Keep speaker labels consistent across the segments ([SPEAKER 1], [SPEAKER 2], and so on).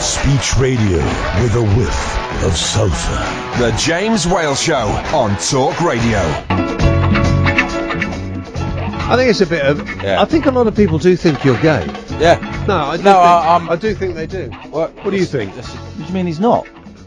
[SPEAKER 1] Speech radio with a whiff of sulfur.
[SPEAKER 2] The James Whale Show on Talk Radio.
[SPEAKER 3] I think it's a bit of.
[SPEAKER 2] Yeah.
[SPEAKER 3] I think a lot of people do think you're gay.
[SPEAKER 2] Yeah.
[SPEAKER 3] No, I do
[SPEAKER 2] No,
[SPEAKER 3] think,
[SPEAKER 2] I- um, I'm-
[SPEAKER 3] do think they do.
[SPEAKER 2] What,
[SPEAKER 3] What do you think?
[SPEAKER 4] What do you mean he's not?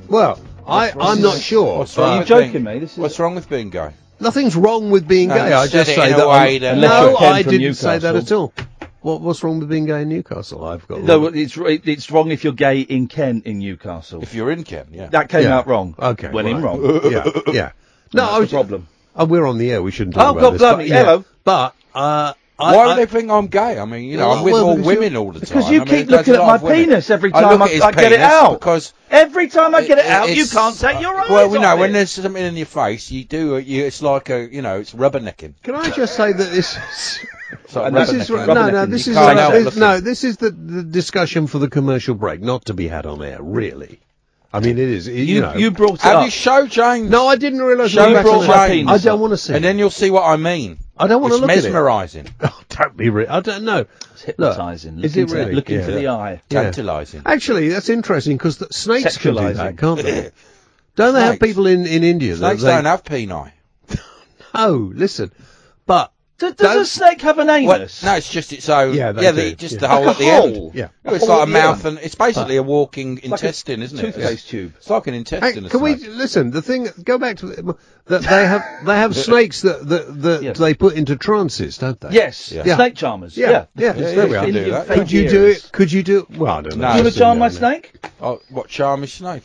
[SPEAKER 3] Well, I, I'm not sure.
[SPEAKER 2] What's
[SPEAKER 4] Are
[SPEAKER 2] wrong
[SPEAKER 4] you
[SPEAKER 2] with
[SPEAKER 4] joking
[SPEAKER 2] being-
[SPEAKER 4] me? This is-
[SPEAKER 2] What's wrong with being gay?
[SPEAKER 3] Nothing's wrong with being
[SPEAKER 2] No,
[SPEAKER 3] gay.
[SPEAKER 2] you
[SPEAKER 3] I
[SPEAKER 2] said
[SPEAKER 3] just
[SPEAKER 2] it
[SPEAKER 3] say
[SPEAKER 2] in a
[SPEAKER 3] that.
[SPEAKER 2] way
[SPEAKER 3] I'm-
[SPEAKER 2] that-
[SPEAKER 4] Unless
[SPEAKER 3] no,
[SPEAKER 4] you came
[SPEAKER 3] I
[SPEAKER 4] from
[SPEAKER 3] didn't say that at
[SPEAKER 4] Newcastle.
[SPEAKER 3] all. What, what's wrong with being gay in Newcastle? I've got
[SPEAKER 4] No, it's it's wrong if you're gay in Kent in Newcastle.
[SPEAKER 2] If you're in Ken, yeah.
[SPEAKER 4] that came
[SPEAKER 3] Yeah.
[SPEAKER 4] out wrong.
[SPEAKER 3] Okay,
[SPEAKER 4] Went in
[SPEAKER 3] right.
[SPEAKER 4] wrong.
[SPEAKER 3] yeah, yeah. No,
[SPEAKER 4] That's
[SPEAKER 3] I was
[SPEAKER 4] the problem.
[SPEAKER 3] Oh, we're on the air. We shouldn't
[SPEAKER 4] Oh,
[SPEAKER 3] talk about
[SPEAKER 4] God
[SPEAKER 3] this.
[SPEAKER 4] blimey,
[SPEAKER 3] but, yeah.
[SPEAKER 4] hello.
[SPEAKER 3] But uh, I,
[SPEAKER 2] Why
[SPEAKER 3] I,
[SPEAKER 2] do they think I'm gay? I mean, you know,
[SPEAKER 3] Well,
[SPEAKER 2] I'm with
[SPEAKER 3] well,
[SPEAKER 2] all
[SPEAKER 3] because
[SPEAKER 2] women
[SPEAKER 3] you-
[SPEAKER 2] all the time.
[SPEAKER 4] Because you
[SPEAKER 2] I mean,
[SPEAKER 4] keep
[SPEAKER 2] there's
[SPEAKER 4] looking
[SPEAKER 2] a
[SPEAKER 4] at
[SPEAKER 2] lot
[SPEAKER 4] my
[SPEAKER 2] of women.
[SPEAKER 4] penis every
[SPEAKER 2] I
[SPEAKER 4] time
[SPEAKER 2] look
[SPEAKER 4] I,
[SPEAKER 2] at his
[SPEAKER 4] I get it
[SPEAKER 2] penis
[SPEAKER 4] out.
[SPEAKER 2] Because
[SPEAKER 4] every time I get it out, you
[SPEAKER 2] it's-
[SPEAKER 4] can't take your eyes
[SPEAKER 2] Well, you know,
[SPEAKER 4] off
[SPEAKER 2] when
[SPEAKER 4] it.
[SPEAKER 2] there's something in your face, you do. You, it's like a, you know, it's rubbernecking.
[SPEAKER 3] can I just say that this is.
[SPEAKER 2] It's like
[SPEAKER 4] And this
[SPEAKER 3] This is,
[SPEAKER 2] rubbernecking.
[SPEAKER 4] Rubbernecking.
[SPEAKER 3] no, no, this
[SPEAKER 2] You
[SPEAKER 3] is
[SPEAKER 2] can't
[SPEAKER 3] not-
[SPEAKER 2] help
[SPEAKER 3] this-
[SPEAKER 2] looking.
[SPEAKER 3] no, this is the, the discussion for the commercial break, not to be had on air. Really, I mean, it is. it- you,
[SPEAKER 4] you,
[SPEAKER 3] know.
[SPEAKER 4] you brought it
[SPEAKER 2] Have
[SPEAKER 4] up.
[SPEAKER 2] you show James?
[SPEAKER 3] no, I didn't realise.
[SPEAKER 2] Show
[SPEAKER 3] we were back
[SPEAKER 2] brought
[SPEAKER 3] on
[SPEAKER 2] my
[SPEAKER 3] air.
[SPEAKER 2] penis
[SPEAKER 3] I don't want to see.
[SPEAKER 2] and
[SPEAKER 3] it.
[SPEAKER 2] then you'll see what I mean.
[SPEAKER 3] I don't want to
[SPEAKER 2] It's
[SPEAKER 3] look at it.
[SPEAKER 2] mesmerising,
[SPEAKER 3] Oh, don't be. Re- I don't know.
[SPEAKER 4] it's hypnotisising.
[SPEAKER 3] Is it
[SPEAKER 4] Look into-
[SPEAKER 3] really?
[SPEAKER 4] Look into
[SPEAKER 3] Yeah.
[SPEAKER 4] the eye.
[SPEAKER 3] Yeah.
[SPEAKER 2] tantalising.
[SPEAKER 3] Actually, that's interesting because snakes can do that,
[SPEAKER 4] Sexualising.
[SPEAKER 3] can't they? Don't they have
[SPEAKER 2] Snakes.
[SPEAKER 3] people in in India? that
[SPEAKER 2] Snakes
[SPEAKER 3] they,
[SPEAKER 2] don't have peni.
[SPEAKER 3] Oh, listen, but
[SPEAKER 4] Does, does
[SPEAKER 3] Don't-
[SPEAKER 4] a snake have an
[SPEAKER 2] Well,
[SPEAKER 4] anus?
[SPEAKER 2] no, it's just its own.
[SPEAKER 3] Yeah, they
[SPEAKER 2] yeah,
[SPEAKER 3] do,
[SPEAKER 2] the, just
[SPEAKER 3] yeah.
[SPEAKER 2] the hole
[SPEAKER 4] Like
[SPEAKER 2] at
[SPEAKER 4] a
[SPEAKER 2] the
[SPEAKER 4] hole.
[SPEAKER 2] end.
[SPEAKER 3] yeah.
[SPEAKER 2] No, it's
[SPEAKER 4] A hole
[SPEAKER 2] like a
[SPEAKER 4] at the
[SPEAKER 2] mouth,
[SPEAKER 4] end.
[SPEAKER 2] and it's
[SPEAKER 4] Ah.
[SPEAKER 2] basically a walking intestine, isn't it?
[SPEAKER 4] toothpaste
[SPEAKER 2] It's-
[SPEAKER 4] tube.
[SPEAKER 2] It's like an
[SPEAKER 3] Hey,
[SPEAKER 2] intestine. a
[SPEAKER 3] can we
[SPEAKER 2] snake.
[SPEAKER 3] listen? The thing, go back to the, that they have they have snakes that that, that
[SPEAKER 4] Yeah.
[SPEAKER 3] they put into trances, don't they?
[SPEAKER 4] Yes.
[SPEAKER 2] Yeah.
[SPEAKER 4] Snake charmers.
[SPEAKER 3] Yeah,
[SPEAKER 4] Yeah.
[SPEAKER 3] yeah,
[SPEAKER 4] It's
[SPEAKER 3] there we are.
[SPEAKER 4] Indian
[SPEAKER 2] Do that.
[SPEAKER 4] fake
[SPEAKER 3] Could you do
[SPEAKER 4] ears.
[SPEAKER 3] it? Could you do? Well, I don't
[SPEAKER 2] No.
[SPEAKER 3] know.
[SPEAKER 4] Do you
[SPEAKER 2] I've
[SPEAKER 4] want to charm my snake?
[SPEAKER 2] Oh, what charm is snake?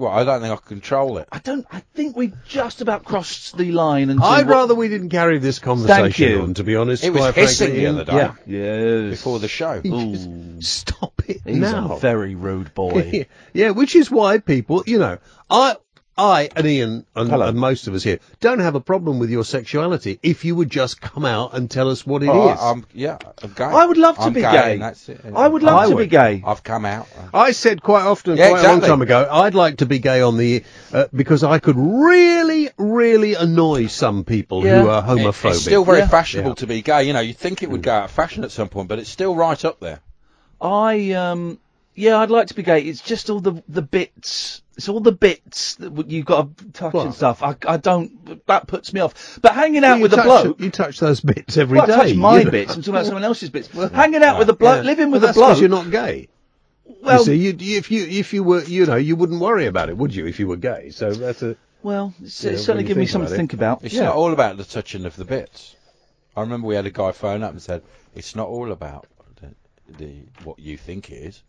[SPEAKER 2] Well, I don't think I can control it.
[SPEAKER 4] I don't. I think we just about crossed the line. And
[SPEAKER 3] I'd rather we didn't carry this conversation
[SPEAKER 4] you.
[SPEAKER 3] on, to be honest.
[SPEAKER 2] It was
[SPEAKER 3] quite
[SPEAKER 2] hissing
[SPEAKER 3] frankly.
[SPEAKER 2] the other day
[SPEAKER 4] Yeah. Yes.
[SPEAKER 2] before the show.
[SPEAKER 4] Ooh.
[SPEAKER 3] Stop it
[SPEAKER 4] He's
[SPEAKER 3] now.
[SPEAKER 4] a very rude boy.
[SPEAKER 3] yeah, which is why people, you know, I, I and Ian and,
[SPEAKER 4] Hello.
[SPEAKER 3] and most of us here don't have a problem with your sexuality if you would just come out and tell us what it is.
[SPEAKER 2] Oh, I- I'm, yeah, I'm gay.
[SPEAKER 4] I would love to
[SPEAKER 2] I'm
[SPEAKER 4] be
[SPEAKER 2] gay.
[SPEAKER 4] gay.
[SPEAKER 2] and that's it.
[SPEAKER 4] I would love
[SPEAKER 3] I
[SPEAKER 4] to be
[SPEAKER 3] would.
[SPEAKER 4] gay.
[SPEAKER 2] I've come out.
[SPEAKER 3] I said quite often,
[SPEAKER 2] Yeah,
[SPEAKER 3] quite a long
[SPEAKER 2] exactly.
[SPEAKER 3] time ago, I'd like to be gay on the uh, because I could really, really annoy some people
[SPEAKER 4] Yeah.
[SPEAKER 3] who are
[SPEAKER 2] It-
[SPEAKER 3] homophobic.
[SPEAKER 2] It's still very
[SPEAKER 4] Yeah.
[SPEAKER 2] fashionable
[SPEAKER 3] Yeah.
[SPEAKER 2] to be gay. You know, you think it would
[SPEAKER 4] Hmm.
[SPEAKER 2] go out of fashion at some point, but it's still right up there.
[SPEAKER 4] I um yeah, I'd like to be gay. It's just all the the bits. It's all the bits that w- you've got to touch
[SPEAKER 3] Well-
[SPEAKER 4] and stuff. I I don't. That puts me off. But hanging out
[SPEAKER 3] You
[SPEAKER 4] with a
[SPEAKER 3] touch-
[SPEAKER 4] bloke.
[SPEAKER 3] you touch those bits every
[SPEAKER 4] Well,
[SPEAKER 3] day.
[SPEAKER 4] I touch my
[SPEAKER 3] you know.
[SPEAKER 4] bits. I'm talking about someone else's bits. Hanging out with a bloke,
[SPEAKER 3] Yeah.
[SPEAKER 4] living with
[SPEAKER 3] Well,
[SPEAKER 4] a
[SPEAKER 3] that's 'cause
[SPEAKER 4] bloke.
[SPEAKER 3] You're not gay.
[SPEAKER 4] well,
[SPEAKER 3] you see, you, you- if you if you were, you know, you wouldn't worry about it, would you? If you were gay, so that's a.
[SPEAKER 4] well, it's,
[SPEAKER 3] Yeah,
[SPEAKER 4] it's
[SPEAKER 3] when
[SPEAKER 4] certainly
[SPEAKER 3] you
[SPEAKER 4] given me
[SPEAKER 3] think about
[SPEAKER 4] something to
[SPEAKER 3] it.
[SPEAKER 4] think about.
[SPEAKER 2] It's
[SPEAKER 4] yeah.
[SPEAKER 2] not all about the touching of the bits. I remember we had a guy phone up and said, "It's not all about the, the what you think it is,"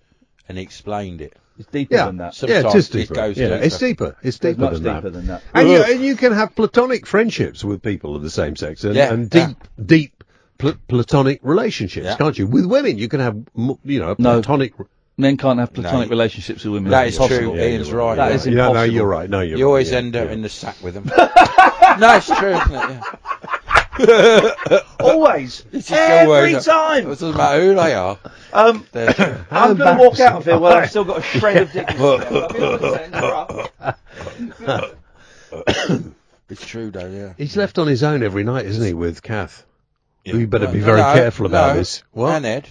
[SPEAKER 2] and he explained it.
[SPEAKER 4] It's deeper
[SPEAKER 3] Yeah,
[SPEAKER 4] than that.
[SPEAKER 3] yeah, it
[SPEAKER 2] Sometimes
[SPEAKER 3] is
[SPEAKER 2] it
[SPEAKER 3] deeper.
[SPEAKER 2] goes
[SPEAKER 3] yeah,
[SPEAKER 2] deeper.
[SPEAKER 3] it's deeper. It's deeper,
[SPEAKER 4] much
[SPEAKER 3] than,
[SPEAKER 4] deeper
[SPEAKER 3] that.
[SPEAKER 4] than that.
[SPEAKER 3] And you,
[SPEAKER 2] Ugh.
[SPEAKER 3] and you can have platonic friendships with people of the same sex and,
[SPEAKER 2] Yeah,
[SPEAKER 3] and
[SPEAKER 2] yeah.
[SPEAKER 3] deep, deep pl- platonic relationships,
[SPEAKER 2] Yeah.
[SPEAKER 3] can't you? With women, you can have, m- you know, a
[SPEAKER 4] No.
[SPEAKER 3] platonic. No,
[SPEAKER 4] Men can't have platonic
[SPEAKER 2] No.
[SPEAKER 4] relationships with women.
[SPEAKER 2] That is
[SPEAKER 4] Impossible.
[SPEAKER 2] true. Ian's right.
[SPEAKER 4] That
[SPEAKER 2] yeah.
[SPEAKER 4] is
[SPEAKER 3] no,
[SPEAKER 4] impossible.
[SPEAKER 3] you're right. No, you're
[SPEAKER 2] You always
[SPEAKER 3] right. yeah,
[SPEAKER 2] end up
[SPEAKER 3] yeah.
[SPEAKER 2] in the sack with them. no, it's true, isn't it? Yeah.
[SPEAKER 4] Always.
[SPEAKER 2] It's just the way
[SPEAKER 4] Every
[SPEAKER 2] that-
[SPEAKER 4] time.
[SPEAKER 2] It doesn't matter who they are.
[SPEAKER 4] Um,
[SPEAKER 2] They're-
[SPEAKER 4] I'm going to walk out of here while I've still got a shred of dignity. left. I'll be able to send her up.
[SPEAKER 2] it's true, though. Yeah.
[SPEAKER 3] He's left on his own every night, isn't he, with Kath? We better
[SPEAKER 2] No,
[SPEAKER 3] be very
[SPEAKER 2] no,
[SPEAKER 3] careful about
[SPEAKER 2] no.
[SPEAKER 3] this. What?
[SPEAKER 2] And Ed.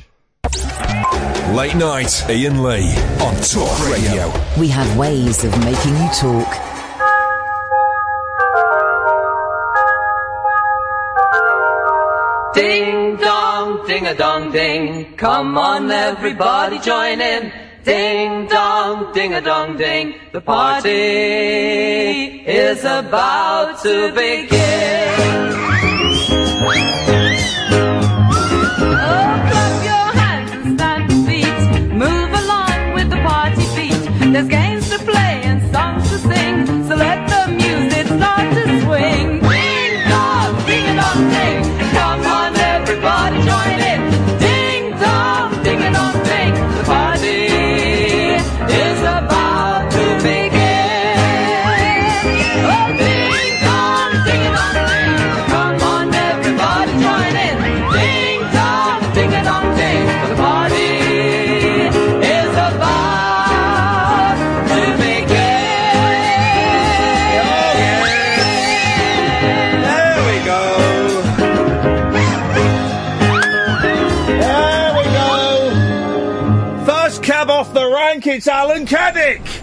[SPEAKER 1] Late night, Ian Lee on Talk Radio.
[SPEAKER 5] We have ways of making you talk.
[SPEAKER 6] Ding dong, ding a dong ding. Come on, everybody, join in. Ding dong, ding a dong ding. The party is about to begin.
[SPEAKER 7] Oh, clap your hands and stand to feet. Move along with the party beat. There's games to play and songs to sing. So let the music start to swing. Ding dong, ding a dong ding. Come on, everybody, join in. Ding dong, ding a dong ding. The party is about to begin. Oh, ding dong, ding a dong ding. Come on, everybody, join in.
[SPEAKER 4] rank, it's Alan Caddick!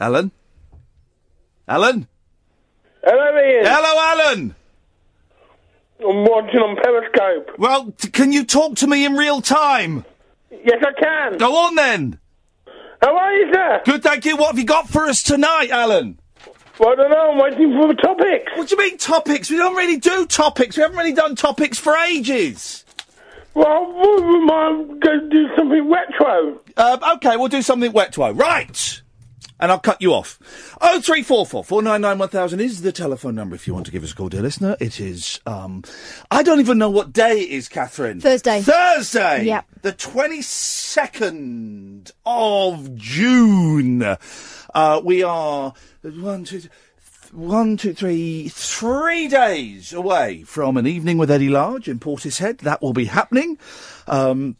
[SPEAKER 4] Alan? Alan?
[SPEAKER 8] Hello, Ian.
[SPEAKER 4] Hello, Alan!
[SPEAKER 8] I'm watching on Periscope.
[SPEAKER 4] Well, t- can you talk to me in real time?
[SPEAKER 8] Yes, I can.
[SPEAKER 4] Go on then!
[SPEAKER 8] How are you, sir?
[SPEAKER 4] Good, thank you. What have you got for us tonight, Alan?
[SPEAKER 8] Well, I don't know. I'm waiting for the topics.
[SPEAKER 4] What do you mean topics? We don't really do topics. We haven't really done topics for ages.
[SPEAKER 8] Well, we might go do something retro.
[SPEAKER 4] Uh, okay, we'll do something wet to Right! And I'll cut you off. Oh, 0344 499 1000 is the telephone number if you want to give us a call, dear listener. It is, um, I don't even know what day it is, Catherine.
[SPEAKER 9] Thursday.
[SPEAKER 4] Thursday!
[SPEAKER 9] Yep.
[SPEAKER 4] The 22nd of June. Uh, we are one, two, th- one, two, three, three days away from an evening with Eddie Large in Portishead. That will be happening. Um,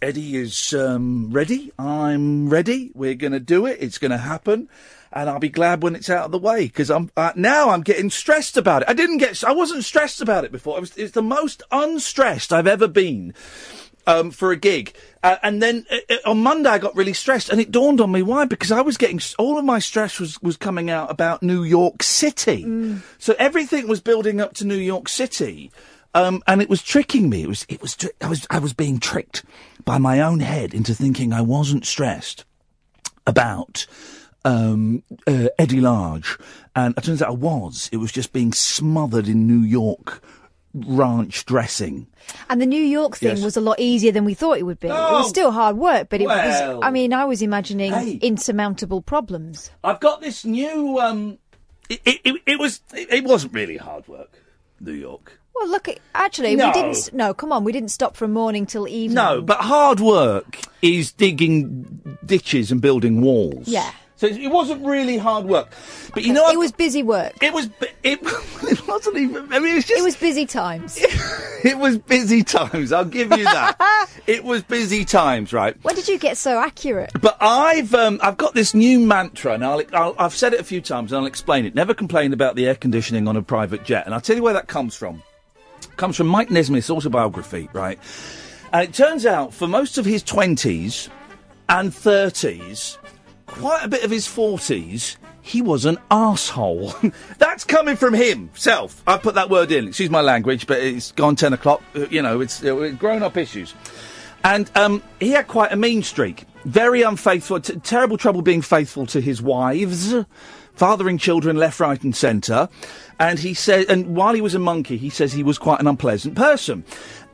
[SPEAKER 4] Eddie is um, ready. I'm ready. We're going to do it. It's going to happen, and I'll be glad when it's out of the way because I'm uh, now I'm getting stressed about it. I didn't get. I wasn't stressed about it before. It was, it's the most unstressed I've ever been um, for a gig. Uh, and then uh, uh, on Monday I got really stressed, and it dawned on me why because I was getting s- all of my stress was was coming out about New York City. So everything was building up to New York City, um, and it was tricking me. It was, it was, tri- I was, I was being tricked by my own head into thinking I wasn't stressed about um, uh, Eddie Large, and it turns out I was. It was just being smothered in New York ranch dressing.
[SPEAKER 9] And the New York thing
[SPEAKER 4] Yes. Oh,
[SPEAKER 9] was a lot easier than we thought it would be. It was still hard work, but it
[SPEAKER 4] Well.
[SPEAKER 9] was. I mean, I was imagining
[SPEAKER 4] Hey.
[SPEAKER 9] insurmountable problems.
[SPEAKER 4] I've got this new. Um, it, it, it, it was. It, it wasn't really hard work, New York.
[SPEAKER 9] Well, look, at- actually,
[SPEAKER 4] No.
[SPEAKER 9] we didn't. s- No, come on, we didn't stop from morning till evening.
[SPEAKER 4] No, but hard work is digging ditches and building walls.
[SPEAKER 9] Yeah.
[SPEAKER 4] So it it wasn't really hard work, but you know,
[SPEAKER 9] It
[SPEAKER 4] I-
[SPEAKER 9] was busy work.
[SPEAKER 4] It was. bu- It, it wasn't even. I mean, it's just.
[SPEAKER 9] It was busy times.
[SPEAKER 4] It was busy times. I'll give you that. it was busy times, right?
[SPEAKER 9] when did you get so accurate?
[SPEAKER 4] But I've um, I've got this new mantra, and I'll, I'll I've said it a few times, and I'll explain it. Never complain about the air conditioning on a private jet, and I'll tell you where that comes from. comes from Mike Nesmith's autobiography, right? And it turns out for most of his twenties and thirties, quite a bit of his forties. He was an asshole. That's coming from himself. I put that word in. Excuse my language, but it's gone ten o'clock. Uh, You know, it's uh, grown-up issues. And um, he had quite a mean streak. Very unfaithful, t- terrible trouble being faithful to his wives, fathering children left, right, and centre. And he said, and while he was a monkey, he says he was quite an unpleasant person.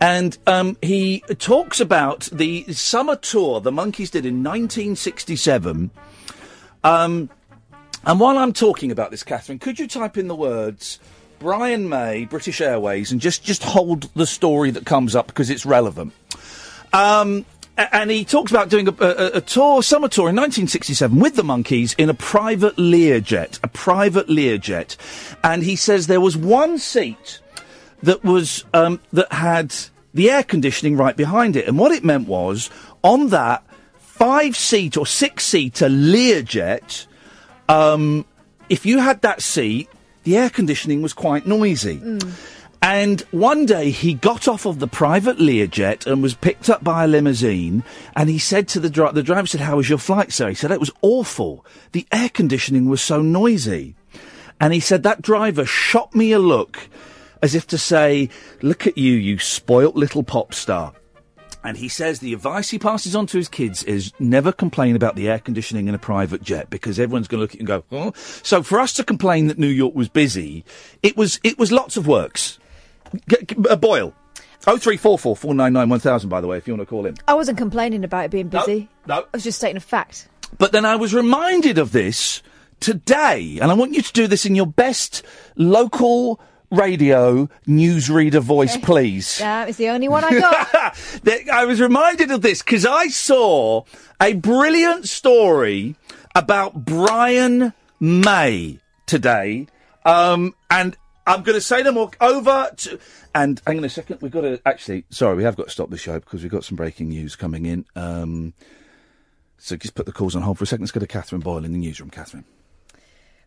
[SPEAKER 4] And um, he talks about the summer tour the monkeys did in 1967. Um, and while I'm talking about this, Catherine, could you type in the words Brian May, British Airways, and just, just hold the story that comes up because it's relevant? Um, a- and he talks about doing a, a, a tour, summer tour in 1967 with the monkeys in a private Learjet, a private Learjet. And he says there was one seat that was um, that had the air conditioning right behind it, and what it meant was on that five seat or six seater Learjet, um, if you had that seat, the air conditioning was quite noisy. And one day he got off of the private Learjet and was picked up by a limousine. And he said to the driver, the driver said, How was your flight, sir? He said, It was awful. The air conditioning was so noisy. And he said, That driver shot me a look as if to say, Look at you, you spoilt little pop star. And he says the advice he passes on to his kids is never complain about the air conditioning in a private jet because everyone's going to look at you and go, huh? So for us to complain that New York was busy, it was it was lots of works. G- g- a boil. 0344 499 1000, by the way, if you want to call in.
[SPEAKER 9] I wasn't complaining about it being
[SPEAKER 4] No,
[SPEAKER 9] busy.
[SPEAKER 4] no.
[SPEAKER 9] I was just stating a fact.
[SPEAKER 4] But then I was reminded of this today, and I want you to do this in your best local radio newsreader voice, please.
[SPEAKER 9] Yeah, it's the only one I got.
[SPEAKER 4] That- I was reminded of this because I saw a brilliant story about Brian May today. Um, and I'm going to say them all over to. And hang on a second. We've got to. Actually, sorry, we have got to stop the show because we've got some breaking news coming in. Um, so just put the calls on hold for a second. Let's go to Catherine Boyle in the newsroom. Catherine.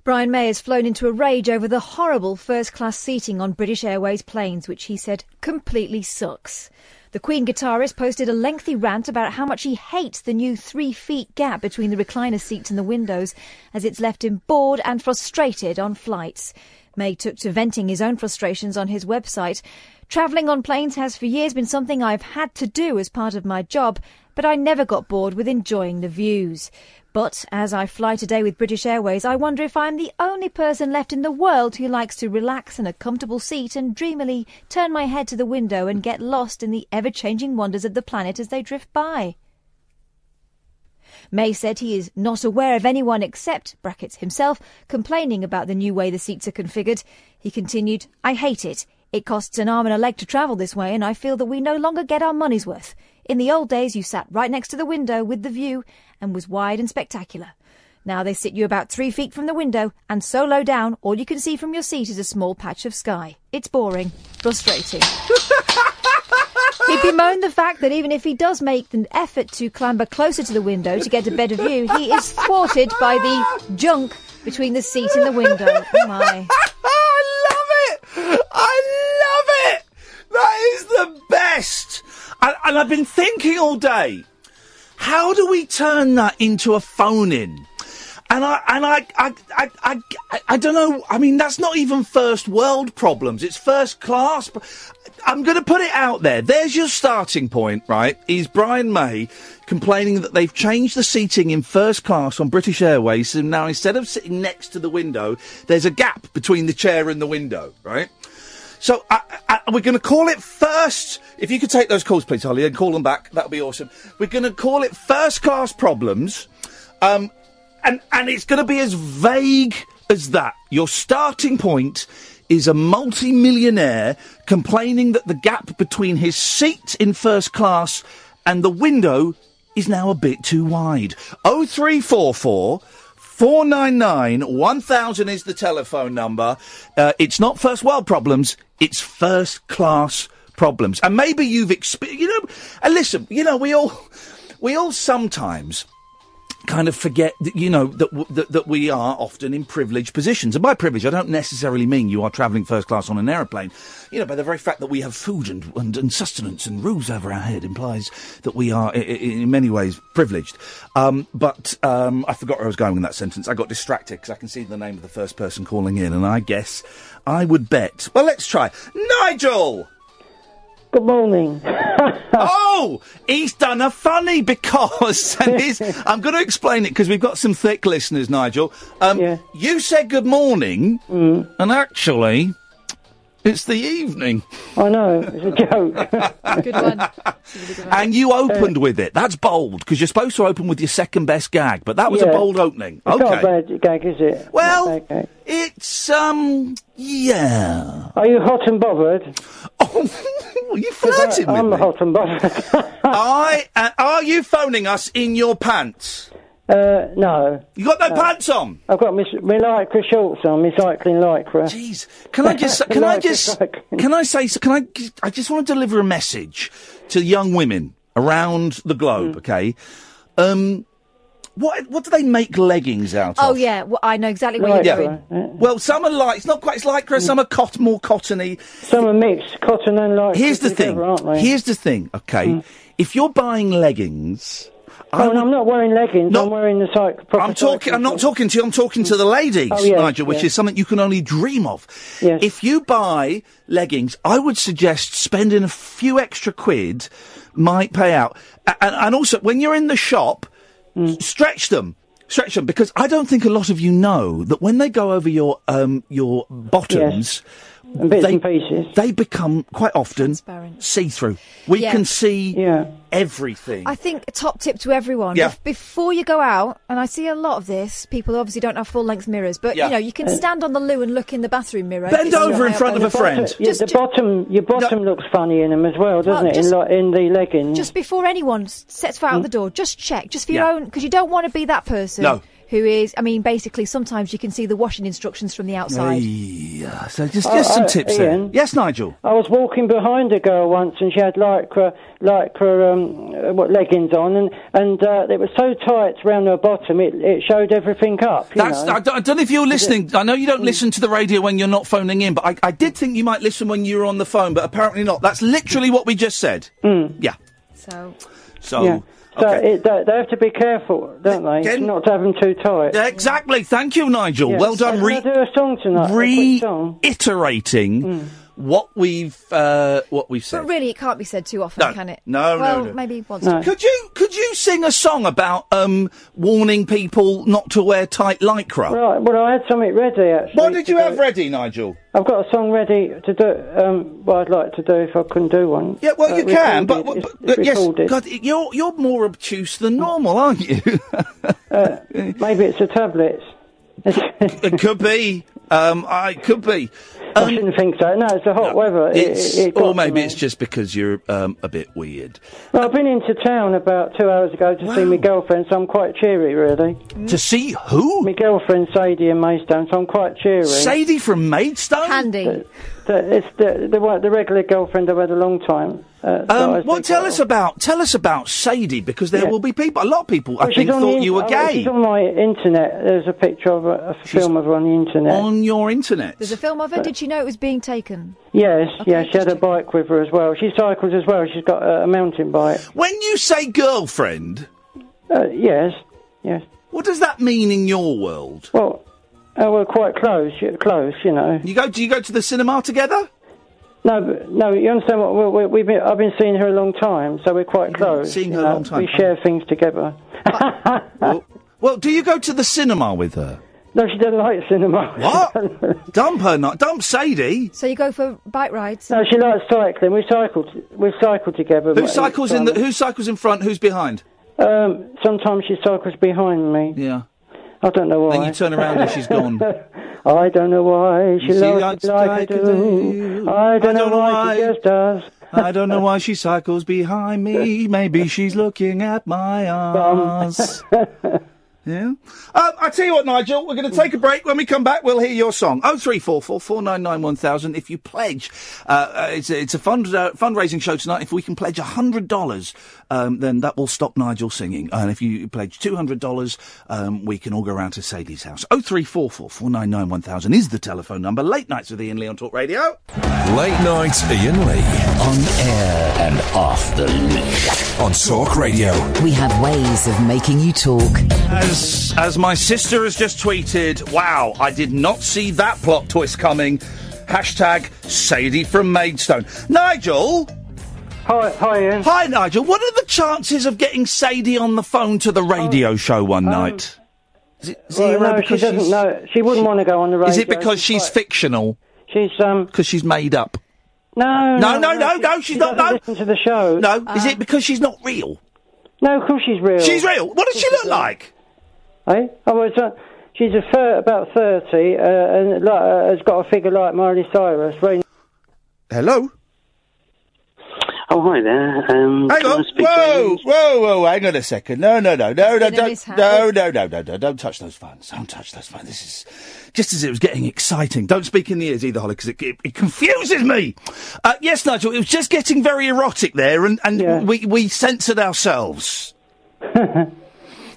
[SPEAKER 9] Brian May has flown into a rage over the horrible first class seating on British Airways planes, which he said completely sucks. The The Queen guitarist posted a lengthy rant about how much he hates the new three feet gap between the recliner seats and the windows, as it's left him bored and frustrated on flights. May took to venting his own frustrations on his website. Travelling on planes has for years been something I've had to do as part of my job, but I never got bored with enjoying the views. But as I fly today with British Airways, I wonder if I'm the only person left in the world who likes to relax in a comfortable seat and dreamily turn my head to the window and get lost in the ever changing wonders of the planet as they drift by. May said he is not aware of anyone except brackets himself complaining about the new way the seats are configured. He continued, I hate it. It costs an arm and a leg to travel this way, and I feel that we no longer get our money's worth. In the old days, you sat right next to the window with the view and was wide and spectacular. Now they sit you about three feet from the window, and so low down, all you can see from your seat is a small patch of sky. It's boring, frustrating. He bemoaned the fact that even if he does make an effort to clamber closer to the window to get a better view, he is thwarted by the junk between the seat and the window. Oh my.
[SPEAKER 4] I love it! I love it! That is the best! And, and I've been thinking all day, how do we turn that into a phone in? And I and I I, I I I I don't know. I mean, that's not even first world problems. It's first class. pro- I'm going to put it out there. There's your starting point, right? Is Brian May complaining that they've changed the seating in first class on British Airways, and now instead of sitting next to the window, there's a gap between the chair and the window, right? So I, I, we're going to call it first. If you could take those calls, please, Holly, and call them back, that would be awesome. We're going to call it first class problems, um, and and it's going to be as vague as that. Your starting point is a multi-millionaire complaining that the gap between his seat in first class and the window is now a bit too wide. 0344 499 1000 is the telephone number. Uh, it's not first world problems, it's first class problems. And maybe you've experienced, you know, and listen, you know, we all, we all sometimes kind of forget that you know that, w- that that we are often in privileged positions and by privilege i don't necessarily mean you are travelling first class on an aeroplane you know by the very fact that we have food and, and, and sustenance and roofs over our head implies that we are i- i- in many ways privileged um, but um, i forgot where i was going in that sentence i got distracted because i can see the name of the first person calling in and i guess i would bet well let's try nigel
[SPEAKER 10] Good morning.
[SPEAKER 4] oh, he's done a funny because, and he's, I'm going to explain it because we've got some thick listeners, Nigel. Um, You said good morning,
[SPEAKER 10] Mm.
[SPEAKER 4] and actually, it's the evening.
[SPEAKER 10] I know, it's a joke.
[SPEAKER 9] Good one.
[SPEAKER 4] And you opened with it. That's bold because you're supposed to open with your second best gag, but that was a
[SPEAKER 10] Yeah.
[SPEAKER 4] bold opening.
[SPEAKER 10] It's not a
[SPEAKER 4] okay.
[SPEAKER 10] bad gag, is it?
[SPEAKER 4] Well,
[SPEAKER 10] Not a bad
[SPEAKER 4] it's, um, yeah.
[SPEAKER 10] gag. are you hot and bothered?
[SPEAKER 4] Are you flirting with
[SPEAKER 10] I'm
[SPEAKER 4] me?
[SPEAKER 10] hot and bothered.
[SPEAKER 4] I uh, are you phoning us in your pants?
[SPEAKER 10] Uh, no.
[SPEAKER 4] You got no, pants on.
[SPEAKER 10] I've got my, my lycra shorts on, my cycling lycra.
[SPEAKER 4] Jeez, Can I just? Can I just? Can I say? Can I? I just want to deliver a message to young women around the globe.
[SPEAKER 10] Mm.
[SPEAKER 4] Okay, um, what what do they make leggings out
[SPEAKER 9] Oh
[SPEAKER 4] of?
[SPEAKER 9] yeah, well, I know
[SPEAKER 10] Oh,
[SPEAKER 9] exactly where you're going.
[SPEAKER 4] Well, some are light. It's not quite. It's lycra. Some are cotton, more cottony.
[SPEAKER 10] Some are mixed, cotton and lycra.
[SPEAKER 4] Here's the thing.
[SPEAKER 10] together, aren't they? Hmm.
[SPEAKER 4] Here's the thing. Okay, if you're buying leggings,
[SPEAKER 10] Oh, and I'm not wearing leggings. I'm wearing the cyc. proper
[SPEAKER 4] I'm talking. I'm not talking to you. I'm talking to the ladies,
[SPEAKER 10] Oh, yes,
[SPEAKER 4] Nigel, which
[SPEAKER 10] yes.
[SPEAKER 4] is something you can only dream of. If you buy leggings, I would suggest spending a few extra quid might pay out. A- And, and also, when you're in the shop,
[SPEAKER 10] Mm.
[SPEAKER 4] stretch them. Stretch them because I don't think a lot of you know that when they go over your um, your bottoms,
[SPEAKER 10] bits
[SPEAKER 4] they,
[SPEAKER 10] and pieces.
[SPEAKER 4] they become quite often see through. We
[SPEAKER 9] Yeah.
[SPEAKER 4] can see
[SPEAKER 10] yeah.
[SPEAKER 4] everything.
[SPEAKER 9] I think a top tip to everyone:
[SPEAKER 4] Yeah.
[SPEAKER 9] bef- before you go out, and I see a lot of this. People obviously don't have full-length mirrors, but
[SPEAKER 10] Yeah.
[SPEAKER 9] you know you can stand on the loo and look in the bathroom mirror.
[SPEAKER 4] Bend
[SPEAKER 9] It's
[SPEAKER 4] over
[SPEAKER 9] high
[SPEAKER 4] in
[SPEAKER 9] up
[SPEAKER 4] front
[SPEAKER 9] on
[SPEAKER 4] of
[SPEAKER 9] the
[SPEAKER 4] a friend.
[SPEAKER 9] bottom.
[SPEAKER 10] Yeah,
[SPEAKER 9] Just,
[SPEAKER 10] the bottom, your bottom looks funny in them as well, doesn't
[SPEAKER 9] Well,
[SPEAKER 10] it?
[SPEAKER 9] just-
[SPEAKER 10] in, li- in the leggings.
[SPEAKER 9] just before anyone s- sets foot out
[SPEAKER 10] Mm.
[SPEAKER 9] the door, just check, just for your
[SPEAKER 10] Yeah.
[SPEAKER 9] own, because you don't want to be that person
[SPEAKER 10] No.
[SPEAKER 9] who is, I mean, basically, sometimes you can see the washing instructions from the outside.
[SPEAKER 4] Yeah. So just,
[SPEAKER 10] Oh,
[SPEAKER 4] just some
[SPEAKER 10] oh,
[SPEAKER 4] tips there.
[SPEAKER 10] Ian.
[SPEAKER 4] Yes, Nigel.
[SPEAKER 10] I was walking behind a girl once, and she had lycra, lycra, um, uh, what leggings on, and and uh, it was so tight round her bottom, it, it showed everything up. You
[SPEAKER 4] That's,
[SPEAKER 10] know? Mm.
[SPEAKER 4] I, don't, I don't know if you're listening. I know you don't listen to the radio when you're not phoning in, but I, I did think you might listen when you were on the phone, but apparently not. That's literally what we just said. Yeah.
[SPEAKER 9] So.
[SPEAKER 4] So.
[SPEAKER 10] Mm. Yeah. So
[SPEAKER 4] okay.
[SPEAKER 10] it, they, they have to be careful, don't they?
[SPEAKER 4] Again?
[SPEAKER 10] Not to have them too tight.
[SPEAKER 4] Yeah, exactly. Thank you, Nigel.
[SPEAKER 10] Yeah.
[SPEAKER 4] Well done.
[SPEAKER 10] Can I
[SPEAKER 4] Re-
[SPEAKER 10] do a song tonight? A quick song?
[SPEAKER 4] reiterating
[SPEAKER 10] Mm.
[SPEAKER 4] what we've uh, what we've said.
[SPEAKER 9] But really, it can't be said too often,
[SPEAKER 4] No.
[SPEAKER 9] can it?
[SPEAKER 4] No, no,
[SPEAKER 9] well,
[SPEAKER 4] no.
[SPEAKER 9] maybe once.
[SPEAKER 4] Could you could you sing a song about um, warning people not to wear tight lycra?
[SPEAKER 10] Right. Well, I had something ready actually.
[SPEAKER 4] Oh. What did you have ready, Nigel?
[SPEAKER 10] I've got a song ready to do. Um, what I'd like to do if I couldn't do one.
[SPEAKER 4] Yeah, well,
[SPEAKER 10] Uh,
[SPEAKER 4] you can, but,
[SPEAKER 10] recorded.
[SPEAKER 4] but,
[SPEAKER 10] It's-
[SPEAKER 4] but
[SPEAKER 10] it's
[SPEAKER 4] yes,
[SPEAKER 10] recorded.
[SPEAKER 4] God, you're you're more obtuse than normal, aren't you?
[SPEAKER 10] Uh, maybe it's the tablets.
[SPEAKER 4] it could be. Um, I it could be.
[SPEAKER 10] I shouldn't think so. No, it's the hot weather. It-
[SPEAKER 4] Oh, It's,
[SPEAKER 10] it, it got
[SPEAKER 4] or
[SPEAKER 10] to
[SPEAKER 4] maybe
[SPEAKER 10] me.
[SPEAKER 4] it's just because you're um, a bit weird.
[SPEAKER 10] Well, I've been into town about two hours ago to see my girlfriend, so I'm quite cheery, really.
[SPEAKER 4] Mm. To see who?
[SPEAKER 10] My girlfriend, Sadie, in Maidstone, so I'm quite cheery.
[SPEAKER 4] Sadie from Maidstone?
[SPEAKER 9] Handy.
[SPEAKER 10] The, it's the, the, one- the regular girlfriend I've had a long time. Uh, that I
[SPEAKER 4] Um,
[SPEAKER 10] was-
[SPEAKER 4] well, tell us about tell us about Sadie because there
[SPEAKER 10] Yeah.
[SPEAKER 4] will be people. A lot of people, I
[SPEAKER 10] Well, she's
[SPEAKER 4] think,
[SPEAKER 10] on the
[SPEAKER 4] thought you
[SPEAKER 10] in-
[SPEAKER 4] were
[SPEAKER 10] oh,
[SPEAKER 4] gay.
[SPEAKER 10] She's on my internet. There's a picture of a, a film of her on the internet.
[SPEAKER 4] On your internet?
[SPEAKER 9] There's a film of it. Did she know it was being taken?
[SPEAKER 10] Yes, yeah, she had a bike with her as well. She cycles as well. She's got a, a mountain bike.
[SPEAKER 4] When you say girlfriend,
[SPEAKER 10] Uh, yes, yes.
[SPEAKER 4] what does that mean in your world?
[SPEAKER 10] Well, uh, we're quite close, yeah, close, you know.
[SPEAKER 4] You go? Do you go to the cinema together?
[SPEAKER 10] No, but, no, you understand what we, we, we've been, I've been seeing her a long time, so we're quite close.
[SPEAKER 4] seeing
[SPEAKER 10] you
[SPEAKER 4] her a
[SPEAKER 10] know.
[SPEAKER 4] long time.
[SPEAKER 10] We share things together.
[SPEAKER 4] Well, do you go to the cinema with her?
[SPEAKER 10] No, she doesn't like cinema.
[SPEAKER 4] What? dump her, not dump Sadie.
[SPEAKER 9] So you go for bike rides?
[SPEAKER 10] No, she likes cycling. We cycled, we cycled together.
[SPEAKER 4] Who cycles in the? Who cycles in front? Who's behind?
[SPEAKER 10] Um, sometimes she cycles behind me.
[SPEAKER 4] Yeah.
[SPEAKER 10] I don't know why.
[SPEAKER 4] Then you turn around and she's gone.
[SPEAKER 10] I don't know why she
[SPEAKER 4] She
[SPEAKER 10] loves
[SPEAKER 4] likes
[SPEAKER 10] me like I
[SPEAKER 4] cycling.
[SPEAKER 10] do. I don't know why she just does.
[SPEAKER 4] I don't know why she cycles behind me. Maybe she's looking at my ass. yeah. Um, I tell you what, Nigel, we're going to take a break. When we come back, we'll hear your song. Oh three four four four nine nine one thousand. If you pledge, uh, uh, it's a, it's a fund uh, fundraising show tonight. If we can pledge hundred dollars, um, then that will stop Nigel singing. And if you pledge two hundred dollars, um, we can all go round to Sadie's house. Oh three four four four nine nine one thousand is the telephone number. Late nights with Ian Lee on Talk Radio.
[SPEAKER 1] Late night Ian Lee. On air and off the leash. On Talk Radio.
[SPEAKER 5] We have ways of making you talk.
[SPEAKER 4] As as my sister has just tweeted, wow, I did not see that plot twist coming. Hashtag Sadie from Maidstone. Nigel.
[SPEAKER 10] Hi, hi, Ian.
[SPEAKER 4] Hi, Nigel. What are the chances of getting Sadie on the phone to the
[SPEAKER 10] Oh.
[SPEAKER 4] radio show one night? Is it zero
[SPEAKER 10] well, no, she
[SPEAKER 4] because
[SPEAKER 10] doesn't
[SPEAKER 4] she's-
[SPEAKER 10] know. She wouldn't want to go on the radio.
[SPEAKER 4] Is it because she's
[SPEAKER 10] quite-
[SPEAKER 4] fictional?
[SPEAKER 10] She's um.
[SPEAKER 4] Because she's made up.
[SPEAKER 10] No,
[SPEAKER 4] No, no, no, no, she's
[SPEAKER 10] she
[SPEAKER 4] not-
[SPEAKER 10] doesn't
[SPEAKER 4] no.
[SPEAKER 10] Listen to the show.
[SPEAKER 4] No, is it because she's not real?
[SPEAKER 10] No, of course she's real.
[SPEAKER 4] She's real. What does she look like?
[SPEAKER 10] Eh? Oh, well, it's, uh, she's a thir- about thirty, uh, and like, uh, has got a figure like Miley Cyrus. Very
[SPEAKER 4] Hello.
[SPEAKER 11] Oh, hi there. Um,
[SPEAKER 4] Hang
[SPEAKER 11] can I
[SPEAKER 4] on.
[SPEAKER 11] speak to
[SPEAKER 4] Whoa,
[SPEAKER 11] Amy?
[SPEAKER 4] whoa, whoa. Hang on a second. No, no, no, no, no,
[SPEAKER 11] been a
[SPEAKER 4] don't,
[SPEAKER 11] mishap.
[SPEAKER 4] no, no, no, no, no. Don't touch those phones. Don't touch those phones. This is just as it was getting exciting. Don't speak in the ears either, Holly, because it, it, it confuses me. Uh, yes, Nigel, it was just getting very erotic there, and, and we, we censored ourselves.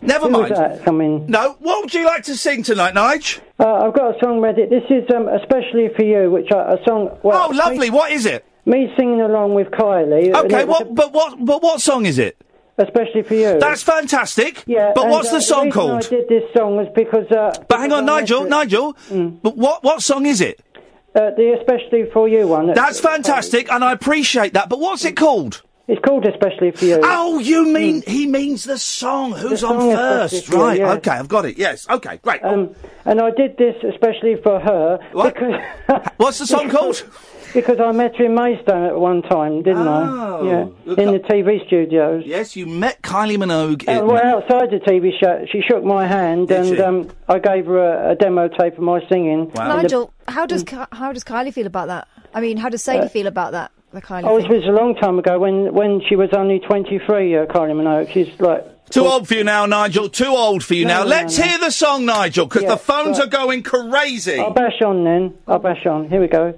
[SPEAKER 4] Never
[SPEAKER 10] Who was
[SPEAKER 4] mind.
[SPEAKER 10] that? I mean,
[SPEAKER 4] No, what would you like to sing tonight, Nige?
[SPEAKER 10] uh, I've got a song ready. This is um, especially for you, which I, a song. Well,
[SPEAKER 4] Oh, lovely. What is it?
[SPEAKER 10] Me singing along with Kylie. and
[SPEAKER 4] Okay,
[SPEAKER 10] it was
[SPEAKER 4] what, but what, but what song is it?
[SPEAKER 10] Especially for you.
[SPEAKER 4] That's fantastic.
[SPEAKER 10] Yeah,
[SPEAKER 4] But
[SPEAKER 10] and,
[SPEAKER 4] what's
[SPEAKER 10] uh,
[SPEAKER 4] the song
[SPEAKER 10] reason
[SPEAKER 4] called?
[SPEAKER 10] I did this song was because. Uh,
[SPEAKER 4] But hang on, Nigel, Nigel. But what what song is it?
[SPEAKER 10] Mm. Uh, the especially for you one.
[SPEAKER 4] That's fantastic, and I appreciate that. But what's it called?
[SPEAKER 10] It's called especially for you. Mm.
[SPEAKER 4] Oh, you mean he means the song? Who's
[SPEAKER 10] The
[SPEAKER 4] on
[SPEAKER 10] song is
[SPEAKER 4] first?
[SPEAKER 10] Especially For You,
[SPEAKER 4] Right.
[SPEAKER 10] yeah.
[SPEAKER 4] Okay, I've got it. Yes. Okay. Great.
[SPEAKER 10] Um, and I did this especially for her because.
[SPEAKER 4] What's the song called?
[SPEAKER 10] Because I met her in Maidstone at one time, didn't
[SPEAKER 4] Oh.
[SPEAKER 10] I? Yeah,
[SPEAKER 4] Look
[SPEAKER 10] in the TV studios.
[SPEAKER 4] yes, you met Kylie Minogue.
[SPEAKER 10] Uh,
[SPEAKER 4] in-
[SPEAKER 10] well, outside the TV show, she shook my hand,
[SPEAKER 4] Did
[SPEAKER 10] and
[SPEAKER 4] she?
[SPEAKER 10] um, I gave her a, a demo tape of my singing. And the-
[SPEAKER 4] Mm.
[SPEAKER 9] Nigel, how does Ki- how does Kylie feel about that? I mean, how does Sadie
[SPEAKER 10] Uh,
[SPEAKER 9] feel about that? the Kylie
[SPEAKER 10] Oh, this
[SPEAKER 9] thing.
[SPEAKER 10] was a long time ago when, when she was only 23, uh, Kylie Minogue. She's like.
[SPEAKER 4] Too old for you now, Nigel. Too old for you
[SPEAKER 10] No,
[SPEAKER 4] now.
[SPEAKER 10] no,
[SPEAKER 4] Let's
[SPEAKER 10] no.
[SPEAKER 4] hear the song, Nigel, because
[SPEAKER 10] Yeah,
[SPEAKER 4] the phones
[SPEAKER 10] right.
[SPEAKER 4] are going crazy.
[SPEAKER 10] I'll bash on then. I'll bash on. Here we go.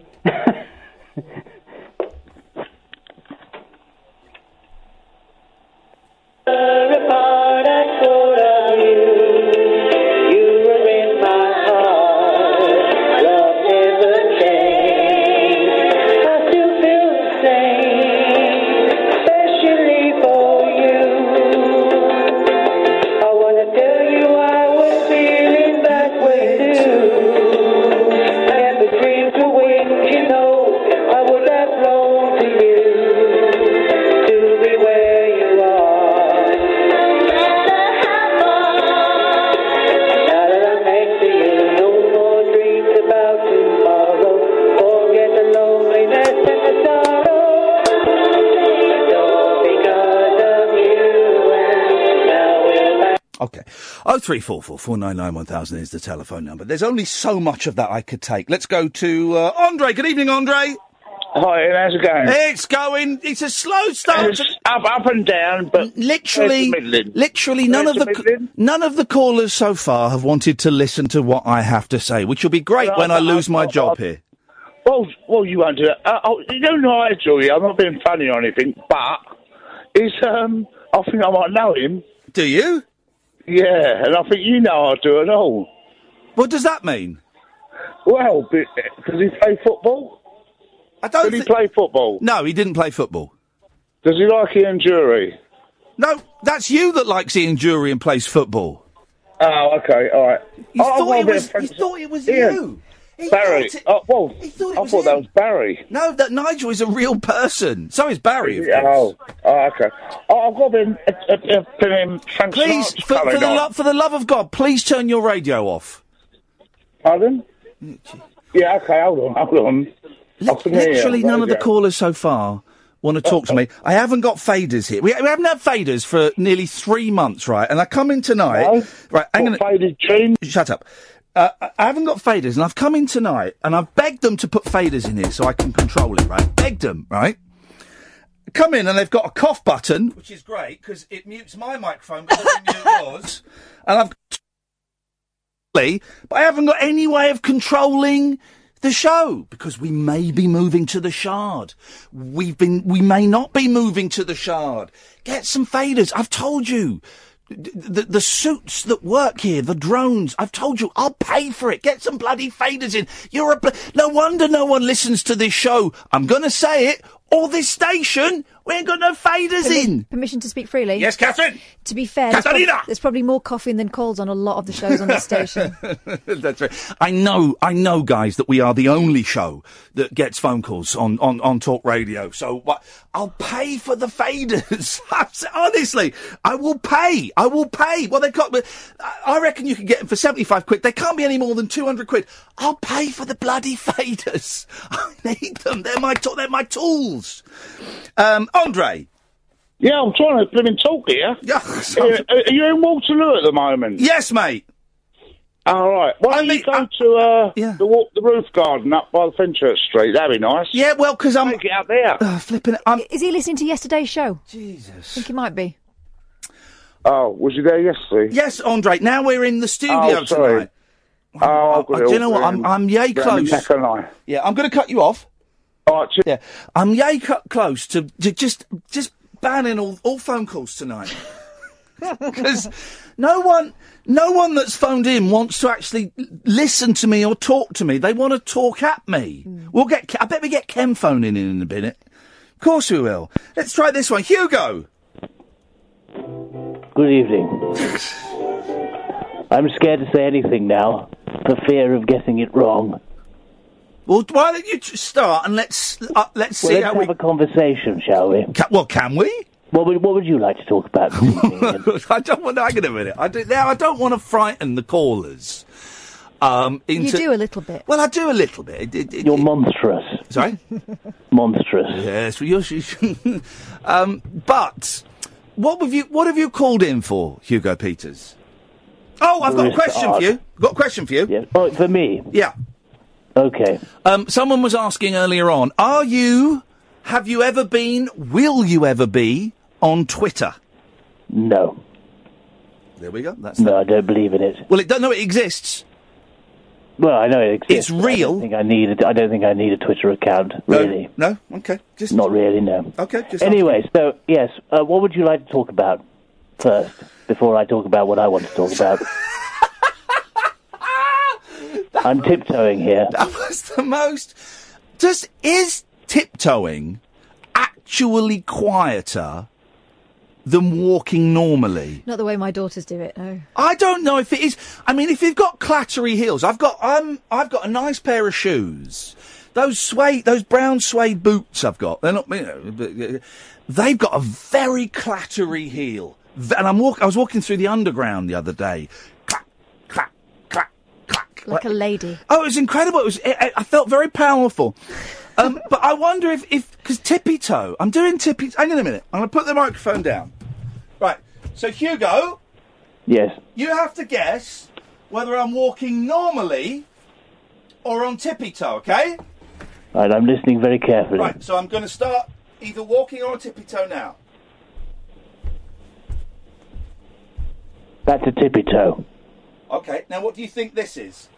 [SPEAKER 4] Okay. Oh three four four four nine nine one thousand is the telephone number. There's only so much of that I could take. Let's go to uh, Andre. Good evening, Andre.
[SPEAKER 12] Hi, how's it going?
[SPEAKER 4] It's going. It's a slow start.
[SPEAKER 12] up, up and down, but
[SPEAKER 4] literally,
[SPEAKER 12] Where's the middling?
[SPEAKER 4] literally none
[SPEAKER 12] Where's
[SPEAKER 4] of the,
[SPEAKER 12] middling?
[SPEAKER 4] none of the callers so far have wanted to listen to what I have to say, which will be great
[SPEAKER 12] Well,
[SPEAKER 4] when I,
[SPEAKER 12] I-
[SPEAKER 4] lose
[SPEAKER 12] I-
[SPEAKER 4] my
[SPEAKER 12] I-
[SPEAKER 4] job here.
[SPEAKER 12] Well, well, you won't do that. Uh, oh, you know Nigel, yeah, I'm not being funny or anything, but he's, um, I think I might know him.
[SPEAKER 4] Do you?
[SPEAKER 12] Yeah, and I think you know I do at all.
[SPEAKER 4] What does that mean?
[SPEAKER 12] Well, be- does he play football?
[SPEAKER 4] I don't.
[SPEAKER 12] Did he play football?
[SPEAKER 4] No, he didn't play football.
[SPEAKER 12] Does he like Ian Jury?
[SPEAKER 4] No, that's you that likes Ian Jury and plays football.
[SPEAKER 12] Oh, okay, all right.
[SPEAKER 4] You
[SPEAKER 12] oh,
[SPEAKER 4] thought
[SPEAKER 12] well,
[SPEAKER 4] it was-
[SPEAKER 12] then-
[SPEAKER 4] you thought it was
[SPEAKER 12] Ian.
[SPEAKER 4] you. He
[SPEAKER 12] Barry.
[SPEAKER 4] thought it-
[SPEAKER 12] oh, well, I
[SPEAKER 4] was
[SPEAKER 12] thought that was Barry.
[SPEAKER 4] No, that Nigel is a real person. So is Barry, of
[SPEAKER 12] Yeah,
[SPEAKER 4] course.
[SPEAKER 12] Oh, oh, okay. Oh, I've got him. A, a, a, bit in Frank
[SPEAKER 4] Please,
[SPEAKER 12] Sinatra
[SPEAKER 4] for, for,
[SPEAKER 12] going
[SPEAKER 4] the
[SPEAKER 12] on.
[SPEAKER 4] lo- for the love of God, please turn your radio off.
[SPEAKER 12] Pardon? Yeah, okay, hold on, hold on. I couldn't hear you.
[SPEAKER 4] Literally, none of the
[SPEAKER 12] Radio.
[SPEAKER 4] callers so far want to talk to me. I haven't got faders here. We, we haven't had faders for nearly three months, right? And I come in tonight. Right, I'm going to.
[SPEAKER 12] Faded jeans?
[SPEAKER 4] Shut up. Uh, I- I haven't got faders, and I've come in tonight, and I've begged them to put faders in here so I can control it, right? Begged them, right? Come in, and they've got a cough button, which is great because it mutes my microphone because I didn't know it was. And I've but I haven't got any way of controlling the show because we may be moving to the Shard. We've been, we may not be moving to the Shard. Get some faders. I've told you. D- The, the suits that work here, the drones, I've told you, I'll pay for it. Get some bloody faders in. You're a, bl- no wonder no one listens to this show. I'm gonna say it, or this station, we ain't got no faders
[SPEAKER 9] Permi-
[SPEAKER 4] in.
[SPEAKER 9] Permission to speak freely?
[SPEAKER 4] Yes, Catherine.
[SPEAKER 9] To be fair, there's,
[SPEAKER 4] Catarina!
[SPEAKER 9] prob- there's probably more coughing than colds on a lot of the shows on this station.
[SPEAKER 4] That's right. I know, I know, guys, that we are the only show that gets phone calls on, on, on talk radio. So what? I'll pay for the faders. Honestly, I will pay. I will pay. Well, they can't. but I I reckon you can get them for seventy-five quid. They can't be any more than two hundred quid. I'll pay for the bloody faders. I need them. They're my to- they're my tools. Um, Andre.
[SPEAKER 12] Yeah, I'm trying to living talk here.
[SPEAKER 4] Yeah,
[SPEAKER 12] are, are you in Waterloo at the moment?
[SPEAKER 4] Yes, mate.
[SPEAKER 12] All right. Why don't you go to uh, the walk, the roof garden up by the Fenchurch Street? That'd be nice.
[SPEAKER 4] Yeah, well, because I'm
[SPEAKER 12] take it out there.
[SPEAKER 4] flipping.
[SPEAKER 9] Is he listening to yesterday's show?
[SPEAKER 4] Jesus. I
[SPEAKER 9] think he might be.
[SPEAKER 12] Oh, was you there yesterday?
[SPEAKER 4] Yes, Andre. Now we're in the studio
[SPEAKER 12] Oh, sorry.
[SPEAKER 4] tonight.
[SPEAKER 12] Oh, I've got
[SPEAKER 4] I-
[SPEAKER 12] it
[SPEAKER 4] do you
[SPEAKER 12] all
[SPEAKER 4] know what? I'm,
[SPEAKER 12] written-
[SPEAKER 4] I'm yay
[SPEAKER 12] written
[SPEAKER 4] close.
[SPEAKER 12] back on line.
[SPEAKER 4] Yeah, I'm going to cut you off.
[SPEAKER 12] yeah,
[SPEAKER 4] I'm yay cu- close to, to just just banning all, all phone calls tonight because no one no one that's phoned in wants to actually l- listen to me or talk to me. They want to talk at me. We'll get. Ke- I bet we get Ken phoning in in a minute. Of course we will. Let's try this one, Hugo.
[SPEAKER 6] Good evening. I'm scared to say anything now for fear of getting it wrong.
[SPEAKER 4] Well, why don't you t- start and let's uh, let's see
[SPEAKER 6] well, let's
[SPEAKER 4] how
[SPEAKER 6] have
[SPEAKER 4] we
[SPEAKER 6] a conversation, shall we?
[SPEAKER 4] well, can we?
[SPEAKER 6] What would, what would you like to talk about? this evening?
[SPEAKER 4] I don't want. Hang on a minute. I do, now I don't want to frighten the callers. Um, into,
[SPEAKER 9] you do a little bit.
[SPEAKER 4] Well, I do a little bit.
[SPEAKER 6] You're monstrous.
[SPEAKER 4] Sorry.
[SPEAKER 6] monstrous.
[SPEAKER 4] Yes, well, you're, you um, but what have you what have you called in for, Hugo Peters? Oh, I've got a
[SPEAKER 6] Mr.
[SPEAKER 4] question for
[SPEAKER 6] Odd.
[SPEAKER 4] you. Got a question for you?
[SPEAKER 6] Yeah. Oh, for me.
[SPEAKER 4] Yeah.
[SPEAKER 6] Okay.
[SPEAKER 4] Um, someone was asking earlier on, are you Have you ever been, will you ever be, on Twitter?
[SPEAKER 6] No.
[SPEAKER 4] There we go. That's
[SPEAKER 6] No, I don't believe in it.
[SPEAKER 4] Well, it don't. No, it exists.
[SPEAKER 6] Well, I know it exists.
[SPEAKER 4] It's
[SPEAKER 6] but I
[SPEAKER 4] real.
[SPEAKER 6] don't think I need. A, I don't think I need a Twitter account. Really.
[SPEAKER 4] No. Okay. Just
[SPEAKER 6] not really. No.
[SPEAKER 4] Okay. Just
[SPEAKER 6] anyway, so yes, uh, what would you like to talk about first before I talk about what I want to talk about? I'm tiptoeing here.
[SPEAKER 4] That was the most. Just is tiptoeing actually quieter than walking normally?
[SPEAKER 9] Not the way my daughters do it, no.
[SPEAKER 4] I don't know if it is. I mean, if you've got clattery heels, I've got um, I've got a nice pair of shoes. Those suede, those brown suede boots I've got. They're not, you know, but, uh, they've got a very clattery heel. V- And I'm walk. I was walking through the underground the other day.
[SPEAKER 9] Like a lady.
[SPEAKER 4] Oh, it was incredible. It was. It, it- I felt very powerful. Um, but I wonder if, if because tippy toe. I'm doing tippy. Hang on a minute. I'm going to put the microphone down. Right. So Hugo,
[SPEAKER 6] Yes.
[SPEAKER 4] you have to guess whether I'm walking normally or on tippy toe. Okay.
[SPEAKER 6] Right, I'm listening very carefully.
[SPEAKER 4] Right. So I'm going to start either walking or on tippy toe now.
[SPEAKER 6] That's a tippy toe.
[SPEAKER 4] Okay. Now, what do you think this is?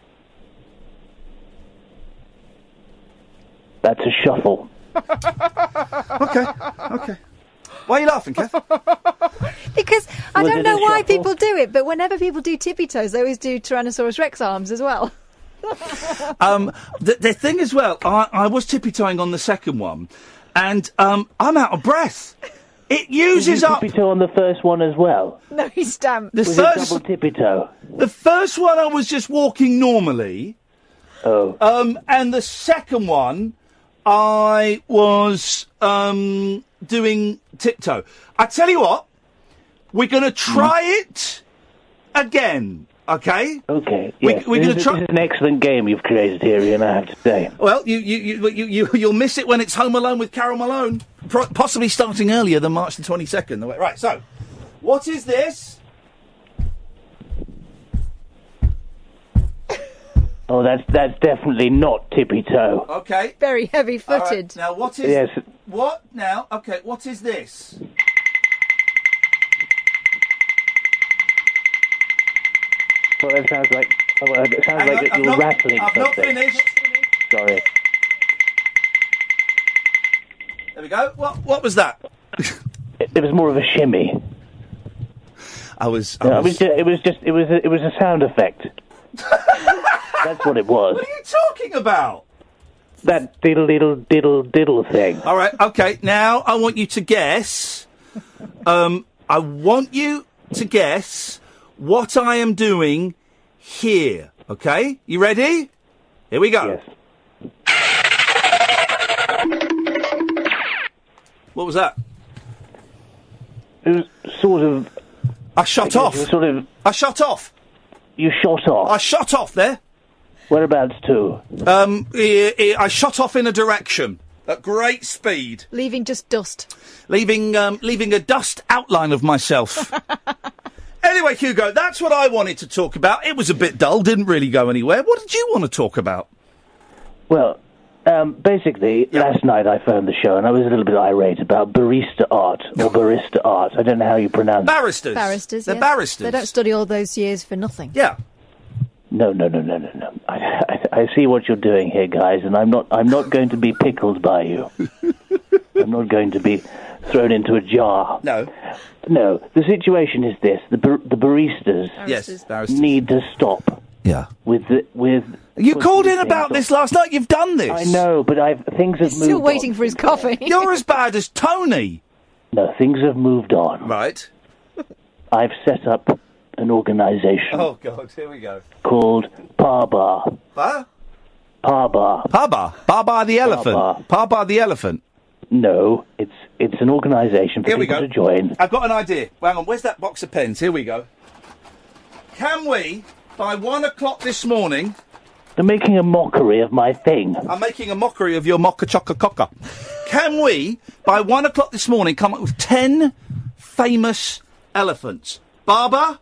[SPEAKER 6] That's a shuffle.
[SPEAKER 4] okay. Okay. Why are you laughing, Kath?
[SPEAKER 9] Because I
[SPEAKER 6] Was
[SPEAKER 9] don't
[SPEAKER 6] it a
[SPEAKER 9] know why
[SPEAKER 6] shuffle?
[SPEAKER 9] people do it, but whenever people do tippy toes, they always do Tyrannosaurus Rex arms as well.
[SPEAKER 4] um, the, the thing as well, I, I was tippy toeing on the second one, and um, I'm out of breath. It uses
[SPEAKER 6] Did you
[SPEAKER 4] up
[SPEAKER 6] tippy toe on the first one as well.
[SPEAKER 9] No, he's damn.
[SPEAKER 4] the
[SPEAKER 6] Was it
[SPEAKER 4] first.
[SPEAKER 6] double tippy toe?
[SPEAKER 4] The first one I was just walking normally.
[SPEAKER 6] Oh.
[SPEAKER 4] Um, and the second one, I was um doing tiptoe. I tell you what, we're gonna try
[SPEAKER 6] Mm.
[SPEAKER 4] it again. Okay.
[SPEAKER 6] Okay.
[SPEAKER 4] We,
[SPEAKER 6] yes.
[SPEAKER 4] we're
[SPEAKER 6] This
[SPEAKER 4] gonna
[SPEAKER 6] is-
[SPEAKER 4] try.
[SPEAKER 6] This is an excellent game you've created here, Ian. I have to say.
[SPEAKER 4] Well, you, you, you, you, you, you'll miss it when it's Home Alone with Carol Malone, pro- possibly starting earlier than March the 22nd. The way- Right, so, what is this?
[SPEAKER 6] Oh, that's that's definitely not tippy toe.
[SPEAKER 4] Okay.
[SPEAKER 9] Very heavy
[SPEAKER 4] All right,
[SPEAKER 9] footed.
[SPEAKER 4] Now, what is.
[SPEAKER 6] Oh. Yes.
[SPEAKER 4] What now? Okay, what is this?
[SPEAKER 6] Well, that sounds like oh, well, it sounds
[SPEAKER 4] Hang
[SPEAKER 6] like
[SPEAKER 4] on,
[SPEAKER 6] that
[SPEAKER 4] I've
[SPEAKER 6] you're
[SPEAKER 4] not-
[SPEAKER 6] rattling
[SPEAKER 4] I've not
[SPEAKER 6] something.
[SPEAKER 4] finished.
[SPEAKER 6] Sorry.
[SPEAKER 4] There we go. What, what was that?
[SPEAKER 6] It, it was more of a shimmy.
[SPEAKER 4] I was.
[SPEAKER 6] I was ju- it was just. It was. A, it was a sound effect. That's what it was.
[SPEAKER 4] What are you talking about?
[SPEAKER 6] That diddle diddle diddle diddle thing.
[SPEAKER 4] All right, okay, now I want you to guess. Um, I want you to guess what I am doing here, okay? You ready? Here we go. What was that?
[SPEAKER 6] It was sort of.
[SPEAKER 4] I shut off.
[SPEAKER 6] Sort of.
[SPEAKER 4] I shut off.
[SPEAKER 6] You shot off.
[SPEAKER 4] I shut off there.
[SPEAKER 6] Whereabouts to?
[SPEAKER 4] Um, I, I- I shot off in a direction at great speed,
[SPEAKER 9] Leaving just dust.
[SPEAKER 4] leaving um, leaving a dust outline of myself. anyway, Hugo, that's what I wanted to talk about. It was a bit dull, didn't really go anywhere. What did you want to talk about?
[SPEAKER 6] Well, um, basically, last night I phoned the show and I was a little bit irate about barista art or barista art. I don't know how you pronounce it.
[SPEAKER 4] Barristers.
[SPEAKER 9] Barristers.
[SPEAKER 6] They're
[SPEAKER 9] yeah.
[SPEAKER 6] barristers.
[SPEAKER 9] They don't study all those years for nothing.
[SPEAKER 4] Yeah.
[SPEAKER 6] No, no, no, no, no, no. I, I, I see what you're doing here, guys, and I'm not. I'm not going to be pickled by you. I'm not going to be thrown into a jar.
[SPEAKER 4] No.
[SPEAKER 6] No. The situation is this: the bar- the baristas,
[SPEAKER 4] Yes, barristers.
[SPEAKER 6] need to stop.
[SPEAKER 4] Yeah.
[SPEAKER 6] With the, with.
[SPEAKER 4] You called in
[SPEAKER 6] things
[SPEAKER 4] about
[SPEAKER 6] on-
[SPEAKER 4] this last night. You've done this.
[SPEAKER 6] I know, but I've things have
[SPEAKER 9] Still
[SPEAKER 6] moved.
[SPEAKER 9] waiting for his coffee.
[SPEAKER 4] You're as bad as Tony.
[SPEAKER 6] No, things have moved on.
[SPEAKER 4] Right.
[SPEAKER 6] I've set up an organisation
[SPEAKER 4] Oh God, here we go.
[SPEAKER 6] called Parbar.
[SPEAKER 4] Huh?
[SPEAKER 6] Parbar.
[SPEAKER 4] Baba, Baba the elephant. Baba the elephant.
[SPEAKER 6] No, it's it's an organisation for
[SPEAKER 4] Here we
[SPEAKER 6] people to
[SPEAKER 4] go.
[SPEAKER 6] join.
[SPEAKER 4] I've got an idea. Well, Hang on, where's that box of pens? Here we go. Can we, by one o'clock this morning,
[SPEAKER 6] They're making a mockery of my thing.
[SPEAKER 4] I'm making a mockery of your mocha chocker cocker. Can we, by one o'clock this morning, come up with ten famous elephants? Baba,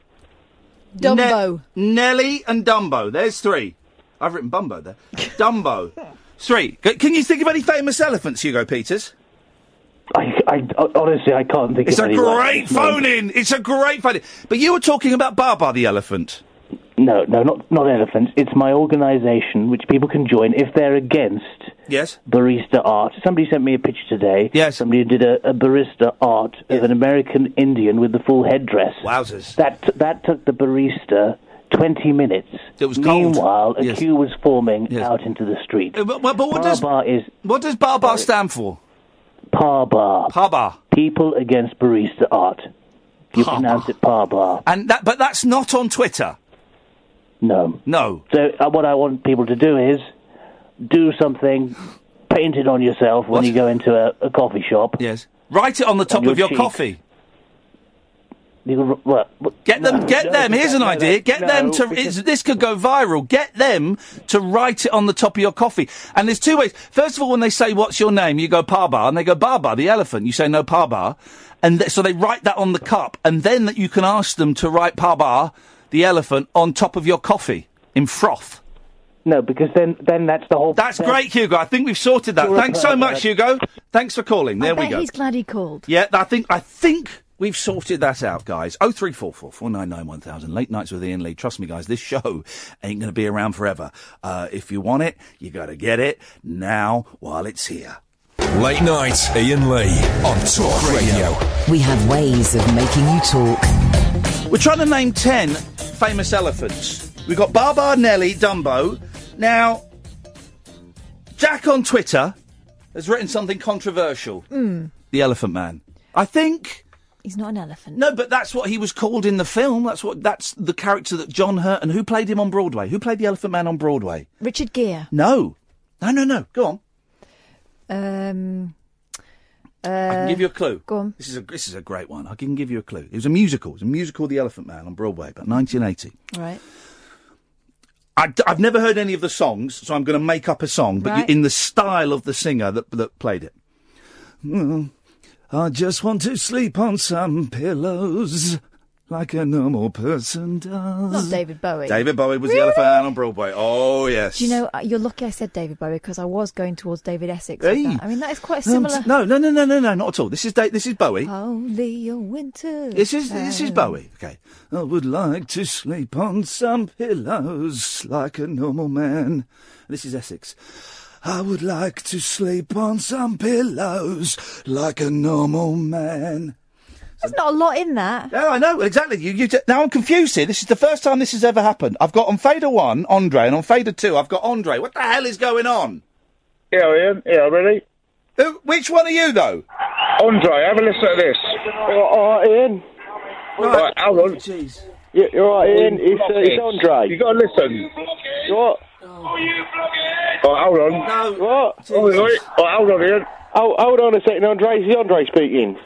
[SPEAKER 9] Dumbo.
[SPEAKER 4] Ne- Nelly, and Dumbo. There's three. I've written Bumbo there. Dumbo. Three. C- Can you think of any famous elephants, Hugo Peters?
[SPEAKER 6] I, I, honestly, I can't think
[SPEAKER 4] It's
[SPEAKER 6] of
[SPEAKER 4] a
[SPEAKER 6] any right
[SPEAKER 4] great
[SPEAKER 6] this moment.
[SPEAKER 4] phone in. It's a great phone in. But you were talking about Baba the elephant.
[SPEAKER 6] No, no, not not elephants. It's my organisation, which people can join if they're against
[SPEAKER 4] Yes.
[SPEAKER 6] barista art. Somebody sent me a picture today. Yes. Somebody did a, a barista art of an American Indian with the full headdress.
[SPEAKER 4] Wowzers.
[SPEAKER 6] That t- that took the barista twenty minutes.
[SPEAKER 4] It was cold.
[SPEAKER 6] Meanwhile, a
[SPEAKER 4] Yes.
[SPEAKER 6] queue was forming out into the street.
[SPEAKER 4] Uh, But, but what does
[SPEAKER 6] Baba is
[SPEAKER 4] what does Baba stand for?
[SPEAKER 6] Parbar.
[SPEAKER 4] Parbar.
[SPEAKER 6] People against barista art. You pronounce it Parbar.
[SPEAKER 4] And that, but that's not on Twitter.
[SPEAKER 6] No.
[SPEAKER 4] No.
[SPEAKER 6] So uh, what I want people to do is do something, paint it on yourself when you go into a, a coffee shop.
[SPEAKER 4] Yes. Write it on the top
[SPEAKER 6] your
[SPEAKER 4] of your
[SPEAKER 6] cheek.
[SPEAKER 4] coffee.
[SPEAKER 6] You can, r- well, well,
[SPEAKER 4] Get them.
[SPEAKER 6] no,
[SPEAKER 4] get
[SPEAKER 6] no,
[SPEAKER 4] them. Here's an
[SPEAKER 6] no,
[SPEAKER 4] idea.
[SPEAKER 6] that's-
[SPEAKER 4] Get them
[SPEAKER 6] no,
[SPEAKER 4] to.
[SPEAKER 6] because-
[SPEAKER 4] It's, this could go viral. Get them to write it on the top of your coffee. And there's two ways. First of all, when they say what's your name, you go Parbar, and they go Baba the elephant. You say no Parbar, and th- so they write that on the cup, and then that you can ask them to write Parbar the elephant on top of your coffee in froth.
[SPEAKER 6] No, because then then that's the whole.
[SPEAKER 4] That's great, Hugo. I think we've sorted that.
[SPEAKER 6] You're a
[SPEAKER 4] Thanks so
[SPEAKER 6] pervert.
[SPEAKER 4] much, Hugo. Thanks for calling. There
[SPEAKER 9] I bet
[SPEAKER 4] we go.
[SPEAKER 9] he's glad he called.
[SPEAKER 4] Yeah, I think I think we've sorted that out, guys. Oh three four four four nine nine one thousand. Late nights with Ian Lee. Trust me, guys. This show ain't going to be around forever. Uh, if you want it, you got to get it now while it's here.
[SPEAKER 1] Late night, Ian Lee on Talk Radio.
[SPEAKER 5] We have ways of making you talk.
[SPEAKER 4] We're trying to name ten famous elephants. We've got Barbar, Nelly, Dumbo. Now, Jack on Twitter has written something controversial.
[SPEAKER 9] Mm.
[SPEAKER 4] The Elephant Man. I think
[SPEAKER 9] He's not an elephant.
[SPEAKER 4] No, but that's what he was called in the film. That's what that's the character that John Hurt and who played him on Broadway? Who played the Elephant Man on Broadway?
[SPEAKER 9] Richard Gere.
[SPEAKER 4] No. No, no, no. Go on.
[SPEAKER 9] Um, uh,
[SPEAKER 4] I can give you a clue.
[SPEAKER 9] go on.
[SPEAKER 4] This is a this is a great one. I can give you a clue. It was a musical. It was a musical The Elephant Man on Broadway, about 1980.
[SPEAKER 9] Right.
[SPEAKER 4] I, have never heard any of the songs, so I'm going to make up a song, but
[SPEAKER 9] Right.
[SPEAKER 4] you, in the style of the singer that that played it. Mm. I just want to sleep on some pillows like a normal person does.
[SPEAKER 9] um, Not David Bowie.
[SPEAKER 4] David Bowie was the
[SPEAKER 9] Really?
[SPEAKER 4] Elephant Man on Broadway. Oh yes.
[SPEAKER 9] Do you know, uh, you're lucky I said David Bowie because I was going towards David Essex. with
[SPEAKER 4] Hey.
[SPEAKER 9] that. I mean, that is quite a
[SPEAKER 4] Um,
[SPEAKER 9] similar.
[SPEAKER 4] t- no, no, no, no, no, no, not at all. This is da- this is Bowie.
[SPEAKER 9] Only a winter.
[SPEAKER 4] This is this is
[SPEAKER 9] time.
[SPEAKER 4] Bowie. Okay. I would like to sleep on some pillows like a normal man. This is Essex. I would like to sleep on some pillows like a normal man.
[SPEAKER 9] There's not a lot in that.
[SPEAKER 4] No, I know exactly. You, you. t- Now I'm confused here. This is the first time this has ever happened. I've got on fader one, Andre, and on fader two, I've got Andre. What the hell is going on?
[SPEAKER 12] Yeah, Ian. Yeah, ready?
[SPEAKER 4] Who, which one are you though?
[SPEAKER 12] Andre, have a listen at this.
[SPEAKER 8] All right, Ian.
[SPEAKER 12] Right, hang on.
[SPEAKER 8] Yeah, you're all right, Ian. It's, uh, it's
[SPEAKER 12] Blockheads.
[SPEAKER 8] Andre.
[SPEAKER 12] You gotta listen.
[SPEAKER 8] What?
[SPEAKER 12] Oh, hold on.
[SPEAKER 8] What?
[SPEAKER 12] Oh, wait, wait. Oh, hold on, Ian.
[SPEAKER 8] Oh, hold on a second, Andre. This is Andre speaking.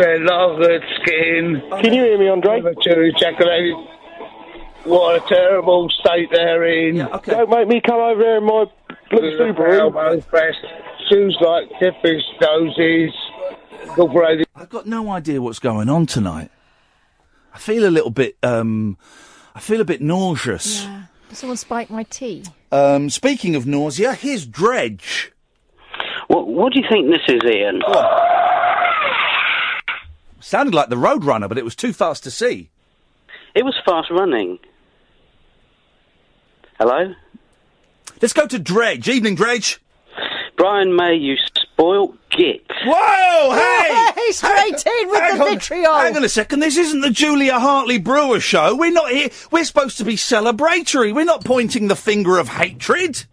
[SPEAKER 12] Say, love good skin.
[SPEAKER 8] Can you hear me, Andre?
[SPEAKER 12] Cherry chocolate. What a terrible state they're in.
[SPEAKER 8] Don't make me come over here in my blue Subaru.
[SPEAKER 12] Elbows pressed. Shoes like Tiffany's noses. Good radio.
[SPEAKER 4] I've got no idea what's going on tonight. I feel a little bit. Um, I feel a bit nauseous.
[SPEAKER 9] Someone spiked my tea.
[SPEAKER 4] Um, speaking of nausea, here's Dredge.
[SPEAKER 11] What, what do you think this is, Ian?
[SPEAKER 4] Sounded like the Roadrunner, but it was too fast to see.
[SPEAKER 11] It was fast running. Hello?
[SPEAKER 4] Let's go to Dredge. Evening, Dredge.
[SPEAKER 11] Brian May, you spoilt git.
[SPEAKER 4] Whoa! Oh, Hey!
[SPEAKER 9] Hey, straight in with the vitriol.
[SPEAKER 4] Hang on a second. This isn't the Julia Hartley Brewer show. We're not here. We're supposed to be celebratory. We're not pointing the finger of hatred.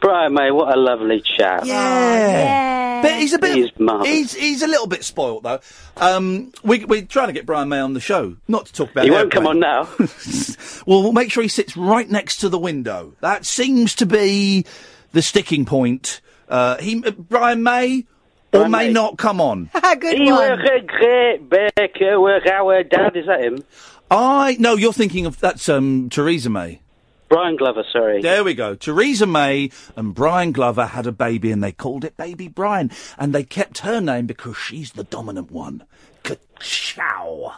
[SPEAKER 11] Brian May, what a lovely chap.
[SPEAKER 4] Yeah. But he's a bit.
[SPEAKER 11] He is marvellous.
[SPEAKER 4] he's he's a little bit spoilt though. Um, we we're trying to get Brian May on the show, not to talk about.
[SPEAKER 11] He won't come on
[SPEAKER 4] airplane.
[SPEAKER 11] now.
[SPEAKER 4] Well, we'll make sure he sits right next to the window. That seems to be the sticking point. Uh, he uh, Brian May or may not come on.
[SPEAKER 9] Good
[SPEAKER 11] he
[SPEAKER 9] one.
[SPEAKER 11] will regret back uh, with our dad. Is that him?
[SPEAKER 4] I no, you're thinking of that's um Theresa May.
[SPEAKER 11] Brian Glover, sorry.
[SPEAKER 4] There we go. Theresa May and Brian Glover had a baby and they called it Baby Brian. And they kept her name because she's the dominant one. Ka-chow.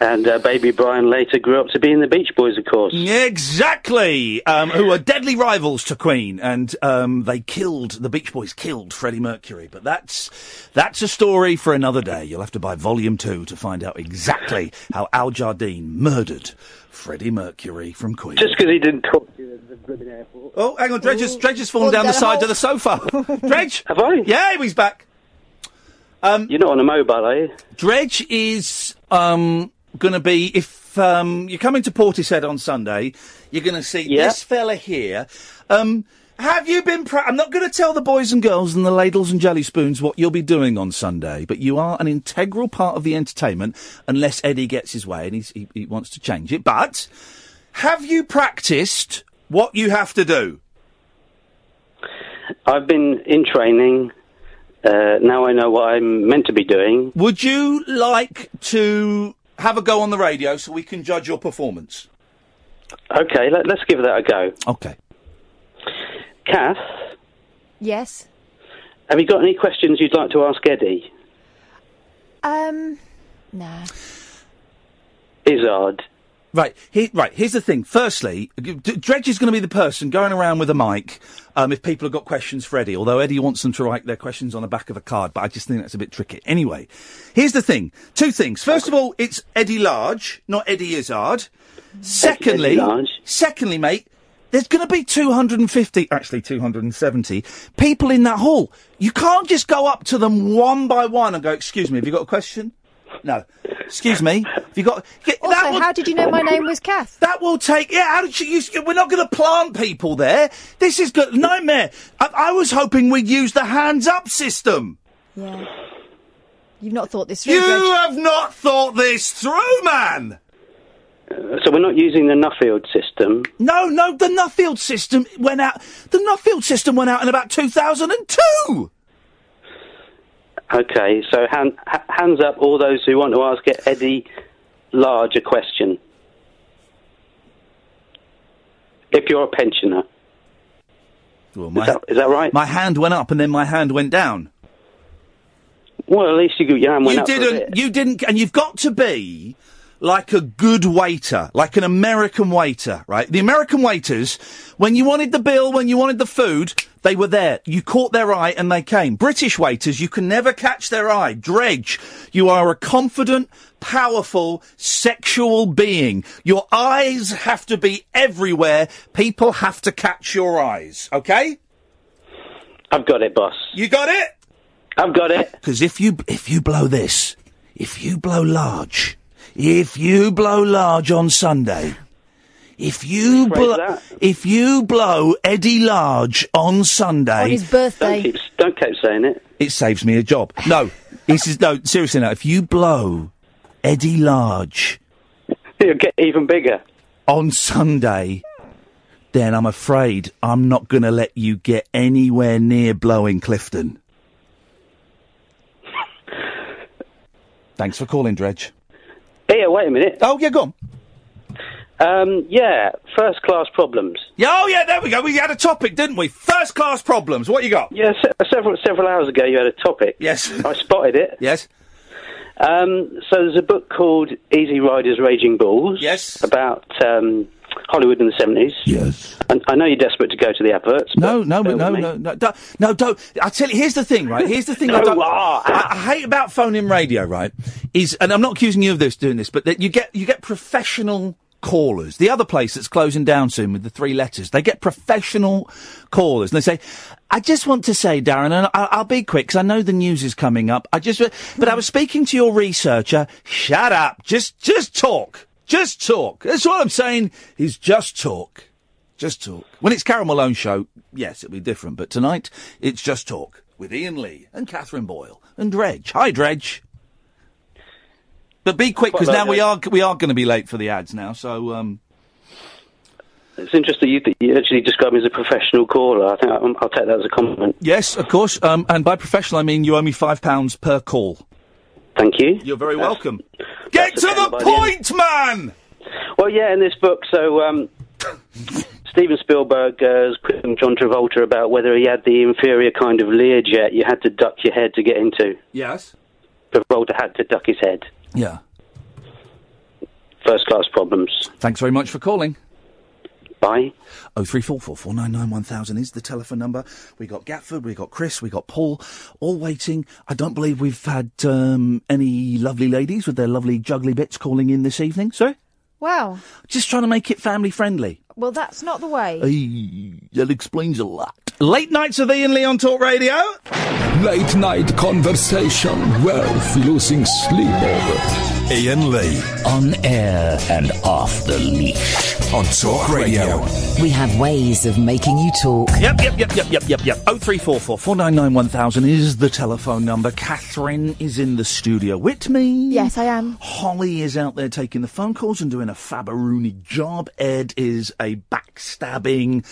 [SPEAKER 13] And uh, baby Brian later grew up to be in the Beach Boys, of course.
[SPEAKER 4] Exactly. Um, who are deadly rivals to Queen, and um, they killed the Beach Boys killed Freddie Mercury. But that's that's a story for another day. You'll have to buy Volume Two to find out exactly how Al Jardine murdered Freddie Mercury from Queen.
[SPEAKER 13] Just because he didn't talk to you at the blooming airport.
[SPEAKER 4] Oh, hang on, Dredge has, Dredge has fallen down the side of the sofa. Dredge? Have I? Yeah, he's back. Um,
[SPEAKER 13] You're not on a mobile, are you?
[SPEAKER 4] Dredge is um, going to be, if um, you're coming to Portishead on Sunday, you're going to see
[SPEAKER 13] Yeah.
[SPEAKER 4] this fella here. Um, have you been. Pra- I'm not going to tell the boys and girls and the ladles and jelly spoons what you'll be doing on Sunday, but you are an integral part of the entertainment unless Eddie gets his way and he's, he, he wants to change it. But have you practiced what you have to do?
[SPEAKER 13] I've been in training. Uh, now I know what I'm meant to be doing.
[SPEAKER 4] Would you like to have a go on the radio so we can judge your performance?
[SPEAKER 13] Okay, let, let's give that a go.
[SPEAKER 4] Okay.
[SPEAKER 13] Kath,
[SPEAKER 9] Yes.
[SPEAKER 13] have you got any questions you'd like to ask Eddie?
[SPEAKER 9] Um. Nah.
[SPEAKER 13] Izzard.
[SPEAKER 4] Right, he, right. Here's the thing. Firstly, D- Dredge is going to be the person going around with a mic. Um, if people have got questions for Eddie, although Eddie wants them to write their questions on the back of a card, but I just think that's a bit tricky. Anyway, here's the thing. Two things. First of all, it's Eddie Large, not Eddie Izzard. Secondly, secondly, mate, there's going to be 250, actually 270 people in that hall. You can't just go up to them one by one and go, "Excuse me, have you got a question?" No. Excuse me. Have you got?
[SPEAKER 9] Also, how did you know my name was Kath?
[SPEAKER 4] That will take. Yeah, how did you use? We're not going to plant people there. This is good nightmare. I, I was hoping we'd use the hands up system.
[SPEAKER 9] Yeah. You've not thought this through.
[SPEAKER 4] You
[SPEAKER 9] Greg.
[SPEAKER 4] have not thought this through, man.
[SPEAKER 13] Uh, So we're not using the Nuffield system.
[SPEAKER 4] No, no, the Nuffield system went out. The Nuffield system went out in about 2002.
[SPEAKER 13] Okay, so hand, ha- hands up all those who want to ask Eddie Large a question. If you're a pensioner.
[SPEAKER 4] Well,
[SPEAKER 13] is, that, is that right?
[SPEAKER 4] My hand went up and then my hand went down.
[SPEAKER 13] Well, at least you got your hand went
[SPEAKER 4] you
[SPEAKER 13] up for a bit.
[SPEAKER 4] didn't. You didn't. And you've got to be like a good waiter, like an American waiter, right? The American waiters, when you wanted the bill, when you wanted the food, they were there. You caught their eye and they came. British waiters, you can never catch their eye. Dredge, you are a confident, powerful, sexual being. Your eyes have to be everywhere. People have to catch your eyes, okay?
[SPEAKER 13] I've got it, boss.
[SPEAKER 4] You got it?
[SPEAKER 13] I've got it.
[SPEAKER 4] Because if you if you blow this, if you blow large, if you blow large on Sunday, if you blow if you blow Eddie Large on Sunday
[SPEAKER 9] On his birthday.
[SPEAKER 13] Don't keep, don't keep saying it.
[SPEAKER 4] it saves me a job. No, this is no seriously now. If you blow Eddie Large,
[SPEAKER 13] it'll get even bigger
[SPEAKER 4] on Sunday. Then I'm afraid I'm not going to let you get anywhere near blowing Clifton. Thanks for calling, Dredge.
[SPEAKER 13] Here, wait a minute.
[SPEAKER 4] Oh, yeah, go on.
[SPEAKER 13] Um, yeah, first class problems.
[SPEAKER 4] Yeah, oh yeah, there we go. We had a topic, didn't we? First class problems. What you got?
[SPEAKER 13] Yeah, se- several several hours ago you had a topic.
[SPEAKER 4] Yes,
[SPEAKER 13] I spotted it.
[SPEAKER 4] Yes.
[SPEAKER 13] Um, so there's a book called Easy Riders, Raging Bulls. Yes. About um, Hollywood in the seventies.
[SPEAKER 4] Yes.
[SPEAKER 13] And I know you're desperate to go to the adverts.
[SPEAKER 4] No, no, but no, no, no, don't, no, don't. I tell you, here's the thing, right? Here's the thing I, don't, I, I hate about phone-in radio, right? Is and I'm not accusing you of this doing this, but that you get you get professional callers. The other place that's closing down soon with the three letters, they get professional callers, and they say, "I just want to say, Darren, and I, I'll be quick because I know the news is coming up. I just, but I was speaking to your researcher. Shut up, just just talk, just talk. That's all I'm saying is just talk." Just talk. When it's Carol Malone's show, yes, it'll be different. But tonight, it's just talk with Ian Lee and Catherine Boyle and Dredge. Hi, Dredge. But be quick because
[SPEAKER 13] Hello,
[SPEAKER 4] now we are
[SPEAKER 13] Dredge.
[SPEAKER 4] we are going to be late for the ads now. So um,
[SPEAKER 13] It's interesting you, that you actually describe me as a professional caller. I think I, I'll take that as a compliment.
[SPEAKER 4] yes, of course. Um, and by professional, I mean you owe me five pounds per call.
[SPEAKER 13] Thank you.
[SPEAKER 4] You're very welcome. Get to the point, man.
[SPEAKER 13] Well, yeah, in this book, so um, Steven Spielberg uh, is quizzing John Travolta about whether he had the inferior kind of Learjet you had to duck your head to get into.
[SPEAKER 4] Yes.
[SPEAKER 13] Travolta had to duck his head.
[SPEAKER 4] Yeah.
[SPEAKER 11] first class problems.
[SPEAKER 4] Thanks very much for calling.
[SPEAKER 11] Bye.
[SPEAKER 4] Oh three four four four nine nine one thousand is the telephone number. We got Gatford, we got Chris, we got Paul, all waiting. I don't believe we've had um, any lovely ladies with their lovely juggly bits calling in this evening. Sorry,
[SPEAKER 9] Wow.
[SPEAKER 4] just trying to make it family friendly.
[SPEAKER 9] Well, that's not the way.
[SPEAKER 4] Hey, that explains a lot. Late nights with Ian Lee on Talk Radio.
[SPEAKER 1] Late night conversation worth losing sleep over. Ian Lee. On air and off the leash. On Talk Radio.
[SPEAKER 5] We have ways of making you talk.
[SPEAKER 4] Yep, yep, yep, yep, yep, yep, yep. Oh three four four four nine nine one thousand is the telephone number. Catherine is in the studio with me.
[SPEAKER 2] Yes, I am.
[SPEAKER 4] Holly is out there taking the phone calls and doing a fabaroonie job. Ed is a backstabbing,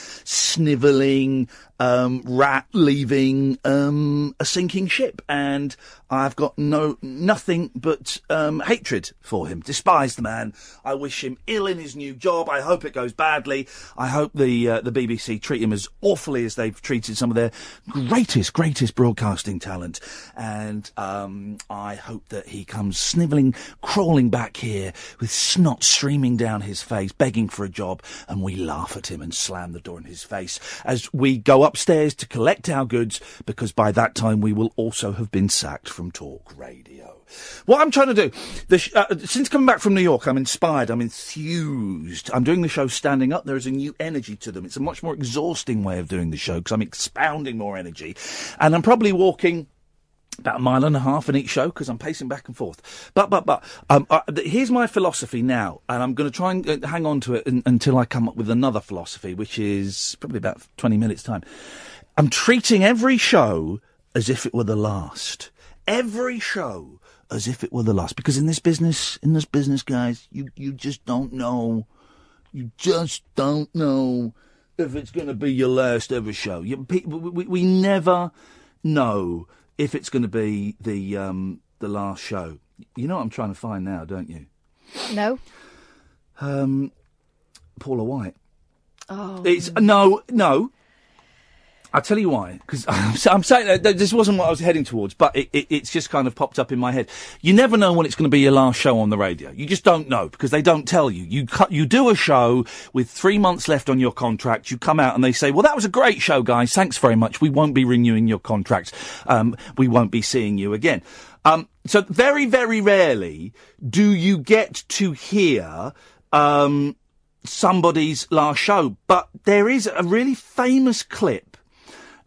[SPEAKER 4] snivelling um, rat leaving um, a sinking ship, and I've got no nothing but um, hatred for him. Despise the man. I wish him ill in his new job. I hope it goes badly. I hope the uh, the BBC treat him as awfully as they've treated some of their greatest greatest broadcasting talent, and um, I hope that he comes snivelling, crawling back here with snot streaming down his face, begging for a job, and we laugh at him and slam the door in his face as we go upstairs to collect our goods because by that time we will also have been sacked from Talk Radio. What I'm trying to do, the sh- uh, since coming back from New York, I'm inspired, I'm enthused. I'm doing the show standing up. There is a new energy to them. It's a much more exhausting way of doing the show because I'm expounding more energy. And I'm probably walking about a mile and a half in each show because I'm pacing back and forth. But but but um, uh, th- here's my philosophy now, and I'm going to try and uh, hang on to it un- until I come up with another philosophy, which is probably about 20 minutes time. I'm treating every show as if it were the last. Every show as if it were the last, because in this business, in this business, guys, you you just don't know. You just don't know if it's going to be your last ever show. You, pe- we, we, we never know if it's going to be the um, the last show. You know what I'm trying to find now, don't you?
[SPEAKER 9] No.
[SPEAKER 4] Um, Paula White.
[SPEAKER 9] Oh.
[SPEAKER 4] It's no, no. I'll tell you why. Because I'm, sa- I'm saying that- that this wasn't what I was heading towards, but it, it, it's just kind of popped up in my head. You never know when it's going to be your last show on the radio. You just don't know because they don't tell you. You cut, you do a show with three months left on your contract. You come out and they say, "Well, that was a great show, guys. Thanks very much. We won't be renewing your contract. Um, we won't be seeing you again." Um, so very, very rarely do you get to hear. Um, somebody's last show, but there is a really famous clip,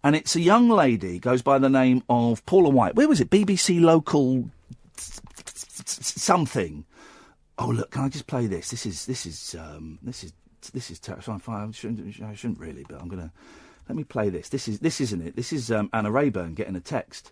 [SPEAKER 4] and it's a young lady goes by the name of Paula White. Where was it? BBC local something. Oh look, can I just play this? This is this is um, this is this is terrifying. I shouldn't, I shouldn't really, but I'm gonna let me play this. This is this isn't it? This is um, Anna Rayburn getting a text.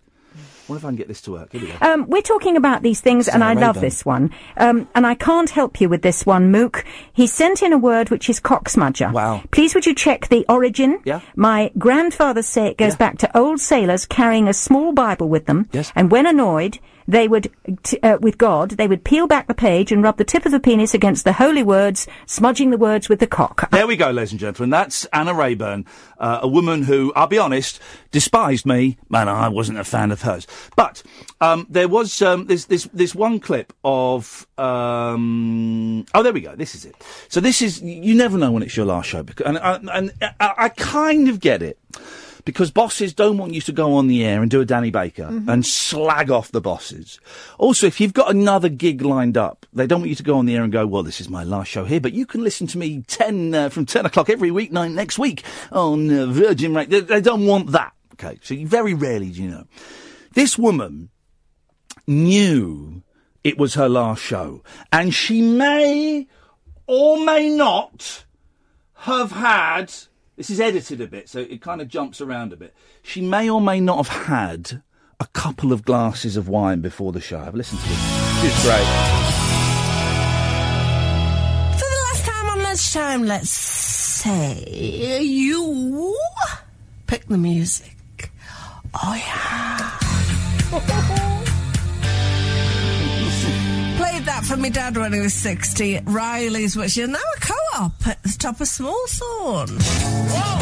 [SPEAKER 4] What if I can get this to work? Here we go.
[SPEAKER 14] Um, we're talking about these things, and
[SPEAKER 4] Sarah
[SPEAKER 14] I love
[SPEAKER 4] Rayburn.
[SPEAKER 14] this one. Um, and I can't help you with this one, Mook. He sent in a word which is cocksmudger. Wow. Please would you check the origin?
[SPEAKER 4] Yeah.
[SPEAKER 14] My grandfather say it goes back to old sailors carrying a small Bible with them.
[SPEAKER 4] Yes.
[SPEAKER 14] And when annoyed, they would, t- uh, with God, they would peel back the page and rub the tip of the penis against the holy words, smudging the words with the cock.
[SPEAKER 4] There we go, ladies and gentlemen. That's Anna Rayburn, uh, a woman who, I'll be honest, despised me, and I wasn't a fan of hers. But um, there was um, this this this one clip of um, oh, there we go. This is it. So this is you never know when it's your last show, because, and I, and uh, I, I kind of get it because bosses don't want you to go on the air and do a Danny Baker
[SPEAKER 15] Mhm.
[SPEAKER 4] and slag off the bosses. Also, if you've got another gig lined up, they don't want you to go on the air and go, well, this is my last show here, but you can listen to me 10, uh, from 10 o'clock every weeknight next week on uh, Virgin Radio. They, they don't want that. Okay. So you very rarely do you know. This woman knew it was her last show and she may or may not have had. This is edited a bit, so it kind of jumps around a bit. She may or may not have had a couple of glasses of wine before the show. I've listened to this. She's great.
[SPEAKER 16] For the last time on this time, let's say you pick the music. Oh yeah. Played that for my dad when he was 60 at Riley's, which is now a co-op at the top of Smallthorne.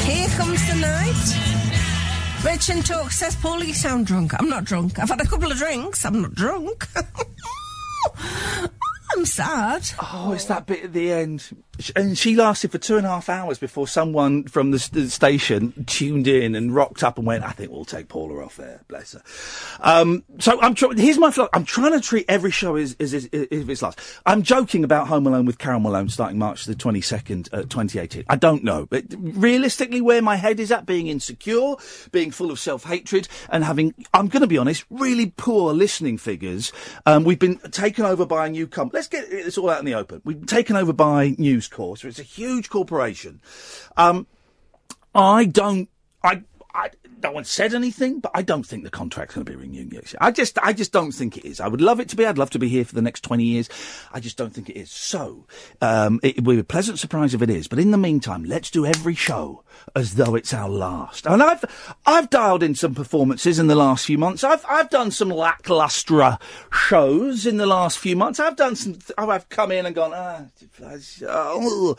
[SPEAKER 16] Here comes the night. Rich and Talk says, Paul, you sound drunk. I'm not drunk. I've had a couple of drinks. I'm not drunk.
[SPEAKER 17] I'm sad.
[SPEAKER 4] Oh, it's that bit at the end. Sh- And she lasted for two and a half hours before someone from the, st- station tuned in and rocked up and went, I think we'll take Paula off air. Bless her. Um, so I'm tr- here's my phlo- I'm trying to treat every show as, as, as, as if it's last. I'm joking about Home Alone with Karen Malone starting March the 22nd, uh, 2018. I don't know. But realistically, where my head is at, being insecure, being full of self hatred, and having, I'm going to be honest, really poor listening figures. Um, we've been taken over by a new company. Let's get this all out in the open. We've been taken over by News Corp, so it's a huge corporation. Um, I don't. I. I. No one said anything, but I don't think the contract's going to be renewed next year. I just. I just don't think it is. I would love it to be. I'd love to be here for the next twenty years. I just don't think it is. So um, it will be a pleasant surprise if it is. But in the meantime, let's do every show as though it's our last. And I've. I've dialed in some performances in the last few months. I've. I've done some lacklustre shows in the last few months. I've done some. oh, I've come in and gone. Ah, Oh,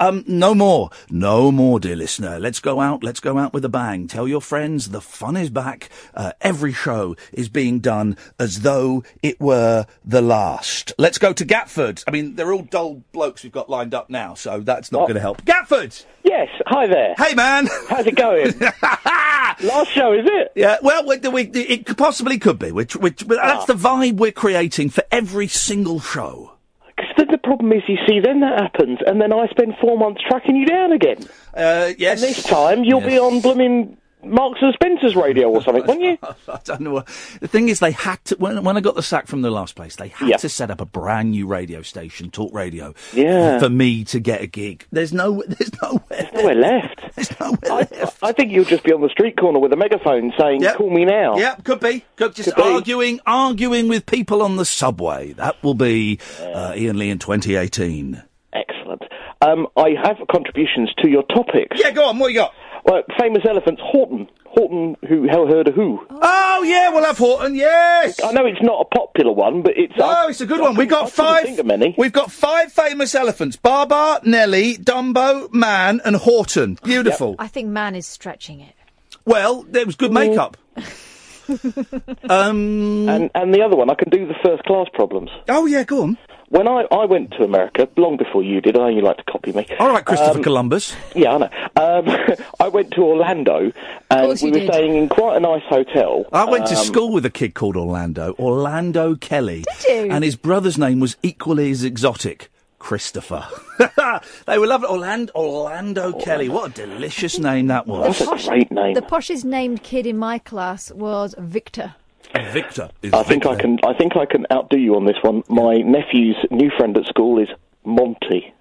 [SPEAKER 4] um, no more, no more, dear listener. Let's go out. Let's go out with a bang. Tell your friends the fun is back. Uh, every show is being done as though it were the last. Let's go to Gatford. I mean, they're all dull blokes we've got lined up now, so that's not going to help. Gatford.
[SPEAKER 12] Yes. Hi there.
[SPEAKER 4] Hey, man.
[SPEAKER 12] How's it going? Last show, is it?
[SPEAKER 4] Yeah. Well, we, we, it could- possibly could be. Which, which, but
[SPEAKER 12] Ah.
[SPEAKER 4] that's the vibe we're creating for every single show.
[SPEAKER 12] Because the problem is, you see, then that happens, and then I spend four months tracking you down again.
[SPEAKER 4] Uh, yes.
[SPEAKER 12] And this time you'll be
[SPEAKER 4] Yes.
[SPEAKER 12] on blooming Marks and Spencer's radio or something, won't you?
[SPEAKER 4] I don't know. what- The thing is, they had to when, when I got the sack from the last place, they had to set up a brand new radio station, talk radio,
[SPEAKER 12] Yeah.
[SPEAKER 4] for me to get a gig. There's no, there's nowhere,
[SPEAKER 12] There's nowhere left.
[SPEAKER 4] There's nowhere left.
[SPEAKER 12] I think you'll just be on the street corner with a megaphone saying, "Call me now."
[SPEAKER 4] Yeah, could be. Could just
[SPEAKER 12] Could be.
[SPEAKER 4] arguing, arguing with people on the subway. That will be uh, Ian Lee in 2018.
[SPEAKER 12] Excellent. Um, I have contributions to your topics.
[SPEAKER 4] Yeah, go on. What you got?
[SPEAKER 12] Well, famous elephants, Horton. Horton, who hell heard a who?
[SPEAKER 4] Oh yeah, we'll have Horton. Yes.
[SPEAKER 12] I know it's not a popular one, but it's
[SPEAKER 4] No, it's a good one. We've got five. We've got five famous elephants: Barbar, Nelly, Dumbo, Man, and Horton. Beautiful.
[SPEAKER 9] I think man is stretching it.
[SPEAKER 4] Well, there was good makeup. um,
[SPEAKER 12] and and the other one, I can do the first class problems.
[SPEAKER 4] Oh yeah, go on.
[SPEAKER 12] When I, I went to America long before you did, I know you like to copy me.
[SPEAKER 4] All right, Christopher
[SPEAKER 12] Um,
[SPEAKER 4] Columbus.
[SPEAKER 12] Yeah, I know. Um, I went to Orlando, and
[SPEAKER 4] course
[SPEAKER 12] we
[SPEAKER 4] you
[SPEAKER 12] were
[SPEAKER 4] did.
[SPEAKER 12] staying in quite a nice hotel.
[SPEAKER 4] I went to
[SPEAKER 12] Um,
[SPEAKER 4] school with a kid called Orlando, Orlando Kelly.
[SPEAKER 12] Did you?
[SPEAKER 4] And his brother's name was equally as exotic, Christopher. they were loving Orlando, Orlando Kelly. What a delicious name that was.
[SPEAKER 9] The poshest named kid in my class was Victor.
[SPEAKER 4] Victor.
[SPEAKER 12] I think I can. I think I can outdo you on this one. My nephew's new friend at school is Monty.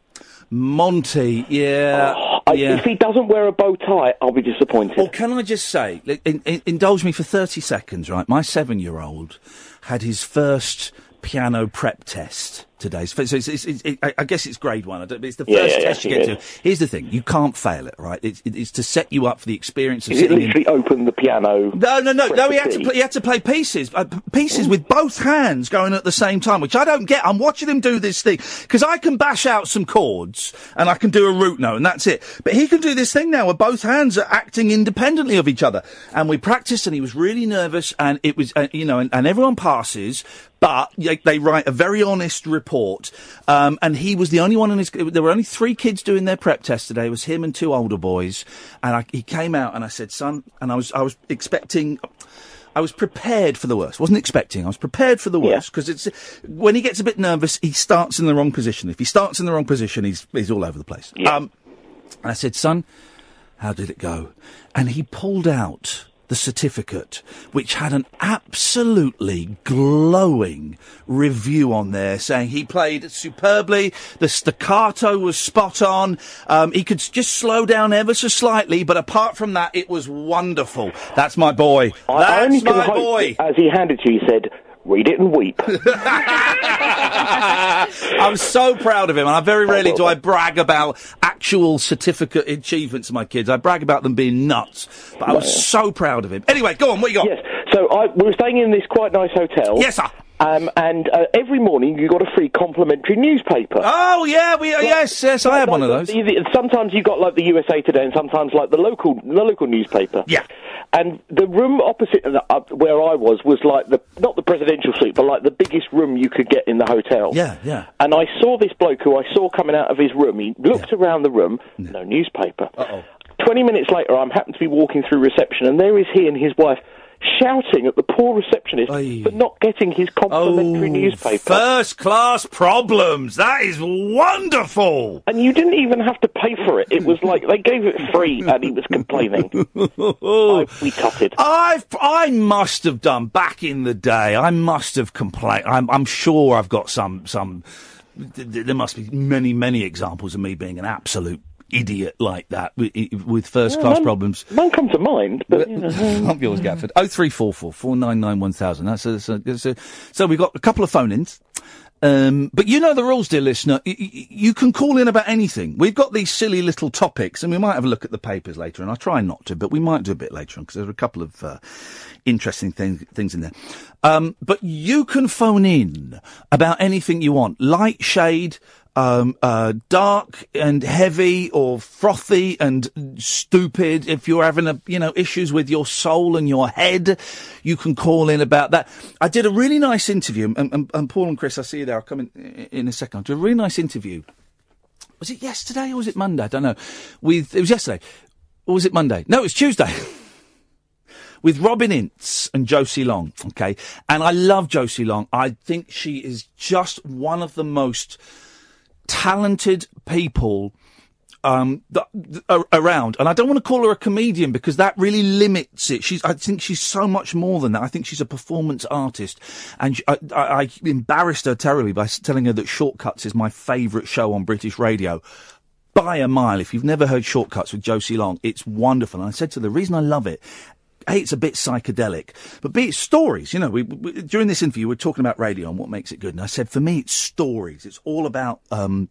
[SPEAKER 4] Monty, yeah.
[SPEAKER 12] Oh, I,
[SPEAKER 4] yeah.
[SPEAKER 12] If he doesn't wear a bow tie, I'll be disappointed.
[SPEAKER 4] Or can I just say, li- in, in, indulge me for 30 seconds, right? My seven year old had his first piano prep test today. It's fir- So it's, it's, it's, it, I I guess it's grade one. I don't, it's the
[SPEAKER 12] Yeah,
[SPEAKER 4] first
[SPEAKER 12] yeah, yeah,
[SPEAKER 4] test you
[SPEAKER 12] it
[SPEAKER 4] get
[SPEAKER 12] is.
[SPEAKER 4] to. Here's the thing you can't fail it, right? It's, it's to set you up for the experience of
[SPEAKER 12] Is it
[SPEAKER 4] sitting in.
[SPEAKER 12] literally open the piano?
[SPEAKER 4] No, no, no, no. He had to
[SPEAKER 12] recipe?
[SPEAKER 4] play, he had to play pieces, uh, p- pieces with both hands going at the same time, which I don't get. I'm watching him do this thing because I can bash out some chords and I can do a root note and that's it. But he can do this thing now where both hands are acting independently of each other. And we practiced, and he was really nervous, and it was, uh, you know, and, and everyone passes. But they, they write a very honest report, um, and he was the only one in his. There were only three kids doing their prep test today. It was him and two older boys, and I, he came out and I said, "Son," and I was I was expecting. I was prepared for the worst. Wasn't expecting. I was prepared for the worst because it's when he gets a bit nervous, he starts in the wrong position. If he starts in the wrong position, he's he's all over the place. Um, and I said, son, how did it go? And he pulled out the certificate, which had an absolutely glowing review on there saying he played superbly, the staccato was spot on, um, he could s- just slow down ever so slightly, but apart from that, it was wonderful. That's my boy.
[SPEAKER 12] I only
[SPEAKER 4] That's
[SPEAKER 12] can
[SPEAKER 4] my
[SPEAKER 12] hope
[SPEAKER 4] boy.
[SPEAKER 12] that As he handed to you, he said, "Read it and weep."
[SPEAKER 4] I'm so proud of him, and I very rarely do I brag about actual certificate achievements of my kids. I brag about them being nuts, but I was so proud of him. Anyway, go on, what you got?
[SPEAKER 12] Yes. So I, we were staying in this quite nice hotel.
[SPEAKER 4] Yes, sir.
[SPEAKER 12] Um, and uh, every morning you got a free complimentary newspaper.
[SPEAKER 4] Oh yeah, we yes yes I had one of those.
[SPEAKER 12] Sometimes you got like the USA Today, and sometimes like the local the local newspaper.
[SPEAKER 4] Yeah.
[SPEAKER 2] And the room opposite uh, uh, where I was was like the not the presidential suite, but like the biggest room you could get in the hotel.
[SPEAKER 4] Yeah, yeah.
[SPEAKER 2] And I saw this bloke who I saw coming out of his room. He looked around the room, no newspaper.
[SPEAKER 4] Uh-oh.
[SPEAKER 2] 20 minutes later, I'm happened to be walking through reception, and there is he and his wife shouting at the poor receptionist for not getting his complimentary newspaper.
[SPEAKER 4] First class Oh, problems. That is wonderful.
[SPEAKER 2] And you didn't even have to pay for it. It was like they gave it free, and he was complaining. I, we cotted.
[SPEAKER 4] I've I must have done back in the day. I must have complained. I'm I'm sure I've got some some. th- th- There must be many many examples of me being an absolute idiot like that with, with first
[SPEAKER 2] Yeah,
[SPEAKER 4] class
[SPEAKER 2] none-
[SPEAKER 4] problems.
[SPEAKER 2] None come to mind, but you know. um,
[SPEAKER 4] Up yours, Gatford. Oh three four four four nine nine one thousand. That's a, that's a, that's a, so we've got a couple of phone-ins. Um, but you know the rules, dear listener. Y- y- y- you can call in about anything. We've got these silly little topics, and we might have a look at the papers later. And I try not to, but we might do a bit later on because there are a couple of uh, interesting things things in there. Um, but you can phone in about anything you want: light, shade, um, uh, dark and heavy or frothy and stupid. If you're having a, you know, issues with your soul and your head, you can call in about that. I did a really nice interview and, and, and Paul and Chris, I see you there. I'll come in in a second. I did a really nice interview. Was it yesterday or was it Monday? I don't know. With, it was yesterday. Or was it Monday? No, it was Tuesday. with Robin Ince and Josie Long. Okay. And I love Josie Long. I think she is just one of the most talented people um, th- th- a- around. And I don't want to call her a comedian because that really limits it. She's, I think she's so much more than that. I think she's a performance artist. And she, I, I, I embarrassed her terribly by s- telling her that Shortcuts is my favourite show on British radio. By a mile, if you've never heard Shortcuts with Josie Long, it's wonderful. And I said to her, the reason I love it a, it's a bit psychedelic, but B, it's stories. You know, we, we, during this interview, we are talking about radio and what makes it good. And I said, for me, it's stories. It's all about, um,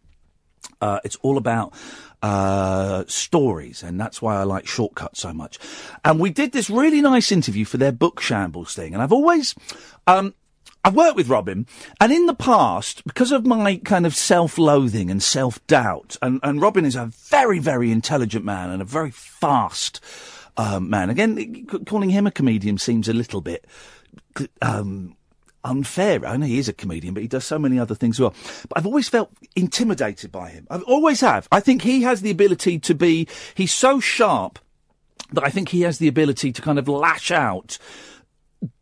[SPEAKER 4] uh, it's all about uh, stories, and that's why I like Shortcut so much. And we did this really nice interview for their book shambles thing, and I've always, um, I've worked with Robin, and in the past, because of my kind of self-loathing and self-doubt, and, and Robin is a very, very intelligent man and a very fast um, man. Again, c- calling him a comedian seems a little bit. c- Um, unfair. I know he is a comedian, but he does so many other things as well. But I've always felt intimidated by him. I have always have. I think he has the ability to be. He's so sharp that I think he has the ability to kind of lash out.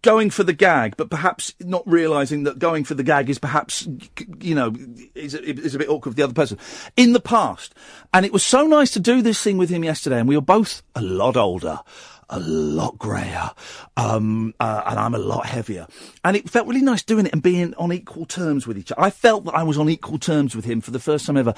[SPEAKER 4] Going for the gag, but perhaps not realizing that going for the gag is perhaps, g- you know, is a, is a bit awkward for the other person in the past. And it was so nice to do this thing with him yesterday, and we were both a lot older a lot grayer, um, uh, and I'm a lot heavier. And it felt really nice doing it and being on equal terms with each other. I felt that I was on equal terms with him for the first time ever.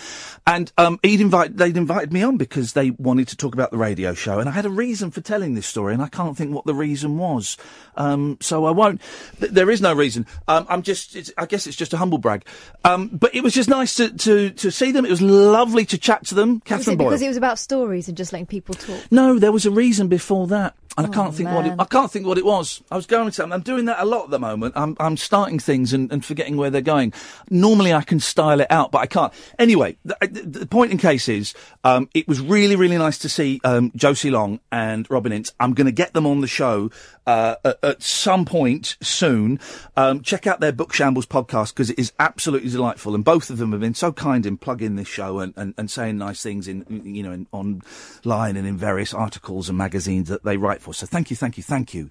[SPEAKER 4] And um, he'd invite, they'd invited me on because they wanted to talk about the radio show, and I had a reason for telling this story, and I can't think what the reason was. Um, so I won't. Th- there is no reason. Um, I'm just. It's, I guess it's just a humble brag. Um, but it was just nice to, to to see them. It was lovely to chat to them.
[SPEAKER 9] Was
[SPEAKER 4] Catherine
[SPEAKER 9] it
[SPEAKER 4] Boyle.
[SPEAKER 9] because it was about stories and just letting people talk?
[SPEAKER 4] No, there was a reason before that, and I
[SPEAKER 6] Oh,
[SPEAKER 4] can't think what it,
[SPEAKER 9] man.
[SPEAKER 4] I can't think what it was. I was going to. I'm doing that a lot at the moment. I'm I'm starting things and, and forgetting where they're going. Normally I can style it out, but I can't. Anyway, the, the, the point in case is, um, it was really really nice to see um, Josie Long and Robin Ince. I'm going to get them on the show uh, at, at some point soon. Um, check out their Book Shambles podcast because it is absolutely delightful, and both of them have been so kind in plugging this show and, and, and saying nice things in you know in, online and in various articles and magazines that they write for. So thank you, thank you, thank you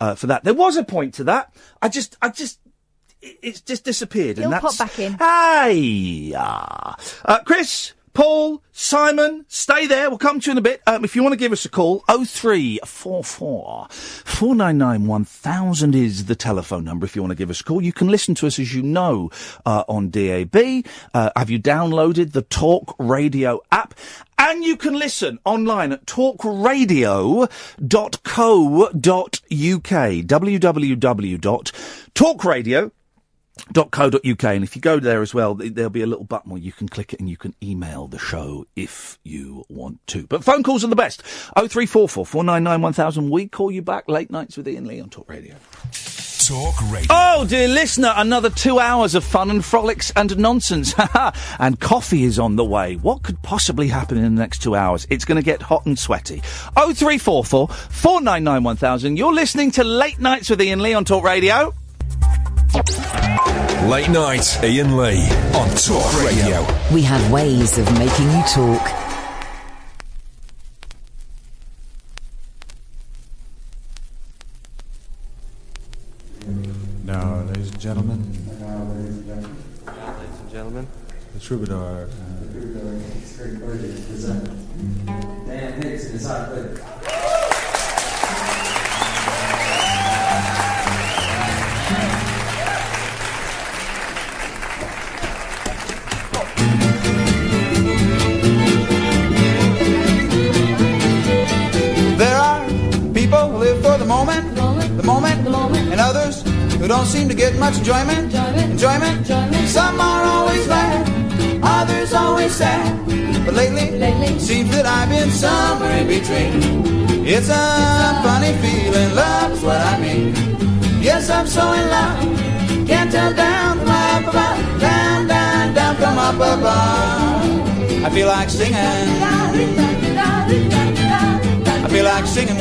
[SPEAKER 4] uh, for that. There was a point to that. I just, I just. it- It's just disappeared,
[SPEAKER 9] It'll
[SPEAKER 4] and
[SPEAKER 9] pop
[SPEAKER 4] that's
[SPEAKER 9] back in.
[SPEAKER 4] Hey, uh, Chris, Paul, Simon, stay there. We'll come to you in a bit. Um, if you want to give us a call, 0344 499 1000 is the telephone number if you want to give us a call. You can listen to us, as you know, uh, on DAB. Uh, have you downloaded the Talk Radio app? And you can listen online at talkradio.co.uk. www.talkradio.co.uk co.uk and if you go there as well th- there'll be a little button where you can click it and you can email the show if you want to but phone calls are the best 0344 499 1000 we call you back late nights with Ian Lee on Talk Radio
[SPEAKER 1] Talk Radio.
[SPEAKER 4] Oh, dear listener, another two hours of fun and frolics and nonsense. and coffee is on the way. What could possibly happen in the next two hours? It's going to get hot and sweaty. 0344 499 1000. You're listening to Late Nights with Ian Lee on Talk Radio.
[SPEAKER 1] Late night, Ian Lee on Talk Radio.
[SPEAKER 5] We have ways of making you talk.
[SPEAKER 15] Now, ladies and gentlemen,
[SPEAKER 18] Ladies and gentlemen.
[SPEAKER 15] the troubadour. uh,
[SPEAKER 18] Dan Hicks is our good.
[SPEAKER 19] There are people who live for the moment, the moment, and others who don't seem to get much enjoyment, enjoyment. Some are always glad, others always sad. But lately, seems that I've been somewhere in between. It's a funny feeling, love's what I mean. Yes, I'm so in love, can't tell down from up above, down, down, down from up above. I feel like singing. I feel like singing.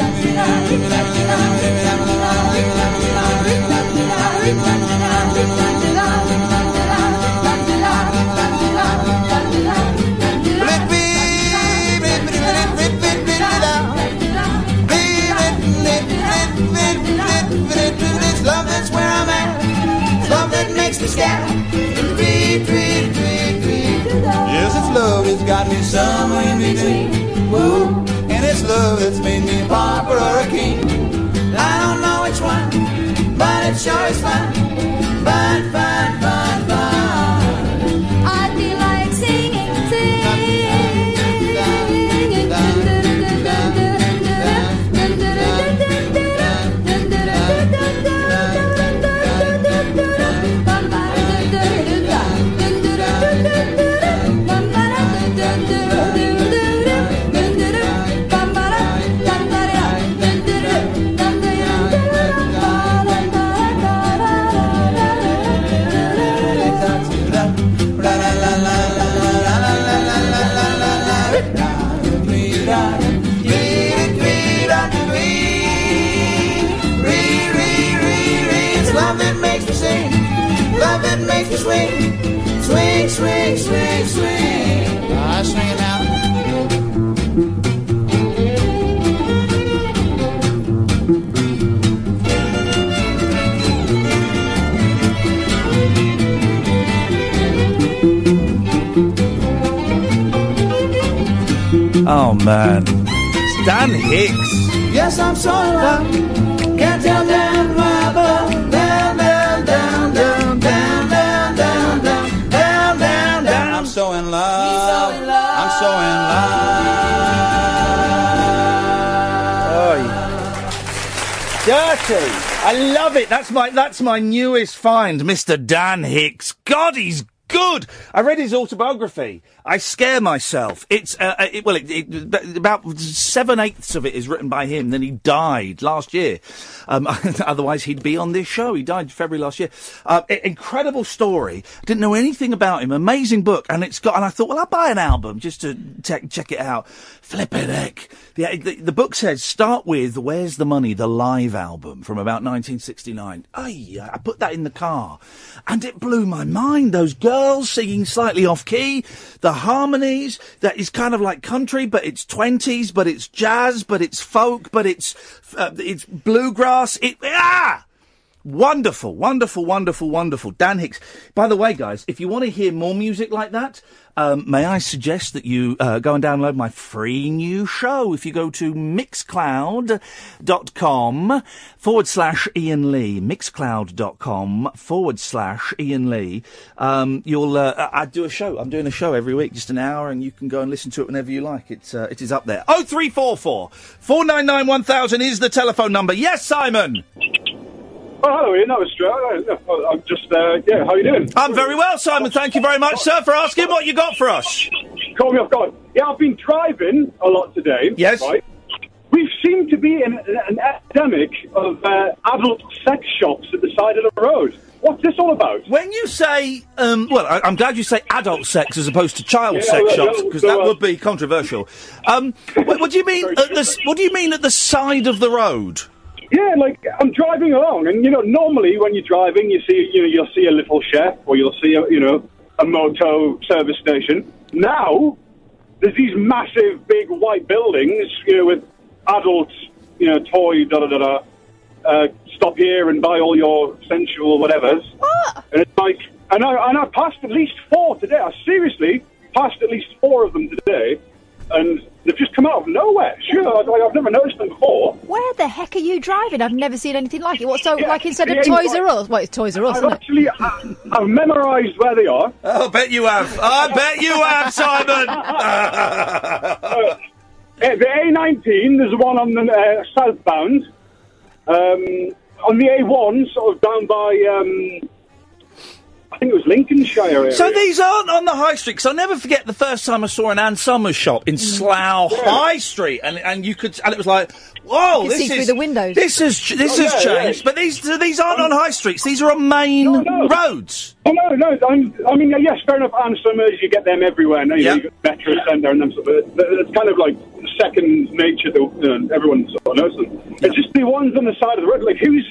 [SPEAKER 19] It's love that's where I'm at. It's love that makes me scatter. Beep, beep, beep, beep. Yes, it's love that's got me somewhere in between. Woo. And it's love that's made me a pauper or a king. I don't know which one, but it sure is fun. Fun, fun, fun, fun.
[SPEAKER 7] I feel like singing,
[SPEAKER 19] It's love that makes me sing, love that makes me swing, swing, swing, swing, swing. I swing it out.
[SPEAKER 4] Oh, man. It's Dan Hicks.
[SPEAKER 19] Yes, I'm so in love. Can't tell down my above. Down, down, down, down, down, down, down, down, down, down, down. I'm so in love. I'm so in love.
[SPEAKER 4] Dirty. I love it. That's my that's my newest find, Mr. Dan Hicks. God, he's good. I read his autobiography. I scare myself. It's uh, uh, it, well, it, it, about seven eighths of it is written by him. Then he died last year. Um, otherwise, he'd be on this show. He died February last year. Uh, i- incredible story. Didn't know anything about him. Amazing book, and it's got. And I thought, well, I'll buy an album just to check check it out. Flippin' heck. The, the, the book says start with "Where's the Money," the live album from about 1969. Ay, I put that in the car, and it blew my mind. Those girls singing slightly off key, the harmonies that is kind of like country, but it's 20s, but it's jazz, but it's folk, but it's uh, it's bluegrass. It ah. Wonderful, wonderful, wonderful, wonderful. Dan Hicks. By the way, guys, if you want to hear more music like that, um, may I suggest that you uh, go and download my free new show? If you go to mixcloud.com forward slash Ian Lee, mixcloud.com forward slash Ian Lee, um, you'll, uh, I I do a show. I'm doing a show every week, just an hour, and you can go and listen to it whenever you like. It's, uh, it is up there. 0344 499 1000 is the telephone number. Yes, Simon!
[SPEAKER 20] Oh, hello, Ian. That was straight. I'm just, uh, yeah, how you doing?
[SPEAKER 4] I'm very well, Simon. Thank you very much, sir, for asking what you got for us.
[SPEAKER 20] Call me off guard. Yeah, I've been driving a lot today.
[SPEAKER 4] Yes.
[SPEAKER 20] Right? We seem to be in an an epidemic of uh, adult sex shops at the side of the road. What's this all about?
[SPEAKER 4] When you say, um, well, I, I'm glad you say adult sex as opposed to child
[SPEAKER 20] Yeah,
[SPEAKER 4] sex
[SPEAKER 20] well,
[SPEAKER 4] shops
[SPEAKER 20] yeah,
[SPEAKER 4] because
[SPEAKER 20] well,
[SPEAKER 4] that
[SPEAKER 20] uh,
[SPEAKER 4] would be controversial. Um, what, what do you mean? At the, s- what do you mean at the side of the road?
[SPEAKER 20] Yeah, like I'm driving along, and you know, normally when you're driving, you see, you know, you'll see a little chef or you'll see, a, you know, a moto service station. Now there's these massive, big white buildings, you know, with adults, you know, toy, da da da da. Uh, stop here and buy all your sensual whatevers. And it's like, and I and I passed at least four today. I seriously passed at least four of them today, and they've just come out of nowhere. Sure, like, I've never noticed them before.
[SPEAKER 9] Where the heck are you driving? I've never seen anything like it. What, so, like, instead
[SPEAKER 20] it
[SPEAKER 9] of
[SPEAKER 20] ain't
[SPEAKER 9] Toys
[SPEAKER 20] like-
[SPEAKER 9] R Us? Well, it's Toys R
[SPEAKER 20] I've
[SPEAKER 9] Us, isn't it?
[SPEAKER 20] actually, I, I've memorised where they are.
[SPEAKER 4] Oh, bet you have. I bet you have, Simon.
[SPEAKER 20] Uh, the A19, there's one on the uh, southbound. Um, on the A1, sort of down by, um, I think it was Lincolnshire area.
[SPEAKER 4] So these aren't on the high street. Because I'll never forget the first time I saw an Ann Summers shop
[SPEAKER 9] Mm.
[SPEAKER 4] in Slough
[SPEAKER 20] Yeah.
[SPEAKER 4] High Street, and and you could and it was like, whoa,
[SPEAKER 9] You could
[SPEAKER 4] this
[SPEAKER 9] see
[SPEAKER 4] is
[SPEAKER 9] through the windows.
[SPEAKER 4] This has ch- this
[SPEAKER 20] Oh,
[SPEAKER 4] has
[SPEAKER 20] yeah, yeah.
[SPEAKER 4] changed. But these so these aren't on high streets. These are on main roads.
[SPEAKER 20] Um, Oh, no, no. I'm, I mean, yes, fair enough. And summers, you get them everywhere. Now, you know,
[SPEAKER 4] Yeah.
[SPEAKER 20] you got Metro Centre and them. Sort of, it's kind of like second nature to uh, everyone sort of knows them. It's just the ones on the side of the road. Like, who's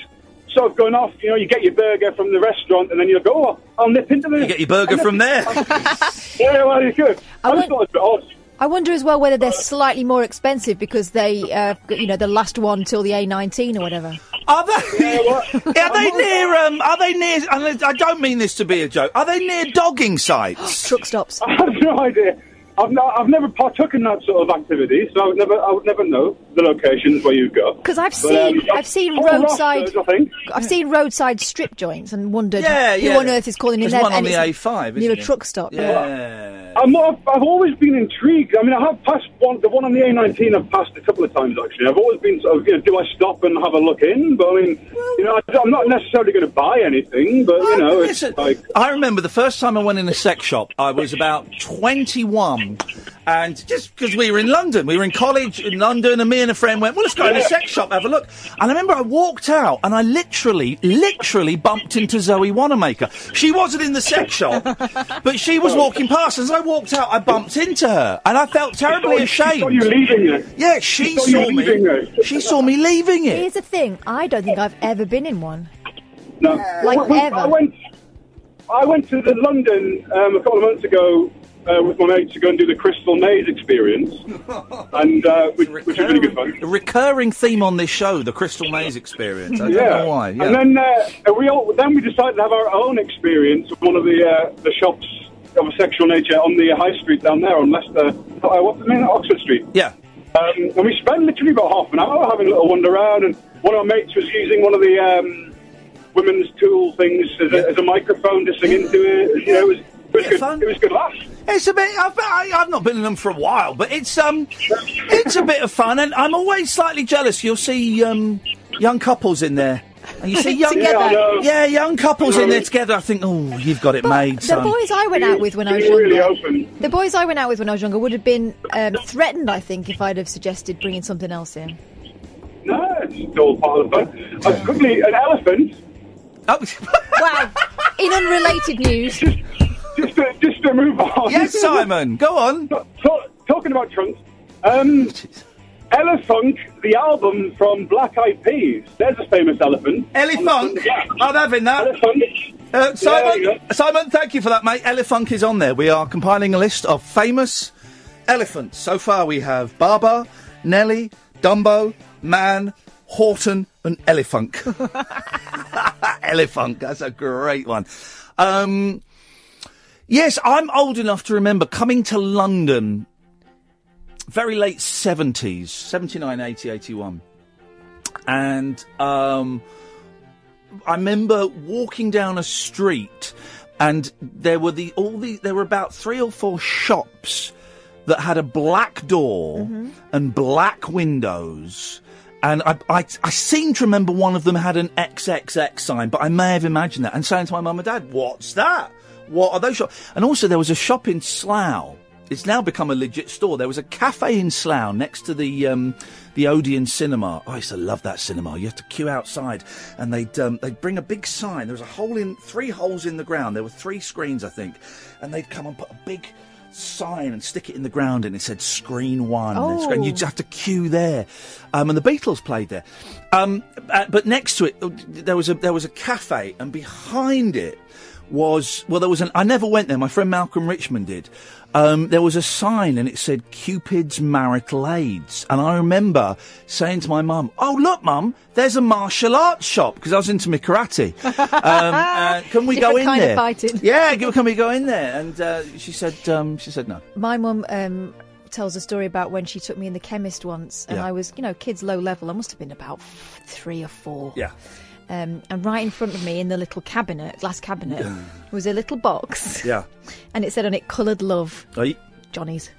[SPEAKER 20] sort of going off? You know, you get your burger from the restaurant and then you'll go, oh, I'll nip into the. You
[SPEAKER 4] get your burger from there.
[SPEAKER 20] yeah, well, you could. I, just thought it was a bit odd.
[SPEAKER 9] I wonder as well whether they're slightly more expensive because they, uh, got, you know, the last one till the A19 or whatever.
[SPEAKER 4] Are they? are they near? Um, are they near? and I don't mean this to be a joke. Are they near dogging sites?
[SPEAKER 9] Truck stops.
[SPEAKER 20] I have no idea. I've, not, I've never partook in that sort of activity, so I would never, I would never know the locations where you go.
[SPEAKER 9] Because I've
[SPEAKER 20] But, um,
[SPEAKER 9] seen, I've seen
[SPEAKER 20] Paul
[SPEAKER 9] roadside,
[SPEAKER 20] Rossers, I think.
[SPEAKER 9] I've seen roadside strip joints and wondered
[SPEAKER 20] Yeah,
[SPEAKER 9] who
[SPEAKER 20] yeah.
[SPEAKER 9] on earth is calling in
[SPEAKER 20] There's
[SPEAKER 9] there.
[SPEAKER 20] one on
[SPEAKER 9] and
[SPEAKER 20] the
[SPEAKER 9] it's
[SPEAKER 20] A5,
[SPEAKER 9] near a
[SPEAKER 20] isn't there?
[SPEAKER 9] truck stop.
[SPEAKER 20] I'm, I've, I've always been intrigued. I mean, I have passed one, the one on the A19. I've passed a couple of times actually. I've always been sort of, you know, do I stop and have a look in? But I mean, you know, I, am not necessarily going to buy anything. But you know, it's like
[SPEAKER 4] I remember the first time I went in a sex shop, I was about 21. And just because we were in London, we were in college in London, and me and a friend went, well, let's go in a sex shop, have a look. And I remember I walked out and I literally, literally bumped into Zoe Wanamaker. She wasn't in the sex shop, but she
[SPEAKER 20] Oh.
[SPEAKER 4] was walking past. As I walked out, I bumped into her and I felt terribly
[SPEAKER 20] She saw-
[SPEAKER 4] ashamed.
[SPEAKER 20] she saw you leaving it.
[SPEAKER 4] Yeah, she,
[SPEAKER 20] She saw you
[SPEAKER 4] saw me.
[SPEAKER 20] leaving it.
[SPEAKER 4] She saw me leaving it.
[SPEAKER 9] Here's the thing: I don't think I've ever been in one.
[SPEAKER 20] no.
[SPEAKER 9] Like
[SPEAKER 20] I went,
[SPEAKER 9] ever.
[SPEAKER 20] I went, I went to the London um, a couple of months ago uh, with my mates to go and do the Crystal Maze experience, and uh, which, which was really good fun.
[SPEAKER 4] A recurring theme on this show, the Crystal Maze experience. I don't know why. Yeah.
[SPEAKER 20] And then uh, we all, then we decided to have our own experience of one of the uh, the shops of a sexual nature on the high street down there on Leicester. Uh, what's the name? Oxford Street.
[SPEAKER 4] Yeah.
[SPEAKER 20] Um, and we spent literally about half an hour having a little wander around, and one of our mates was using one of the um, women's tool things as a, as a microphone to sing into it. You know, it was, it was good. It was good laugh.
[SPEAKER 4] It's a bit. I've, I, I've not been in them for a while, but it's um, it's a bit of fun, and I'm always slightly jealous. You'll see um, young couples in there, and you see young,
[SPEAKER 9] Together. Yeah, I know.
[SPEAKER 4] yeah, young couples in there together. I think, oh, you've got it made,
[SPEAKER 9] The
[SPEAKER 4] son.
[SPEAKER 9] boys I went out with when I was
[SPEAKER 20] It's
[SPEAKER 9] younger.
[SPEAKER 20] really open.
[SPEAKER 9] The boys I went out with when I was younger would have been um, threatened, I think, if I'd have suggested bringing something else in.
[SPEAKER 20] No, it's all part of the fun. Uh, quickly, an elephant.
[SPEAKER 4] Oh.
[SPEAKER 9] wow. In unrelated news,
[SPEAKER 20] just to, just to move on.
[SPEAKER 4] Yes, Simon, go on. Oh,
[SPEAKER 20] talking about trunks, um, Elefunk, the album from Black Eyed Peas. There's a famous elephant.
[SPEAKER 4] Elefunk? I'm having that.
[SPEAKER 20] Elefunk.
[SPEAKER 4] Uh, Simon,
[SPEAKER 20] Yeah,
[SPEAKER 4] Simon, thank you for that, mate. Elefunk is on there. We are compiling a list of famous elephants. So far, we have Baba, Nelly, Dumbo, Man, Horton, and Elefunk. Elefunk, that's a great one. Um, yes, I'm old enough to remember coming to London very late 70s, 79, 80, 81. And um, I remember walking down a street and there were the all the there were about three or four shops that had a black door and black windows. And I, I, I seem to remember one of them had an XXX sign, but I may have imagined that. And saying to my mum and dad, what's that? What are those shops? And also there was a shop in Slough it's now become a legit store. There was a cafe in Slough next to the um, the Odeon Cinema. Oh, I used to love that cinema. You had to queue outside, and they'd um, they'd bring a big sign. There was a hole in three holes in the ground. There were three screens, I think, and they'd come and put a big sign and stick it in the ground, and it said "Screen One." and then screen-
[SPEAKER 21] Oh.
[SPEAKER 4] you'd have to queue there, um, and the Beatles played there. Um, uh, but next to it, uh, there was a there was a cafe, and behind it was well, there was an. I never went there. My friend Malcolm Richmond did. Um, there was a sign, and it said "Cupid's Marital Aids," and I remember saying to my mum, "Oh look, mum, there's a martial arts shop because I was into my karate. Um, uh, can we
[SPEAKER 9] Different
[SPEAKER 4] go in
[SPEAKER 9] kind of
[SPEAKER 4] there?
[SPEAKER 9] fighting.
[SPEAKER 4] Yeah, can can we go in there?" And uh, she said, um, "She said no."
[SPEAKER 9] My mum um, tells a story about when she took me in the chemist once, and
[SPEAKER 4] Yeah.
[SPEAKER 9] I was, you know, kids low level. I must have been about f- three or four.
[SPEAKER 4] Yeah.
[SPEAKER 9] Um, and right in front of me, in the little cabinet, glass cabinet, was a little box,
[SPEAKER 4] Yeah.
[SPEAKER 9] and it said on it "Coloured Love,
[SPEAKER 4] Right.
[SPEAKER 9] Johnny's."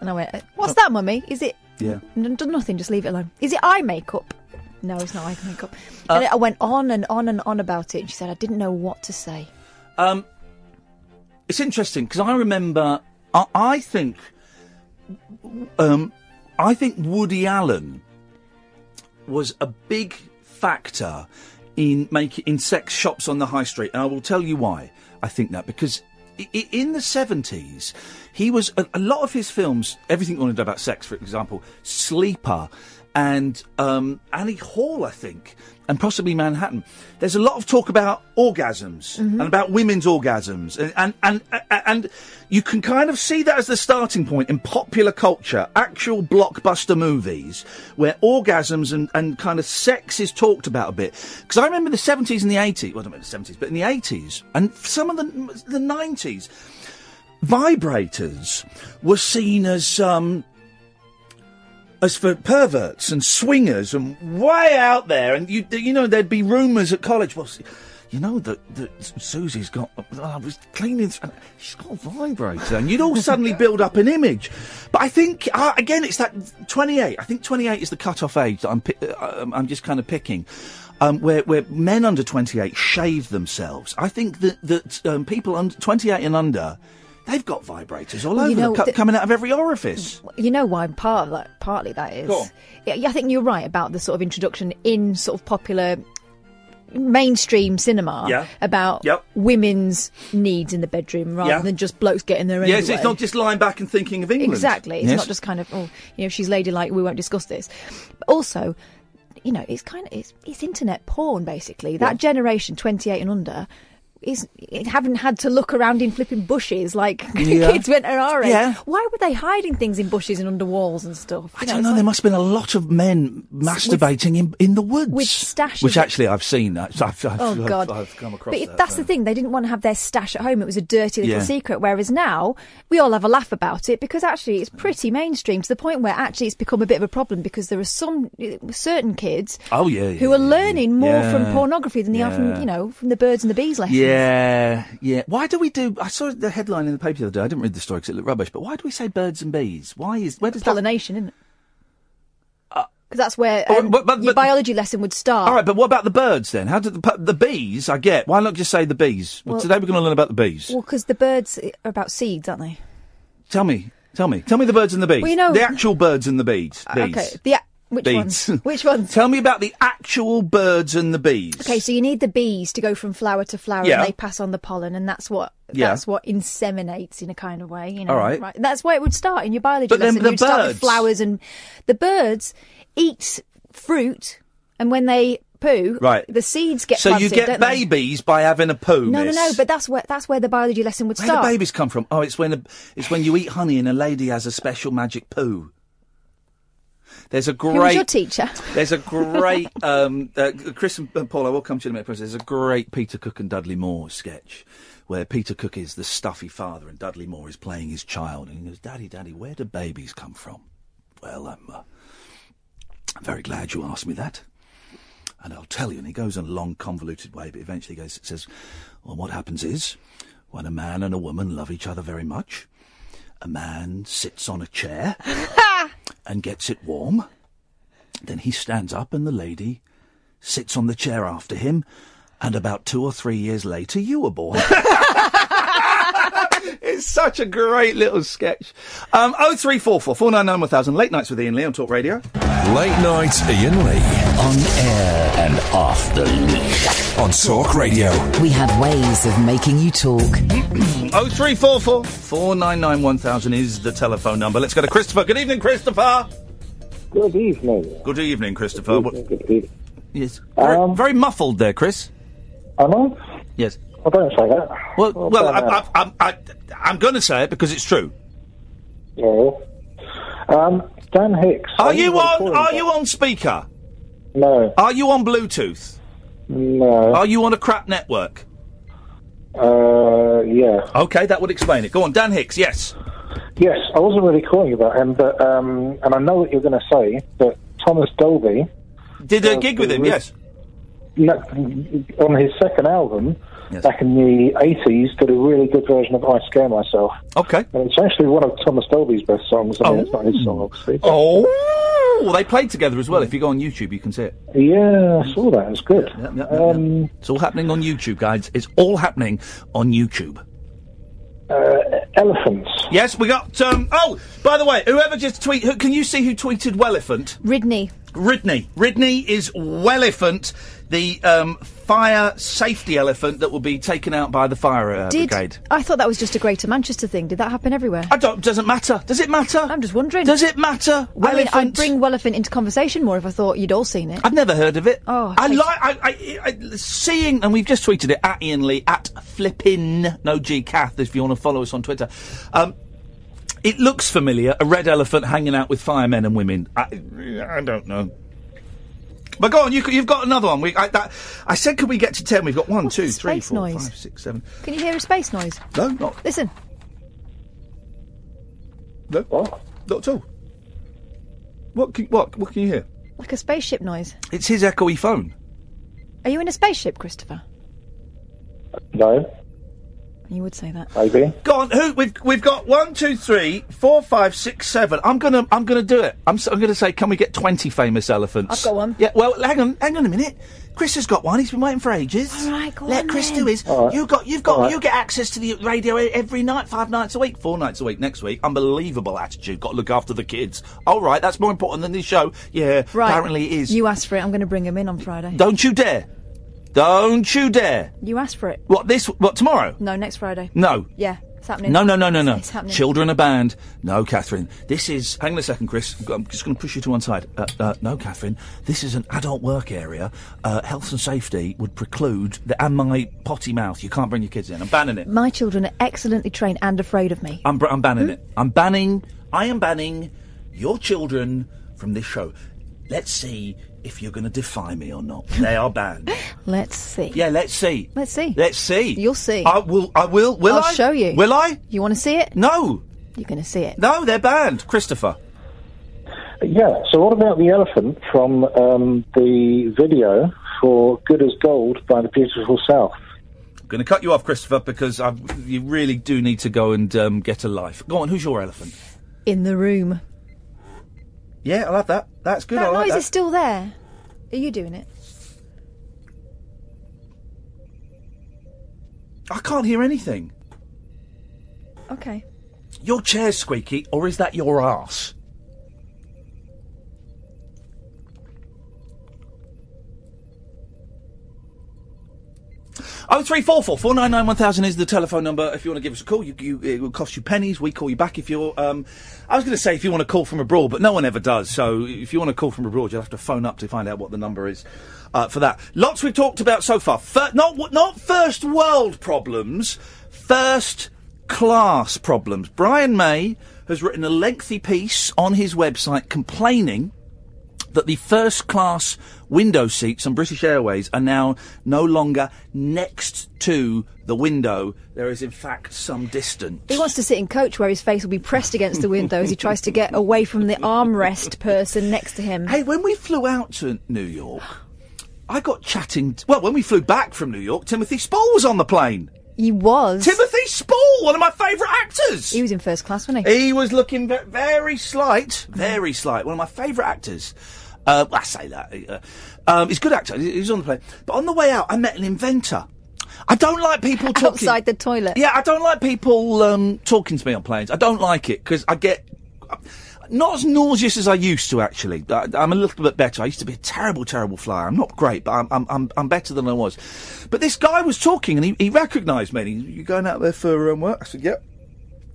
[SPEAKER 9] And I went, uh, "What's that, mummy? Is it
[SPEAKER 4] Yeah.
[SPEAKER 9] N- do nothing, just leave it alone. Is it eye makeup? No, it's not eye makeup.
[SPEAKER 4] Uh,
[SPEAKER 9] and I went on and on and on about it. And she said, I didn't know what to say.
[SPEAKER 4] Um, it's interesting because I remember. I, I think. Um, I think Woody Allen was a big factor in making in sex shops on the high street, and I will tell you why I think that because. i- i- In the 70s, he was a, a lot of his films, everything you want to know about sex, for example, Sleeper and um, Annie Hall, I think, and possibly Manhattan. There's a lot of talk about orgasms and about women's orgasms, and and, and and and you can kind of see that as the starting point in popular culture, actual blockbuster movies where orgasms and, and kind of sex is talked about a bit. Because I remember the 70s and the 80s, well, I don't remember the 70s, but in the 80s and some of the the 90s, vibrators were seen as um, as for perverts and swingers and way out there, and you you know there'd be rumours at college. Well, s- you know that that Susie's got. I was cleaning. th- She's got a vibrator, and you'd all suddenly build up an image. But I think uh, again, it's that twenty eight. I think twenty eight is the cut off age that I'm pi- uh, um, I'm just kind of picking. Um, where, where men under 28 shave themselves. I think that, that um, people under 28 and under, they've got vibrators all
[SPEAKER 9] Well,
[SPEAKER 4] over
[SPEAKER 9] you
[SPEAKER 4] them,
[SPEAKER 9] know,
[SPEAKER 4] cu-
[SPEAKER 9] th-
[SPEAKER 4] coming out of every orifice.
[SPEAKER 9] You know why? Part of that, partly that is.
[SPEAKER 4] Go on.
[SPEAKER 9] Yeah, yeah, I think you're right about the sort of introduction in sort of popular mainstream cinema
[SPEAKER 4] Yeah.
[SPEAKER 9] about
[SPEAKER 4] Yep.
[SPEAKER 9] women's needs in the bedroom rather
[SPEAKER 4] Yeah.
[SPEAKER 9] than just blokes getting their own.
[SPEAKER 4] Yes, it's
[SPEAKER 9] way.
[SPEAKER 4] not just lying back and thinking of England.
[SPEAKER 9] Exactly. It's
[SPEAKER 4] Yes.
[SPEAKER 9] not just kind of oh, you know, she's ladylike. We won't discuss this. But also, you know, it's kind of it's, it's internet porn basically. That generation, twenty eight and under. Is it haven't had to look around in flipping bushes like
[SPEAKER 4] Yeah.
[SPEAKER 9] kids went at our age.
[SPEAKER 4] Yeah.
[SPEAKER 9] Why were they hiding things in bushes and under walls and stuff?
[SPEAKER 4] I don't know. There must have been a lot of men masturbating in in the woods,
[SPEAKER 9] with stashes.
[SPEAKER 4] which actually I've seen. I've, I've, I've,
[SPEAKER 9] oh
[SPEAKER 4] I've-
[SPEAKER 9] god,
[SPEAKER 4] I've come across
[SPEAKER 9] But
[SPEAKER 4] that.
[SPEAKER 9] if that's the thing; they didn't want to have their stash at home. It was a dirty little
[SPEAKER 4] Yeah.
[SPEAKER 9] secret. Whereas now we all have a laugh about it because actually it's pretty mainstream to the point where actually it's become a bit of a problem because there are some uh, certain kids
[SPEAKER 4] Oh yeah, yeah.
[SPEAKER 9] who are learning more
[SPEAKER 4] Yeah.
[SPEAKER 9] from pornography than they are from
[SPEAKER 4] Yeah.
[SPEAKER 9] you know from the birds and the bees lessons.
[SPEAKER 4] Yeah, yeah. Why do we do? I saw the headline in the paper the other day. I didn't read the story because it looked rubbish. But why do we say birds and bees? Why is where does
[SPEAKER 9] pollination, isn't it? Because that's where
[SPEAKER 4] Oh,
[SPEAKER 9] um,
[SPEAKER 4] but- but-
[SPEAKER 9] your
[SPEAKER 4] but-
[SPEAKER 9] biology lesson would start.
[SPEAKER 4] All right, but what about the birds then? How did the pu- the bees? I get. Why not just say the bees? Well,
[SPEAKER 9] Well-
[SPEAKER 4] today we're going to learn about the bees.
[SPEAKER 9] Well, because the birds are about seeds, aren't they?
[SPEAKER 4] Tell me, tell me, tell me the birds and the bees.
[SPEAKER 9] Well, you know- Uh,
[SPEAKER 4] the actual birds and the bees. bees.
[SPEAKER 9] Okay. The a- which
[SPEAKER 4] bees.
[SPEAKER 9] ones? Which ones?
[SPEAKER 4] Tell me about the actual birds and the bees.
[SPEAKER 9] Okay, so you need the bees to go from flower to flower,
[SPEAKER 4] Yeah.
[SPEAKER 9] and they pass on the pollen, and that's what
[SPEAKER 4] Yeah.
[SPEAKER 9] that's what inseminates in a kind of way. You know,
[SPEAKER 4] All right.
[SPEAKER 9] That's where it would start in your biology
[SPEAKER 4] But then
[SPEAKER 9] lesson.
[SPEAKER 4] the
[SPEAKER 9] You'd start with
[SPEAKER 4] birds-
[SPEAKER 9] flowers, and the birds eat fruit, and when they poo,
[SPEAKER 4] Right.
[SPEAKER 9] the seeds get
[SPEAKER 4] so
[SPEAKER 9] planted.
[SPEAKER 4] you get
[SPEAKER 9] don't they?
[SPEAKER 4] babies by having a poo.
[SPEAKER 9] No, no,
[SPEAKER 4] miss.
[SPEAKER 9] no. But that's where that's where the biology lesson would
[SPEAKER 4] Where
[SPEAKER 9] start.
[SPEAKER 4] do babies come from? Oh, it's when a, it's when you eat honey and a lady has a special magic poo. There's a great.
[SPEAKER 9] Who was your teacher?
[SPEAKER 4] There's a great um, uh, Chris and and Paul. I will come to you in a minute. Chris, There's a great Peter Cook and Dudley Moore sketch where Peter Cook is the stuffy father and Dudley Moore is playing his child, and he goes, "Daddy, Daddy, where do babies come from?" Well, I'm, uh, I'm very glad you asked me that, and I'll tell you. And he goes in a long, convoluted way, but eventually goes says, "Well, what happens is when a man and a woman love each other very much." A man sits on a chair and gets it warm. Then he stands up, and the lady sits on the chair after him. And about two or three years later, you were born. It's such a great little sketch. Um, 0344 499 1000. Late nights with Ian Lee on Talk Radio.
[SPEAKER 1] Late night Ian Lee. On air and off the leash. On Talk Radio.
[SPEAKER 5] We have ways of making you talk.
[SPEAKER 4] 0344 499 1000 is the telephone number. Let's go to Christopher. Good evening, Christopher.
[SPEAKER 21] Good evening.
[SPEAKER 4] Good evening, Christopher. What- Yes. Very,
[SPEAKER 21] Um,
[SPEAKER 4] very muffled there, Chris.
[SPEAKER 21] Am I?
[SPEAKER 4] Yes.
[SPEAKER 21] I don't say that.
[SPEAKER 4] Well,
[SPEAKER 21] Well,
[SPEAKER 4] well,
[SPEAKER 21] fair
[SPEAKER 4] I, I,
[SPEAKER 21] enough.
[SPEAKER 4] I, I, I'm going to say it because it's true.
[SPEAKER 21] No. Um, Dan Hicks.
[SPEAKER 4] Are you on? Are you on speaker?
[SPEAKER 21] No.
[SPEAKER 4] Are you on Bluetooth?
[SPEAKER 21] No.
[SPEAKER 4] Are you on a crap network?
[SPEAKER 21] Uh, yeah.
[SPEAKER 4] Okay, that would explain it. Go on, Dan Hicks. Yes.
[SPEAKER 21] Yes, I wasn't really calling you about him, but um, and I know what you're going to say, but Thomas Dolby
[SPEAKER 4] Did a gig with him. Yes.
[SPEAKER 21] no, on his second album back in the 80s did a really good version of I Scare Myself.
[SPEAKER 4] Okay.
[SPEAKER 21] And it's actually one of Thomas Dolby's best songs. I mean, it's not his song, obviously.
[SPEAKER 4] Oh, well, they played together as well. If you go on YouTube, you can see it.
[SPEAKER 21] Yeah, I saw that. It's good. um,
[SPEAKER 4] It's all happening on YouTube, guys. It's all happening on YouTube.
[SPEAKER 21] Uh, elephants.
[SPEAKER 4] Yes, we got. Um, oh, by the way, whoever just tweet, who, can you see who tweeted Wellephant?
[SPEAKER 9] Ridney.
[SPEAKER 4] Ridney. Ridney is Wellephant, the um, fire safety elephant that will be taken out by the fire uh,
[SPEAKER 9] Did
[SPEAKER 4] brigade.
[SPEAKER 9] I thought that was just a Greater Manchester thing? Did that happen everywhere?
[SPEAKER 4] I don't. Doesn't matter. Does it matter?
[SPEAKER 9] I'm just wondering.
[SPEAKER 4] Does it matter?
[SPEAKER 9] I mean, I'd
[SPEAKER 4] Elephant?
[SPEAKER 9] bring Wellephant into conversation more if I thought you'd all seen it.
[SPEAKER 4] I've never heard of it.
[SPEAKER 9] Oh,
[SPEAKER 4] I like I, I, I seeing, and we've just tweeted it at Ian Lee at flippin no G Cath if you want to follow us on Twitter. Um, it looks familiar, a red elephant hanging out with firemen and women. I, I don't know. But go on, you, c- you've got another one. We, I, that, I said, could we get to ten? We've got one, two, three,
[SPEAKER 9] space
[SPEAKER 4] four,
[SPEAKER 9] noise?
[SPEAKER 4] five, six, seven.
[SPEAKER 9] Can you hear a space noise?
[SPEAKER 4] No, not
[SPEAKER 9] Listen.
[SPEAKER 4] no, not at all. What? Can, what? What can you hear?
[SPEAKER 9] Like a spaceship noise.
[SPEAKER 4] It's his echoey phone.
[SPEAKER 9] Are you in a spaceship, Christopher?
[SPEAKER 21] No,
[SPEAKER 9] You would say that.
[SPEAKER 21] maybe.
[SPEAKER 4] Go on, who we've we've got one, two, three, four, five, six, seven. I'm gonna I'm gonna do it. I'm s- I'm gonna say, can we get twenty famous elephants?
[SPEAKER 9] I've got one.
[SPEAKER 4] Yeah. Well, hang on, hang on a minute. Chris has got one. He's been waiting for ages. All
[SPEAKER 9] right, go
[SPEAKER 4] Let
[SPEAKER 9] on
[SPEAKER 4] Chris
[SPEAKER 9] then.
[SPEAKER 4] do his.
[SPEAKER 9] All right.
[SPEAKER 4] You got you've got
[SPEAKER 9] All right.
[SPEAKER 4] you get access to the radio e- every night, five nights a week, four nights a week next week. Unbelievable attitude. Got to look after the kids. All right, that's more important than this show. Yeah,
[SPEAKER 9] Right.
[SPEAKER 4] apparently it is.
[SPEAKER 9] You asked for it. I'm going to bring him in on Friday.
[SPEAKER 4] Don't you dare! Don't you dare!
[SPEAKER 9] You asked for it.
[SPEAKER 4] What this? What tomorrow?
[SPEAKER 9] No, next Friday.
[SPEAKER 4] No.
[SPEAKER 9] Yeah, it's happening.
[SPEAKER 4] No, no, no, no, no.
[SPEAKER 9] It's happening.
[SPEAKER 4] Children are banned. No, Catherine. This is. Hang on a second, Chris. I'm just going to push you to one side. Uh, uh, no, Catherine. This is an adult work area. Uh, health and safety would preclude. The, and my potty mouth. You can't bring your kids in. I'm banning it.
[SPEAKER 9] My children are excellently trained and afraid of me.
[SPEAKER 4] I'm, br- I'm banning it. I'm banning. I am banning your children from this show. Let's see if you're going to defy me or not. They are banned.
[SPEAKER 9] Let's see.
[SPEAKER 4] yeah, let's see.
[SPEAKER 9] Let's see.
[SPEAKER 4] Let's see.
[SPEAKER 9] You'll see.
[SPEAKER 4] I will. I will. Will
[SPEAKER 9] I'll
[SPEAKER 4] I?
[SPEAKER 9] show you. Eh.
[SPEAKER 4] Will I?
[SPEAKER 9] You want to see it?
[SPEAKER 4] No.
[SPEAKER 9] You're going to see it.
[SPEAKER 4] No, they're banned. Christopher.
[SPEAKER 21] Yeah. So, what about the elephant from um, the video for "Good as Gold" by the Beautiful South?
[SPEAKER 4] Going to cut you off, Christopher, because i you really do need to go and um, get a life. Go on, who's your elephant?
[SPEAKER 9] In the room.
[SPEAKER 4] Yeah, I will have that. That's good. I
[SPEAKER 9] that
[SPEAKER 4] like
[SPEAKER 9] noise
[SPEAKER 4] that.
[SPEAKER 9] is still there. Are you doing it?
[SPEAKER 4] I can't hear anything.
[SPEAKER 9] Okay.
[SPEAKER 4] Your chair's squeaky, or is that your ass? Oh three four four four nine nine one thousand is the telephone number. If you want to give us a call, you, you, it will cost you pennies. We call you back if you're. Um, I was going to say if you want to call from abroad, but no one ever does. So if you want to call from abroad, you'll have to phone up to find out what the number is uh, for that. Lots we've talked about so far. Fir- not w- not first world problems, first class problems. Brian May has written a lengthy piece on his website complaining that the first class window seats on British Airways are now no longer next to the window. There is, in fact, some distance.
[SPEAKER 9] He wants to sit in coach where his face will be pressed against the window as he tries to get away from the armrest person next to him.
[SPEAKER 4] Hey, when we flew out to New York, I got chatting. well, when we flew back from New York, Timothy Spall was on the plane.
[SPEAKER 9] He was.
[SPEAKER 4] Timothy Spall, one of my favourite actors.
[SPEAKER 9] He was in first class, wasn't he?
[SPEAKER 4] He was looking ve- very slight, very slight. One of my favourite actors. Uh, I say that. Uh, um, he's a good actor. He he was on the plane. But on the way out, I met an inventor. I don't like people talking
[SPEAKER 9] outside the toilet.
[SPEAKER 4] Yeah, I don't like people um, talking to me on planes. I don't like it because I get not as nauseous as I used to. Actually, I, I'm a little bit better. I used to be a terrible, terrible flyer. I'm not great, but I'm I'm I'm, I'm better than I was. But this guy was talking and he, he recognised me. And he, you going out there for um, work? I said, yep.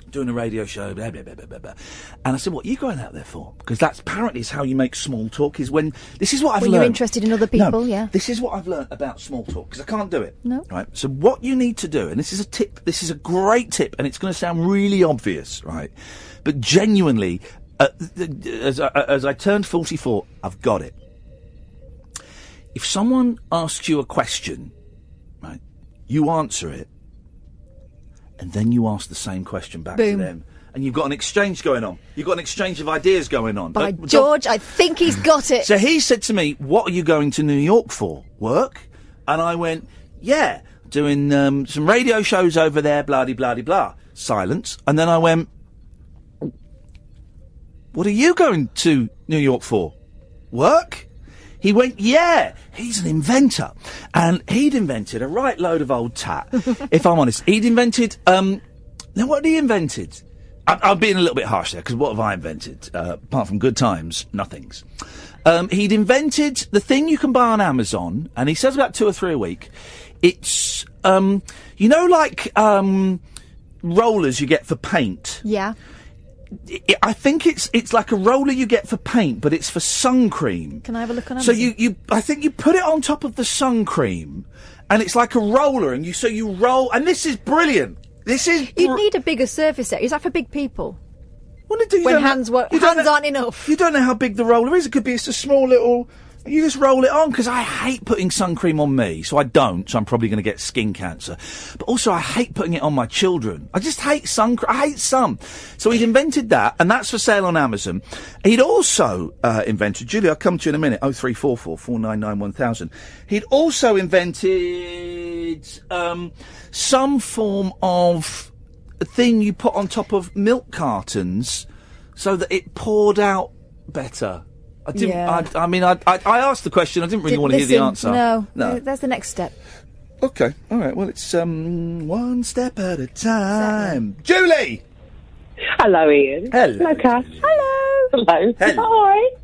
[SPEAKER 4] Doing a radio show, blah, blah, blah, blah, blah, blah. And I said, what are you going out there for? Because that's apparently is how you make small talk, is when, this is what I've
[SPEAKER 9] when you're
[SPEAKER 4] learned.
[SPEAKER 9] interested in other
[SPEAKER 4] No,
[SPEAKER 9] people, yeah.
[SPEAKER 4] This is what I've learned about small talk because I can't do it.
[SPEAKER 9] No.
[SPEAKER 4] Right. So what you need to do, and this is a tip, this is a great tip, and it's going to sound really obvious, right? But genuinely, uh, th- th- as, I, uh, as I turned 44, I've got it. If someone asks you a question, right, you answer it, and then you ask the same question back
[SPEAKER 9] Boom.
[SPEAKER 4] to them, and you've got an exchange going on. You've got an exchange of ideas going on.
[SPEAKER 9] By
[SPEAKER 4] Uh, don't-
[SPEAKER 9] George, I think he's got it.
[SPEAKER 4] so he said to me, "What are you going to New York for? Work?" And I went, "Yeah, doing um, some radio shows over there." Blah de blah de blah. Silence. And then I went, "What are you going to New York for? Work?" He went, "Yeah, he's an inventor, and he'd invented a right load of old tat. if I'm honest, he'd invented um, now what had he invented?" I- I'm being a little bit harsh there because what have I invented uh, apart from good times? Nothing's. Um, he'd invented the thing you can buy on Amazon, and he says about two or three a week. It's um, you know, like um, rollers you get for paint.
[SPEAKER 9] Yeah.
[SPEAKER 4] I- I think it's it's like a roller you get for paint, but it's for sun cream.
[SPEAKER 9] Can I have a look on
[SPEAKER 4] So
[SPEAKER 9] Amazon?
[SPEAKER 4] you, you, I think you put it on top of the sun cream, and it's like a roller, and you so you roll, and this is brilliant. This is
[SPEAKER 9] You'd need a bigger surface area. Is that for big people?
[SPEAKER 4] you
[SPEAKER 9] when
[SPEAKER 4] don't know-
[SPEAKER 9] hands, wo-
[SPEAKER 4] you don't
[SPEAKER 9] hands
[SPEAKER 4] know-
[SPEAKER 9] aren't enough.
[SPEAKER 4] You don't know how big the roller is. It could be just a small little. You just roll it on because I hate putting sun cream on me, so I don't. So I'm probably going to get skin cancer. But also, I hate putting it on my children. I just hate sun. Cr- I hate sun. So he'd invented that, and that's for sale on Amazon. He'd also uh, invented. Julie, I'll come to you in a minute. Oh three four four four nine nine one thousand. He'd also invented um, some form of thing you put on top of milk cartons so that it poured out better. I didn't.
[SPEAKER 9] Yeah.
[SPEAKER 4] I, I mean, I, I I asked the question. I didn't really
[SPEAKER 9] Did-
[SPEAKER 4] want to hear the
[SPEAKER 9] listen,
[SPEAKER 4] answer.
[SPEAKER 9] No,
[SPEAKER 4] No.
[SPEAKER 9] no. That's the next step.
[SPEAKER 4] Okay. All right. Well, it's um one step at a time. Julie.
[SPEAKER 3] Hello, Ian.
[SPEAKER 4] Hello.
[SPEAKER 3] Hello, Cass. Hello. Hello. Hi.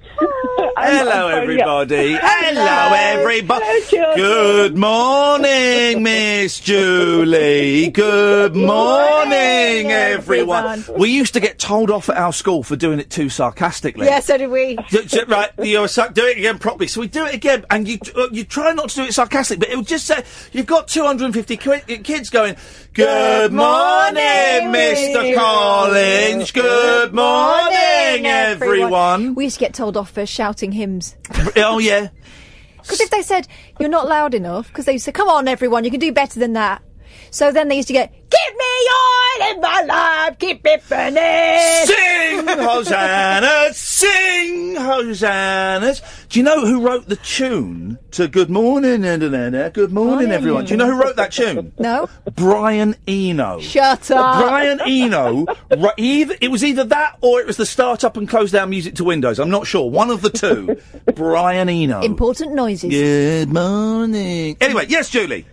[SPEAKER 4] Hello, everybody. Hello, everybody. Good morning, Miss Julie. Good morning, everyone. We used to get told off at our school for doing it too sarcastically.
[SPEAKER 9] Yeah, so do we.
[SPEAKER 4] D- d- right, you're su- do it again properly. So we do it again, and you uh, you try not to do it sarcastic, but it would just say you've got 250 qui- uh, kids going. Good morning, Mr. Collins. Good morning, everyone.
[SPEAKER 9] We used to get told off for shouting hymns.
[SPEAKER 4] oh yeah,
[SPEAKER 9] Because if they said, you're not loud enough, because they used to say, come on, everyone, you can do better than that. So then they used to get, give me oil in my life, keep it burning.
[SPEAKER 4] Sing Hosanna, sing Hosanna. Do you know who wrote the tune to Good Morning, na, na, na, na, Good Morning, everyone? Do you know who wrote that tune?
[SPEAKER 9] No.
[SPEAKER 4] Brian Eno.
[SPEAKER 9] Shut up.
[SPEAKER 4] Brian Eno. ri- either, it was either that or it was the start up and close down music to Windows. I'm not sure. One of the two. Brian Eno.
[SPEAKER 9] Important noises.
[SPEAKER 4] Good morning. Anyway, yes, Julie.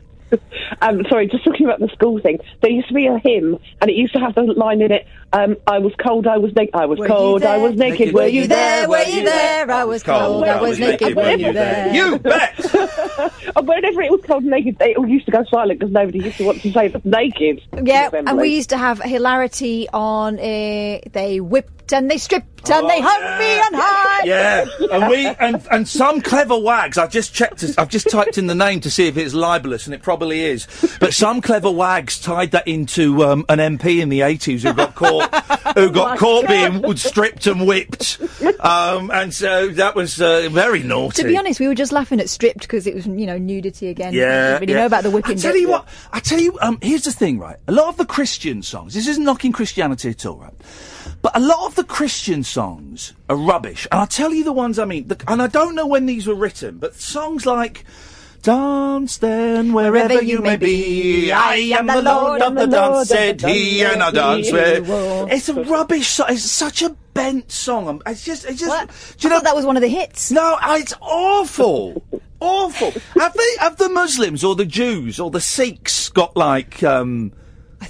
[SPEAKER 3] Um, sorry, just talking about the school thing. There used to be a hymn, and it used to have the line in it. Um, I was cold, I was naked, I was
[SPEAKER 9] Were you
[SPEAKER 3] cold, I
[SPEAKER 9] there?
[SPEAKER 3] was naked. Were you there?
[SPEAKER 9] Were you there? I was cold. I was naked. Were you there?
[SPEAKER 4] You bet.
[SPEAKER 3] And whenever it was cold and naked, they all used to go silent because nobody used to want to say the naked.
[SPEAKER 9] Yeah, and we used to have hilarity on uh, they whipped and they stripped and they hung me on high.
[SPEAKER 4] Oh, Yeah, and we and and some clever wags. I've just checked. I've just typed in the name to see if it's libelous, and it probably is. But some clever wags tied that into um, an MP in the eighties who got caught, who got
[SPEAKER 9] Oh my
[SPEAKER 4] caught
[SPEAKER 9] God.
[SPEAKER 4] being stripped and whipped, um, and so that was uh, very naughty.
[SPEAKER 9] To be honest, we were just laughing at stripped because it was, you know, nudity again. we
[SPEAKER 4] Yeah,
[SPEAKER 9] didn't really
[SPEAKER 4] yeah.
[SPEAKER 9] know about the whipping.
[SPEAKER 4] I tell
[SPEAKER 9] bit.
[SPEAKER 4] you what. I tell you. Um, here's the thing, right? A lot of the Christian songs. This isn't knocking Christianity at all, right? But a lot of the Christian songs are rubbish. And I'll tell you the ones I mean. The, and I don't know when these were written, but songs like. Dance then wherever, you, may be. I am the Lord of the dance, said he, and I dance with. It's a rubbish song. It's such a bent song. Um, It's just, it's just. Do you know
[SPEAKER 9] that was one of the hits?
[SPEAKER 4] No, I- it's awful. awful. have they? Have the Muslims or the Jews or the Sikhs got like um,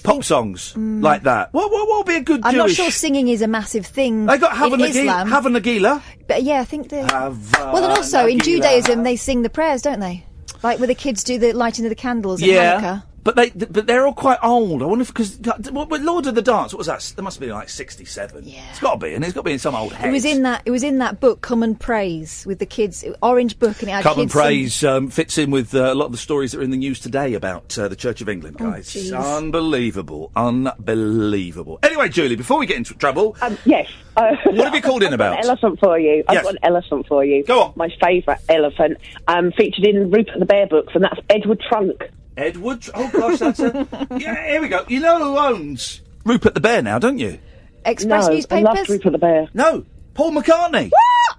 [SPEAKER 4] pop songs
[SPEAKER 9] Mm.
[SPEAKER 4] like that? What what what would be a good
[SPEAKER 9] I'm not
[SPEAKER 4] Jewish?
[SPEAKER 9] sure singing is a massive thing.
[SPEAKER 4] they got Havana
[SPEAKER 9] in Islam.
[SPEAKER 4] Nagila.
[SPEAKER 9] But yeah, I think they. Well,
[SPEAKER 4] Ah,
[SPEAKER 9] and also in Judaism they sing the prayers, don't they? Like where the kids do the lighting of the candles at
[SPEAKER 4] yeah.
[SPEAKER 9] Hanukkah.
[SPEAKER 4] But they, th- but they're all quite old. I wonder if because Lord of the Dance, what was that? There must have been like sixty-seven. Yeah, it's got to be, and it's got to be in some old head.
[SPEAKER 9] It was in that. It was in that book, Come and Praise, with the kids. Orange book, and it had
[SPEAKER 4] Come and
[SPEAKER 9] kids. sing-
[SPEAKER 4] praise um, fits in with uh, a lot of the stories that are in the news today about uh, the Church of England,
[SPEAKER 9] Oh,
[SPEAKER 4] guys.
[SPEAKER 9] jeez.
[SPEAKER 4] unbelievable, unbelievable. Anyway, Julie, before we get into trouble,
[SPEAKER 3] Um, yes. Uh,
[SPEAKER 4] what have you called in
[SPEAKER 3] I've got
[SPEAKER 4] about?
[SPEAKER 3] an elephant for you. I've
[SPEAKER 4] Yes.
[SPEAKER 3] got an elephant for you.
[SPEAKER 4] Go on.
[SPEAKER 3] My favourite elephant, um, featured in Rupert the Bear books, and that's Edward Trunk.
[SPEAKER 4] Edward. Tr- Oh gosh, that's a. yeah, here we go. You know who owns Rupert the Bear now, don't you?
[SPEAKER 9] Express
[SPEAKER 3] no,
[SPEAKER 9] newspapers?
[SPEAKER 3] I loved Rupert the Bear.
[SPEAKER 4] No, Paul McCartney.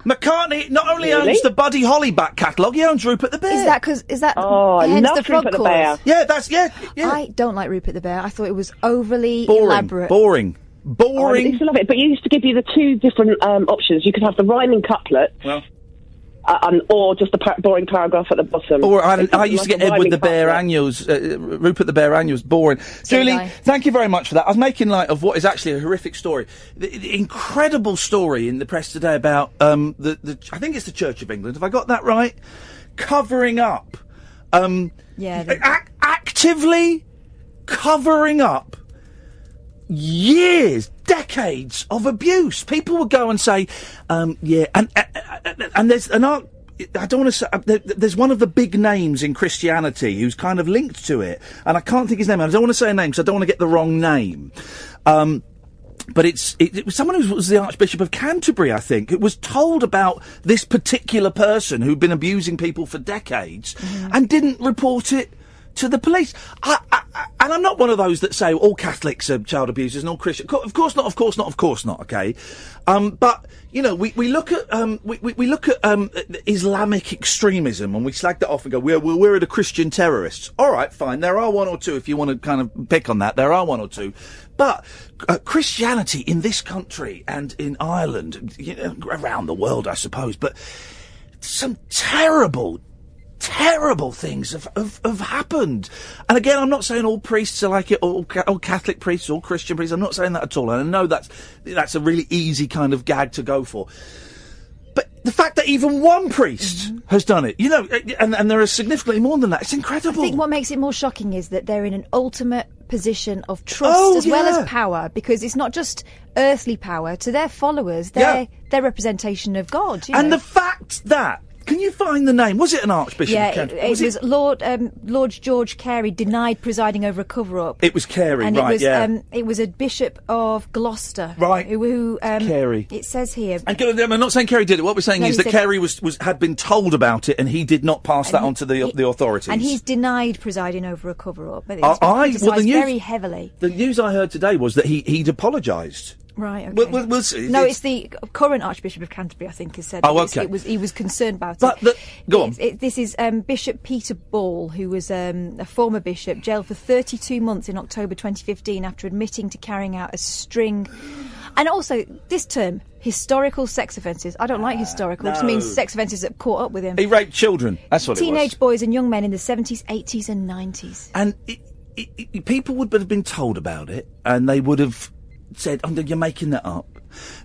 [SPEAKER 4] McCartney not only
[SPEAKER 3] Really?
[SPEAKER 4] owns the Buddy Holly back catalogue, he owns Rupert the Bear.
[SPEAKER 9] Is that because is that
[SPEAKER 4] Oh, I
[SPEAKER 9] hence
[SPEAKER 4] love
[SPEAKER 9] the frog
[SPEAKER 4] Rupert the
[SPEAKER 9] chorus?
[SPEAKER 4] Bear. Yeah, that's yeah,
[SPEAKER 9] I don't like Rupert the Bear. I thought it was overly
[SPEAKER 4] boring,
[SPEAKER 9] elaborate.
[SPEAKER 4] boring,
[SPEAKER 3] Oh, I
[SPEAKER 4] boring.
[SPEAKER 3] used to love it, but you used to give you the two different um, options. You could have the rhyming couplet,
[SPEAKER 4] Well.
[SPEAKER 3] uh, um, or just the par- boring paragraph at the bottom.
[SPEAKER 4] Or
[SPEAKER 3] They
[SPEAKER 4] I,
[SPEAKER 3] did
[SPEAKER 4] I used to
[SPEAKER 3] like
[SPEAKER 4] get
[SPEAKER 3] a
[SPEAKER 4] Edward
[SPEAKER 3] rhyming
[SPEAKER 4] the Bear
[SPEAKER 3] couplet.
[SPEAKER 4] annuals, uh, Rupert the Bear annuals, boring. Julie,
[SPEAKER 3] did I.
[SPEAKER 4] thank you very much for that. I was making light of what is actually a horrific story. The, the incredible story in the press today about um, the, the, I think it's the Church of England, have I got that right? Covering up. Um,
[SPEAKER 9] Yeah,
[SPEAKER 4] a- ac- actively covering up years, decades of abuse. People would go and say, um, yeah, and, and and there's an art. I don't want to say. uh, there- There's one of the big names in Christianity who's kind of linked to it, and I can't think his name. I don't want to say a name because I don't want to get the wrong name. Um, but it's it, it was someone who was the Archbishop of Canterbury, I think, who was told about this particular person who'd been abusing people for decades and didn't report it to the police. I, I, I- and I'm not one of those that say all Catholics are child abusers and all Christians. Of course not. Of course not. Of course not. Okay, um, but you know we, we look at um, we, we, we look at um, Islamic extremism and we slag that off and go we're we're we're the Christian terrorists. All right, fine. There are one or two if you want to kind of pick on that. There are one or two, but uh, Christianity in this country and in Ireland, you know, around the world, I suppose, but some terrible, terrible things have, have, have happened. And again, I'm not saying all priests are like it, all, ca- all Catholic priests, all Christian priests. I'm not saying that at all. And I know that's, that's a really easy kind of gag to go for. But the fact that even one priest
[SPEAKER 9] Mm-hmm.
[SPEAKER 4] has done it, you know, eh, and, and there are significantly more than that, it's incredible.
[SPEAKER 9] I think what makes it more shocking is that they're in an ultimate position of trust
[SPEAKER 4] Oh,
[SPEAKER 9] as well
[SPEAKER 4] yeah.
[SPEAKER 9] as power because it's not just earthly power to their followers they're their representation of god you
[SPEAKER 4] and
[SPEAKER 9] know.
[SPEAKER 4] the fact that, can you find the name? Was it an archbishop?
[SPEAKER 9] yeah
[SPEAKER 4] of
[SPEAKER 9] it,
[SPEAKER 4] Canterbury?
[SPEAKER 9] it was, lord um, lord george carey denied presiding over a cover-up
[SPEAKER 4] It was Carey,
[SPEAKER 9] and
[SPEAKER 4] right?
[SPEAKER 9] it was
[SPEAKER 4] yeah.
[SPEAKER 9] um, it was a bishop of gloucester
[SPEAKER 4] Right.
[SPEAKER 9] who, who um,
[SPEAKER 4] Carey.
[SPEAKER 9] it says here
[SPEAKER 4] And can- I'm not saying Kerry did it. What we're saying
[SPEAKER 9] No,
[SPEAKER 4] is
[SPEAKER 9] he
[SPEAKER 4] that
[SPEAKER 9] said-
[SPEAKER 4] Kerry was, was had been told about it, and he did not pass that on to the the authorities.
[SPEAKER 9] and he's denied presiding over a cover-up but
[SPEAKER 4] I-
[SPEAKER 9] it's been
[SPEAKER 4] I- well, the
[SPEAKER 9] criticised
[SPEAKER 4] news-
[SPEAKER 9] very heavily
[SPEAKER 4] the news I heard today was that he he'd apologised.
[SPEAKER 9] Right. Okay.
[SPEAKER 4] We'll- we'll- we'll see.
[SPEAKER 9] No,
[SPEAKER 4] It's-
[SPEAKER 9] it's the current Archbishop of Canterbury. I think has said.
[SPEAKER 4] Oh,
[SPEAKER 9] it was-
[SPEAKER 4] okay.
[SPEAKER 9] It was he was concerned about
[SPEAKER 4] But
[SPEAKER 9] it.
[SPEAKER 4] the, go on.
[SPEAKER 9] It's- it- this is um, Bishop Peter Ball, who was um, a former bishop, jailed for 32 months in October 2015 after admitting to carrying out a string, and also this term historical sex offences. I don't like historical. It just
[SPEAKER 4] no.
[SPEAKER 9] means sex offences that caught up with him.
[SPEAKER 4] He raped children. That's what it was.
[SPEAKER 9] Teenage boys and young men in the 70s, 80s, and 90s.
[SPEAKER 4] And it, it, it- people would have been told about it, and they would have said, oh, no, "You're making that up,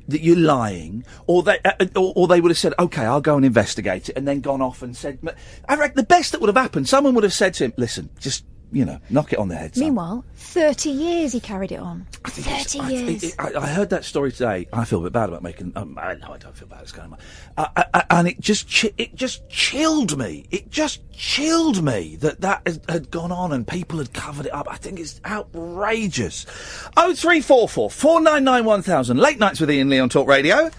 [SPEAKER 4] that you're lying," or they, uh, or, or they would have said, "Okay, I'll go and investigate it," and then gone off and said, but "I reckon the best that would have happened, someone would have said to him, listen, just you know, knock it on the head." son."
[SPEAKER 9] Meanwhile, 30 years he carried it on. 30 years.
[SPEAKER 4] I, I heard that story today. I feel a bit bad about making. Um, I, no, I don't feel bad. It's kind of. my- I, I, I, uh, and it just chi- it just chilled me. It just chilled me that that has, had gone on and people had covered it up. I think it's outrageous. Oh three four four four nine nine one thousand. Late nights with Ian Lee on Talk Radio.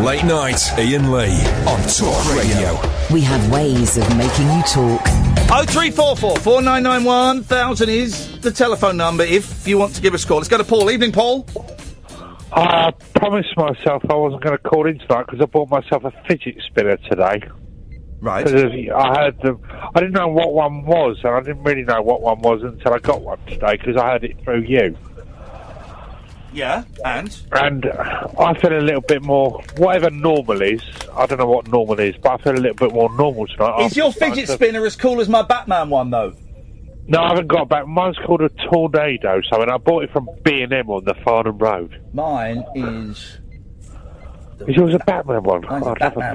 [SPEAKER 1] Late night, Ian Lee on Talk Radio.
[SPEAKER 5] We have ways of making you talk.
[SPEAKER 4] Oh three four four four nine nine one thousand is the telephone number if you want to give us a call. Let's go to Paul. Evening, Paul.
[SPEAKER 22] I promised myself I wasn't going to call in tonight because I bought myself a fidget spinner today.
[SPEAKER 4] Right.
[SPEAKER 22] I heard them. I didn't know what one was, and I didn't really know what one was until I got one today because I heard it through you.
[SPEAKER 4] Yeah, and?
[SPEAKER 22] And I feel a little bit more, whatever normal is, I don't know what normal is, but I feel a little bit more normal tonight.
[SPEAKER 4] Is your fidget spinner as cool as my Batman one, though?
[SPEAKER 22] No, I haven't got back. Mine's called a tornado, so and I bought it from B&M on the Farnham Road.
[SPEAKER 4] Mine is.
[SPEAKER 22] Is yours a Batman one?
[SPEAKER 4] Mine's
[SPEAKER 22] Oh,
[SPEAKER 4] a
[SPEAKER 22] I'd love
[SPEAKER 4] Batman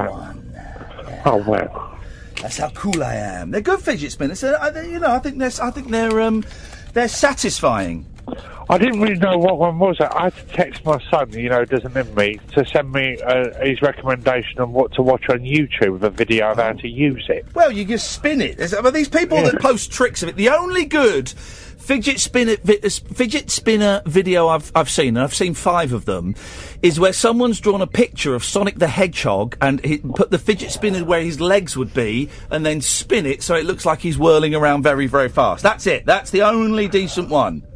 [SPEAKER 22] Batman. Oh, wow.
[SPEAKER 4] That's how cool I am. They're good fidget spinners. They're- I, they- you know, I think they're, I think they're, um, they're satisfying.
[SPEAKER 22] I didn't really know what one was. I had to text my son, you know, doesn't live with me, to send me uh, his recommendation on what to watch on YouTube, with a video of how to use it.
[SPEAKER 4] Well, you just spin it. There's, well, these people that post tricks of it. The only good fidget spinner vi- uh, fidget spinner video I've I've seen, and I've seen five of them, is where someone's drawn a picture of Sonic the Hedgehog and he put the fidget spinner where his legs would be, and then spin it so it looks like he's whirling around very very fast. That's it. That's the only decent one.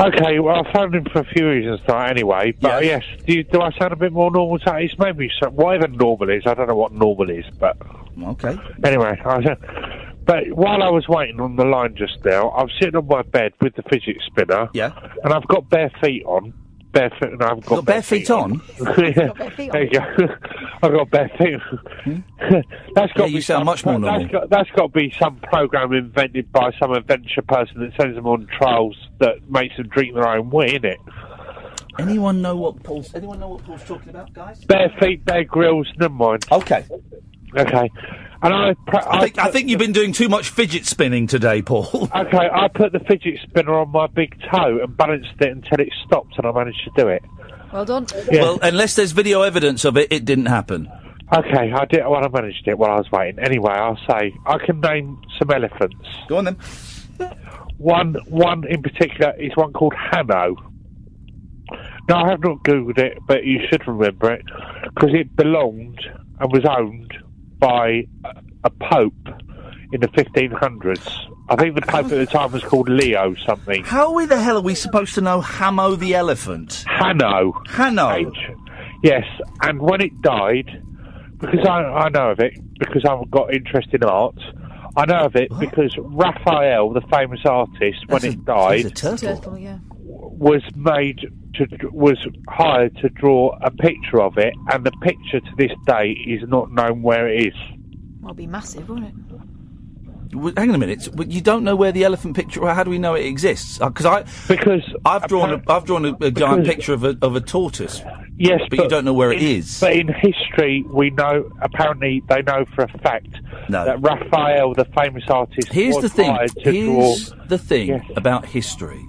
[SPEAKER 22] Okay, well, I phoned him for a few reasons tonight anyway, but yes, do, you, do I sound a bit more normal tonight? It's maybe so, whatever normal is, I don't know what normal is, but.
[SPEAKER 4] Okay.
[SPEAKER 22] Anyway, I was, but while I was waiting on the line just now, I'm sitting on my bed with the fidget spinner.
[SPEAKER 4] Yeah.
[SPEAKER 22] And I've got bare feet on. Bare feet, no, I've got,
[SPEAKER 4] got bare feet on?
[SPEAKER 22] Yeah. There you go. I've got bare feet. that's got
[SPEAKER 4] Hmm? Yeah, you sound much more normal.
[SPEAKER 22] That's got, that's got to be some program invented by some adventure person that sends them on trials that makes them drink their own wee, innit?
[SPEAKER 4] Anyone know what Paul's? Anyone know what Paul's talking about, guys?
[SPEAKER 22] Bare feet, bare grills, never mind.
[SPEAKER 4] Okay.
[SPEAKER 22] Okay. And I, pra-
[SPEAKER 4] I think, I think you've been doing too much fidget spinning today, Paul.
[SPEAKER 22] Okay, I put the fidget spinner on my big toe and balanced it until it stopped, and I managed to do it.
[SPEAKER 9] Well done.
[SPEAKER 4] Well, unless there's video evidence of it, it didn't happen.
[SPEAKER 22] Okay, I did. Well, I managed it while I was waiting. Anyway, I'll say I can name some elephants.
[SPEAKER 4] Go on then.
[SPEAKER 22] One, one in particular is one called Hanno. Now I have not googled it, but you should remember it because it belonged and was owned by a- a pope in the 1500s. I think the pope at the time was called Leo something.
[SPEAKER 4] How the hell are we supposed to know Hamo the elephant?
[SPEAKER 22] Hanno.
[SPEAKER 4] Hanno.
[SPEAKER 22] Yes, and when it died, because I, I know of it, because I've got interest in art, I know of it because Raphael, the famous artist, when it died,
[SPEAKER 9] Turtle, yeah.
[SPEAKER 22] was made to was hired to draw a picture of it, and the picture to this day is not known where it is.
[SPEAKER 9] Well, be massive, won't it?
[SPEAKER 4] W- Hang on a minute. W- You don't know where the elephant picture. well, How do we know it exists? Because I
[SPEAKER 22] because
[SPEAKER 4] I've drawn a, I've drawn a, a giant
[SPEAKER 22] because-
[SPEAKER 4] picture of a of a tortoise.
[SPEAKER 22] Yes,
[SPEAKER 4] but, you don't know where it
[SPEAKER 22] in-
[SPEAKER 4] is.
[SPEAKER 22] But in history, we know apparently they know for a fact that Raphael, the famous artist,
[SPEAKER 4] Here's
[SPEAKER 22] was
[SPEAKER 4] the thing.
[SPEAKER 22] hired to
[SPEAKER 4] Here's
[SPEAKER 22] draw.
[SPEAKER 4] the thing about history.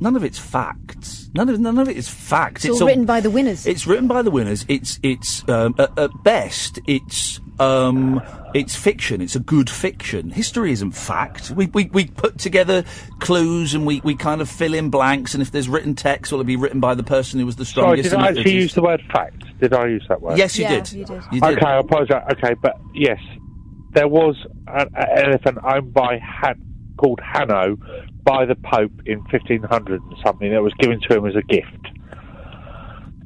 [SPEAKER 4] None of it's facts. None of none of it is fact.
[SPEAKER 9] It's, all written by the winners.
[SPEAKER 4] It's written by the winners. It's it's um, at, at best it's um, it's fiction. It's a good fiction. History isn't fact. We we, we put together clues and we, we kind of fill in blanks. And if there's written text, well, it'll be written by the person who was the
[SPEAKER 22] Sorry,
[SPEAKER 4] strongest.
[SPEAKER 22] did I
[SPEAKER 4] and the
[SPEAKER 22] actually
[SPEAKER 4] fittest.
[SPEAKER 22] use the word fact? Did I use that word?
[SPEAKER 4] Yes, you Yeah, did. you did. You did.
[SPEAKER 22] Okay, I apologise. Okay, but yes, there was an, an elephant owned by Han, called Hanno by the Pope in 1500 and something that was given to him as a gift.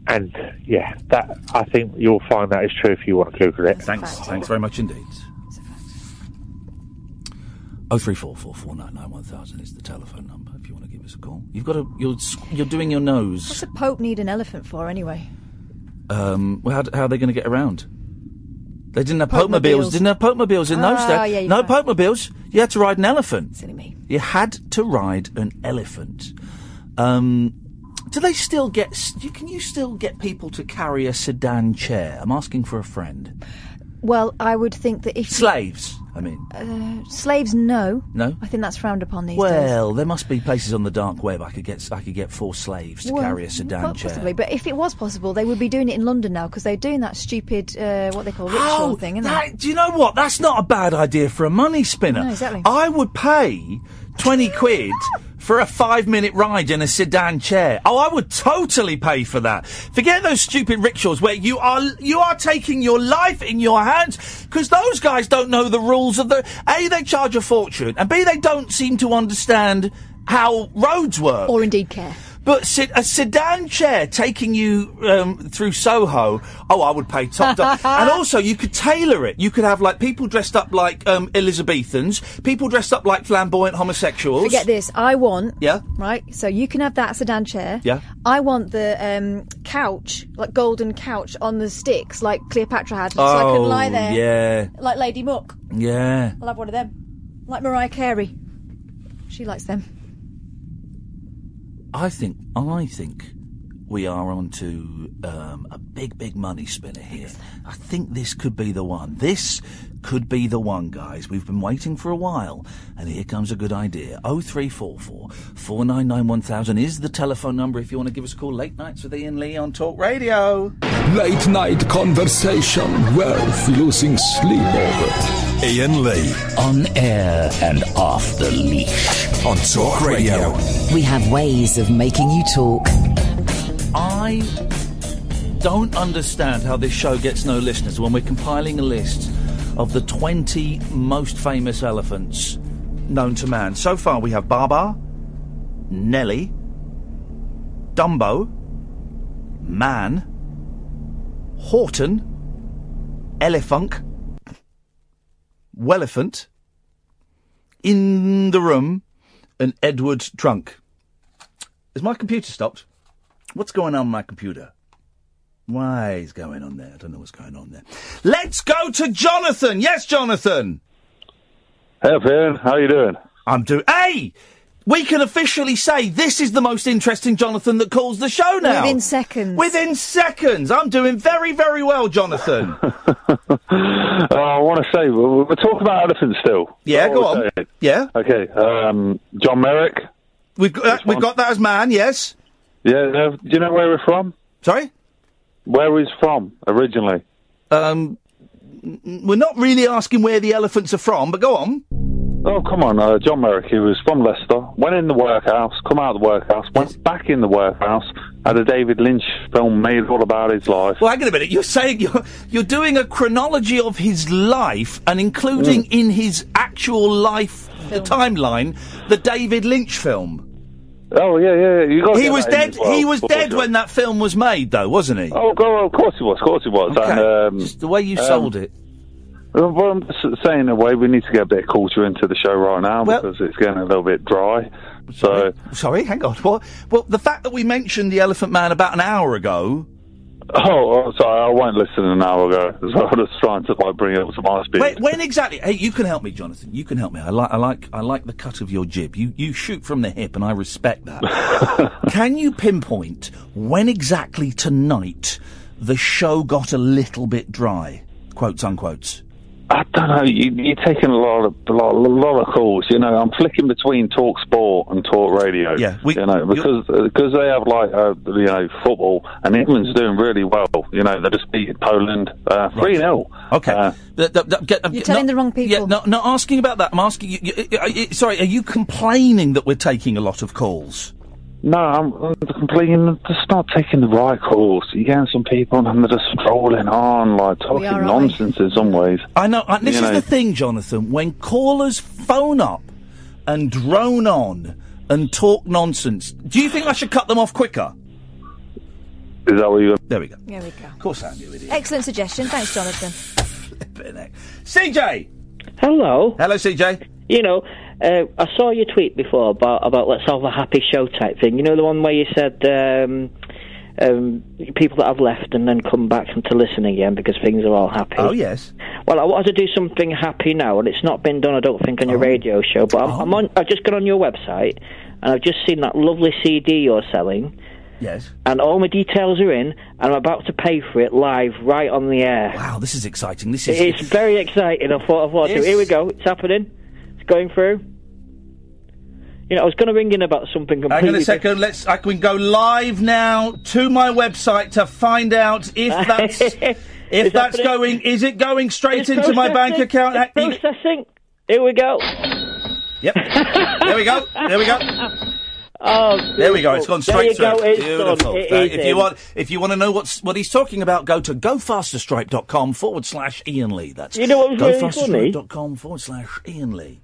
[SPEAKER 22] And yeah, that I think you'll find that is true if you want to Google it.
[SPEAKER 4] Thanks, thanks very much indeed. Oh three four four four nine nine one thousand is the telephone number. If you want to give us a call, you've got a you're s- you're doing your
[SPEAKER 9] What's
[SPEAKER 4] nose.
[SPEAKER 9] a pope need an elephant for, anyway?
[SPEAKER 4] Um, well, how, d- how are they going to get around? They didn't have pope
[SPEAKER 9] Pope-mobiles.
[SPEAKER 4] Didn't have pope mobiles in those
[SPEAKER 9] Ah,
[SPEAKER 4] days.
[SPEAKER 9] yeah, you're
[SPEAKER 4] no
[SPEAKER 9] right.
[SPEAKER 4] pope mobiles. You had to ride an elephant.
[SPEAKER 9] Silly me.
[SPEAKER 4] You had to ride an elephant. Um, do they still get? s- You, can you still get people to carry a sedan chair? I'm asking for a friend.
[SPEAKER 9] Well, I would think that if
[SPEAKER 4] Slaves, I mean.
[SPEAKER 9] uh, slaves, no.
[SPEAKER 4] No.
[SPEAKER 9] I think that's frowned upon these days.
[SPEAKER 4] Well, there must be places on the dark web I could get. s- I could get four slaves to
[SPEAKER 9] Well,
[SPEAKER 4] carry a sedan
[SPEAKER 9] po-
[SPEAKER 4] chair.
[SPEAKER 9] Possibly, but if it was possible, they would be doing it in London now because they're doing that stupid, uh, what they call ritual
[SPEAKER 4] Oh,
[SPEAKER 9] thing, isn't
[SPEAKER 4] that, do you know what? That's not a bad idea for a money spinner.
[SPEAKER 9] No, exactly.
[SPEAKER 4] I would pay 20 quid for a five minute ride in a sedan chair. Oh, I would totally pay for that. Forget those stupid rickshaws where you are, you are taking your life in your hands because those guys don't know the rules of the, A, they charge a fortune and B, they don't seem to understand how roads work.
[SPEAKER 9] Or indeed care.
[SPEAKER 4] But se- a sedan chair taking you um, through Soho, oh, I would pay top dollar. and also, you could tailor it. You could have like people dressed up like um, Elizabethans, people dressed up like flamboyant homosexuals.
[SPEAKER 9] Forget this. I want
[SPEAKER 4] Yeah,
[SPEAKER 9] right. So you can have that sedan chair.
[SPEAKER 4] yeah.
[SPEAKER 9] I want the um, couch, like golden couch on the sticks, like Cleopatra had, so I
[SPEAKER 4] oh,
[SPEAKER 9] can lie there,
[SPEAKER 4] yeah,
[SPEAKER 9] like Lady Muck.
[SPEAKER 4] yeah.
[SPEAKER 9] I'll have one of them, like Mariah Carey. She likes them.
[SPEAKER 4] I think I think we are onto um, a big, big money spinner here. I think this could be the one. This could be the one, guys. We've been waiting for a while, and here comes a good idea. 0344 499 1000 is the telephone number if you want to give us a call late nights with Ian Lee on Talk Radio.
[SPEAKER 1] Late night conversation, wealth, losing sleep over. Ian Lee. On air and off the leash. On Talk Radio.
[SPEAKER 5] We have ways of making you talk.
[SPEAKER 4] I don't understand how this show gets no listeners when we're compiling a list of the 20 most famous elephants known to man. So far, we have Baba, Nelly, Dumbo, Man, Horton, Elefunk, Welephant, In the Room, and Edward Trunk. Is my computer stopped? What's going on with my computer? Why is going on there? I don't know what's going on there. Let's go to Jonathan. Yes, Jonathan.
[SPEAKER 23] Hey, Ian. How you doing?
[SPEAKER 4] I'm doing. Hey, we can officially say this is the most interesting Jonathan that calls the show now.
[SPEAKER 9] Within seconds.
[SPEAKER 4] Within seconds. I'm doing very, very well, Jonathan.
[SPEAKER 23] Uh, I want to say we're, we're talking about elephants still.
[SPEAKER 4] Yeah, go on. Yeah.
[SPEAKER 23] Okay. Um, John Merrick.
[SPEAKER 4] We've got that, we've got that as man. Yes.
[SPEAKER 23] Yeah. no, do you know where we're from?
[SPEAKER 4] Sorry.
[SPEAKER 23] Where he's from originally?
[SPEAKER 4] Um, n- n- we're not really asking where the elephants are from, but go on.
[SPEAKER 23] Oh, come on, uh, John Merrick. He was from Leicester. Went in the workhouse. Come out of the workhouse. Went back in the workhouse. Had a David Lynch film made all about his life.
[SPEAKER 4] Well, hang on a minute. You're saying you're you're doing a chronology of his life and including
[SPEAKER 23] Mm.
[SPEAKER 4] in his actual life the timeline the David Lynch film.
[SPEAKER 23] Oh yeah, yeah. yeah. You got.
[SPEAKER 4] He was dead. he was dead when that film was made, though, wasn't he?
[SPEAKER 23] Oh, God, of course he was. Of course he was.
[SPEAKER 4] Okay.
[SPEAKER 23] And, um,
[SPEAKER 4] Just the way you
[SPEAKER 23] um,
[SPEAKER 4] sold it.
[SPEAKER 23] Well, well, I'm s- saying in a way, we need to get a bit of culture into the show right now because it's getting a little bit dry. So,
[SPEAKER 4] Sorry, hang on. What? Well, the fact that we mentioned the Elephant Man about an hour ago.
[SPEAKER 23] oh, oh, sorry, I won't listen an hour ago. So I was trying to like bring it up to my speed.
[SPEAKER 4] When, when exactly? Hey, you can help me, Jonathan. You can help me. I like, I like, I like the cut of your jib. You, you shoot from the hip, and I respect that. can you pinpoint when exactly tonight the show got a little bit dry? Quotes unquotes.
[SPEAKER 23] I don't know. You, you're taking a lot of a lot, a lot of calls. You know, I'm flicking between Talk Sport and Talk Radio.
[SPEAKER 4] Yeah, we-
[SPEAKER 23] you know,
[SPEAKER 4] you-
[SPEAKER 23] because because they have like uh, you know football, and England's doing really well. You know, they just beat Poland three uh, 0
[SPEAKER 4] Okay. Th- th- th- get-
[SPEAKER 9] You're telling
[SPEAKER 4] not-
[SPEAKER 9] the wrong people.
[SPEAKER 4] Yeah, not, not asking about that. I'm asking you. you, you- you- sorry, are you complaining that we're taking a lot of calls?
[SPEAKER 23] No, I'm, I'm complaining. I'm Just not taking the right calls. You're getting some people, and they're just rolling on like talking
[SPEAKER 4] are, aren't
[SPEAKER 23] nonsense in some ways.
[SPEAKER 4] I know. And this
[SPEAKER 23] You
[SPEAKER 4] is
[SPEAKER 23] know.
[SPEAKER 4] the thing, Jonathan. When callers phone up and drone on and talk nonsense, do you think I should cut them off quicker?
[SPEAKER 23] Is that what you?
[SPEAKER 4] There we go.
[SPEAKER 9] There we go.
[SPEAKER 4] Of course, I knew it.
[SPEAKER 9] Excellent suggestion. Thanks, Jonathan.
[SPEAKER 4] CJ.
[SPEAKER 24] Hello.
[SPEAKER 4] Hello, CJ.
[SPEAKER 24] You know, uh, I saw your tweet before about about let's have a happy show type thing. You know the one where you said um, um, people that have left and then come back and to listen again because things are all happy.
[SPEAKER 4] Oh yes.
[SPEAKER 24] Well, I want to do something happy now, and it's not been done, I don't think,
[SPEAKER 4] Oh.
[SPEAKER 24] on your radio show. But I'm, I'm on. I've just gone on your website, and I've just seen that lovely CD you're selling,
[SPEAKER 4] Yes.
[SPEAKER 24] and all my details are in, and I'm about to pay for it live, right on the air.
[SPEAKER 4] Wow, this is exciting. This is.
[SPEAKER 24] It's very exciting. I thought I thought to.
[SPEAKER 4] Yes.
[SPEAKER 24] Here we go. It's happening. It's going through. You know, I was going to ring in about something
[SPEAKER 4] Hang
[SPEAKER 24] completely.
[SPEAKER 4] on a second. Let's. I can go live now to my website to find out if that's if
[SPEAKER 24] It's
[SPEAKER 4] that's
[SPEAKER 24] happening.
[SPEAKER 4] going. Is it going straight
[SPEAKER 24] It's
[SPEAKER 4] into my bank
[SPEAKER 24] processing.
[SPEAKER 4] account?
[SPEAKER 24] It's processing. Here we go.
[SPEAKER 4] Yep. there we go. There we go.
[SPEAKER 24] Oh,
[SPEAKER 4] There we go. It's
[SPEAKER 24] beautiful.
[SPEAKER 4] gone straight
[SPEAKER 24] there you Go.
[SPEAKER 4] through.
[SPEAKER 24] It's
[SPEAKER 4] Beautiful.
[SPEAKER 24] Done. It
[SPEAKER 4] Uh,
[SPEAKER 24] is
[SPEAKER 4] if you
[SPEAKER 24] in.
[SPEAKER 4] want, if you want to know what's what he's talking about, go to gofasterstripe.com forward slash Ian Lee. That's
[SPEAKER 24] You know what was really funny?
[SPEAKER 4] gofasterstripe.com forward slash Ian Lee.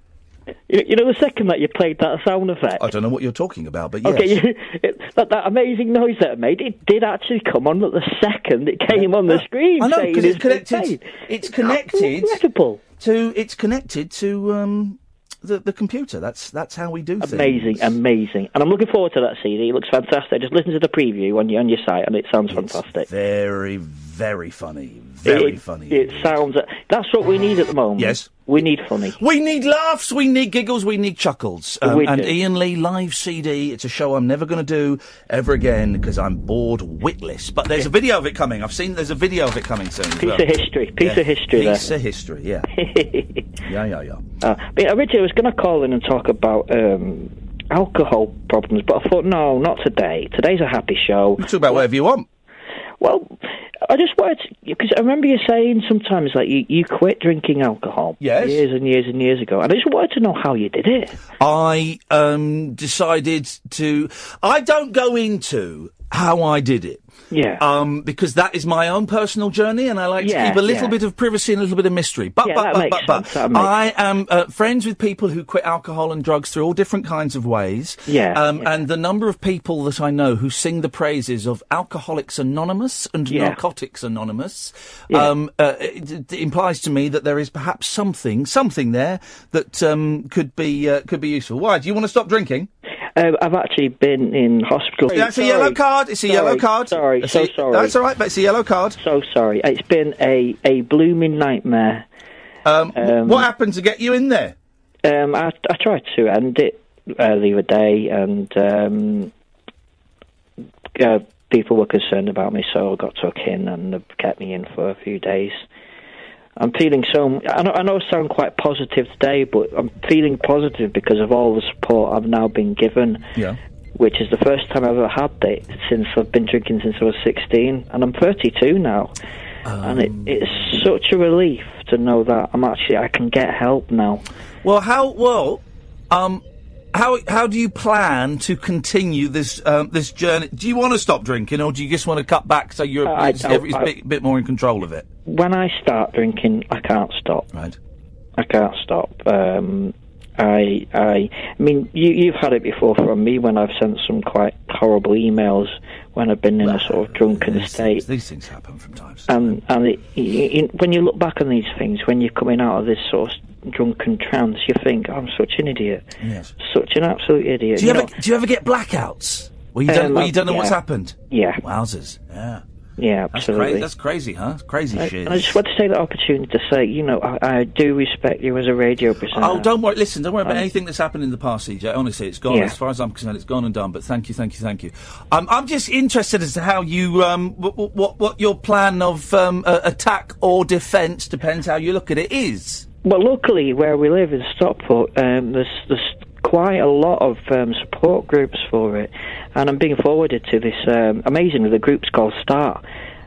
[SPEAKER 24] You, you know, the second that you played that sound effect.
[SPEAKER 4] I don't know what you're talking about, but yes.
[SPEAKER 24] Okay, you, it, that, that amazing noise that I made, it did actually come on at the second it came on the screen.
[SPEAKER 4] I know
[SPEAKER 24] saying
[SPEAKER 4] because it's
[SPEAKER 24] been
[SPEAKER 4] connected.
[SPEAKER 24] played.
[SPEAKER 4] It's connected
[SPEAKER 24] Incredible.
[SPEAKER 4] to. It's connected to um, the the computer. That's that's how we do things.
[SPEAKER 24] Amazing, amazing. And I'm looking forward to that CD. It looks fantastic. Just listen to the preview on your, on your site and it sounds fantastic.
[SPEAKER 4] Very, very funny. Very
[SPEAKER 24] It-
[SPEAKER 4] funny.
[SPEAKER 24] It sounds. That's what we need at the moment. Yes. We need funny.
[SPEAKER 4] We need laughs, we need giggles, we need chuckles. Um,
[SPEAKER 24] We
[SPEAKER 4] and
[SPEAKER 24] do.
[SPEAKER 4] Ian Lee live CD. It's a show I'm never going to do ever again because I'm bored witless. But there's a video of it coming. I've seen there's a video of it coming soon. as
[SPEAKER 24] Piece
[SPEAKER 4] well.
[SPEAKER 24] of history. Piece
[SPEAKER 4] Yeah.
[SPEAKER 24] of history
[SPEAKER 4] Piece
[SPEAKER 24] there.
[SPEAKER 4] of history. Yeah. yeah. Yeah. Yeah.
[SPEAKER 24] Uh, but originally, I was going to call in and talk about um, alcohol problems, but I thought, no, not today. Today's a happy show.
[SPEAKER 4] Talk about whatever you want.
[SPEAKER 24] Well, I just wanted because I remember you saying sometimes like you, you quit drinking alcohol
[SPEAKER 4] Yes.
[SPEAKER 24] years and years and years ago, and I just wanted to know how you did it.
[SPEAKER 4] I um, decided to. I don't go into how I did it.
[SPEAKER 24] Yeah.
[SPEAKER 4] Um, because that is my own personal journey, and I like
[SPEAKER 24] Yeah,
[SPEAKER 4] to keep a little
[SPEAKER 24] yeah.
[SPEAKER 4] bit of privacy and a little bit of mystery. But
[SPEAKER 24] Yeah,
[SPEAKER 4] but
[SPEAKER 24] that
[SPEAKER 4] but
[SPEAKER 24] makes
[SPEAKER 4] but,
[SPEAKER 24] sense,
[SPEAKER 4] but
[SPEAKER 24] that makes
[SPEAKER 4] I am uh, friends with people who quit alcohol and drugs through all different kinds of ways.
[SPEAKER 24] Yeah,
[SPEAKER 4] Um, And the number of people that I know who sing the praises of Alcoholics Anonymous and
[SPEAKER 24] Yeah.
[SPEAKER 4] Narcotics Anonymous
[SPEAKER 24] Yeah.
[SPEAKER 4] um, uh, it, it implies to me that there is perhaps something something there that um, could be uh, could be useful. Why do you want to stop drinking?
[SPEAKER 24] Uh, I've actually been in hospital.
[SPEAKER 4] That's a
[SPEAKER 24] Sorry.
[SPEAKER 4] yellow card. It's a yellow
[SPEAKER 24] Sorry,
[SPEAKER 4] card.
[SPEAKER 24] Sorry,
[SPEAKER 4] It's
[SPEAKER 24] so
[SPEAKER 4] a-
[SPEAKER 24] sorry.
[SPEAKER 4] That's all right, but it's a yellow card.
[SPEAKER 24] So sorry. It's been a a blooming nightmare.
[SPEAKER 4] Um,
[SPEAKER 24] Um,
[SPEAKER 4] what happened to get you in there?
[SPEAKER 24] Um, I, I tried to end it uh, the other day, and um, uh, people were concerned about me, so I got took in and they kept me in for a few days. I'm feeling so. I know, I know I sound quite positive today, but I'm feeling positive because of all the support I've now been given,
[SPEAKER 4] Yeah.
[SPEAKER 24] which is the first time I've ever had it since I've been drinking since I was 16, and I'm 32 now. and it, it's such a relief to know that I'm actually I can get help now.
[SPEAKER 4] Well, how well, um, how how do you plan to continue this um, this journey? Do you want to stop drinking, or do you just want to cut back so you're
[SPEAKER 24] I- I-
[SPEAKER 4] it's- everybody's
[SPEAKER 24] I-
[SPEAKER 4] a bit, bit more in control of it?
[SPEAKER 24] when I start drinking, I can't stop.
[SPEAKER 4] Right.
[SPEAKER 24] I can't stop. Um, I, I, I mean, you, you've had it before from me when I've sent some quite horrible emails when I've been in a sort of drunken state.
[SPEAKER 4] these things happen from time to
[SPEAKER 24] time. And, and it, you, you, when you look back on these things, when you're coming out of this sort of drunken trance, you think, I'm such an idiot.
[SPEAKER 4] Yes.
[SPEAKER 24] Such an absolute idiot.
[SPEAKER 4] Do you,
[SPEAKER 24] know?
[SPEAKER 4] ever do you ever get blackouts? Well, you don't.
[SPEAKER 24] Um,
[SPEAKER 4] well, you don't know what's
[SPEAKER 24] yeah.
[SPEAKER 4] happened.
[SPEAKER 24] Yeah.
[SPEAKER 4] Wowzers. Yeah.
[SPEAKER 24] Yeah,
[SPEAKER 4] That's
[SPEAKER 24] absolutely.
[SPEAKER 4] crazy. That's crazy, huh? Crazy
[SPEAKER 24] I,
[SPEAKER 4] shit.
[SPEAKER 24] I just want to take the opportunity to say, you know, I, I do respect you as a radio presenter.
[SPEAKER 4] Oh, don't worry. Listen, don't worry about
[SPEAKER 24] Um,
[SPEAKER 4] anything that's happened in the past, CJ. Honestly, it's gone.
[SPEAKER 24] Yeah.
[SPEAKER 4] As far as I'm concerned, it's gone and done. But thank you, thank you, thank you. Um, I'm just interested as to how you, um, what, what, what your plan of um, uh, attack or defence depends how you look at it is.
[SPEAKER 24] Well, luckily, where we live in Stockport, um, there's, there's quite a lot of um, support groups for it, and I'm being forwarded to this. Um, amazingly, the group's called Star,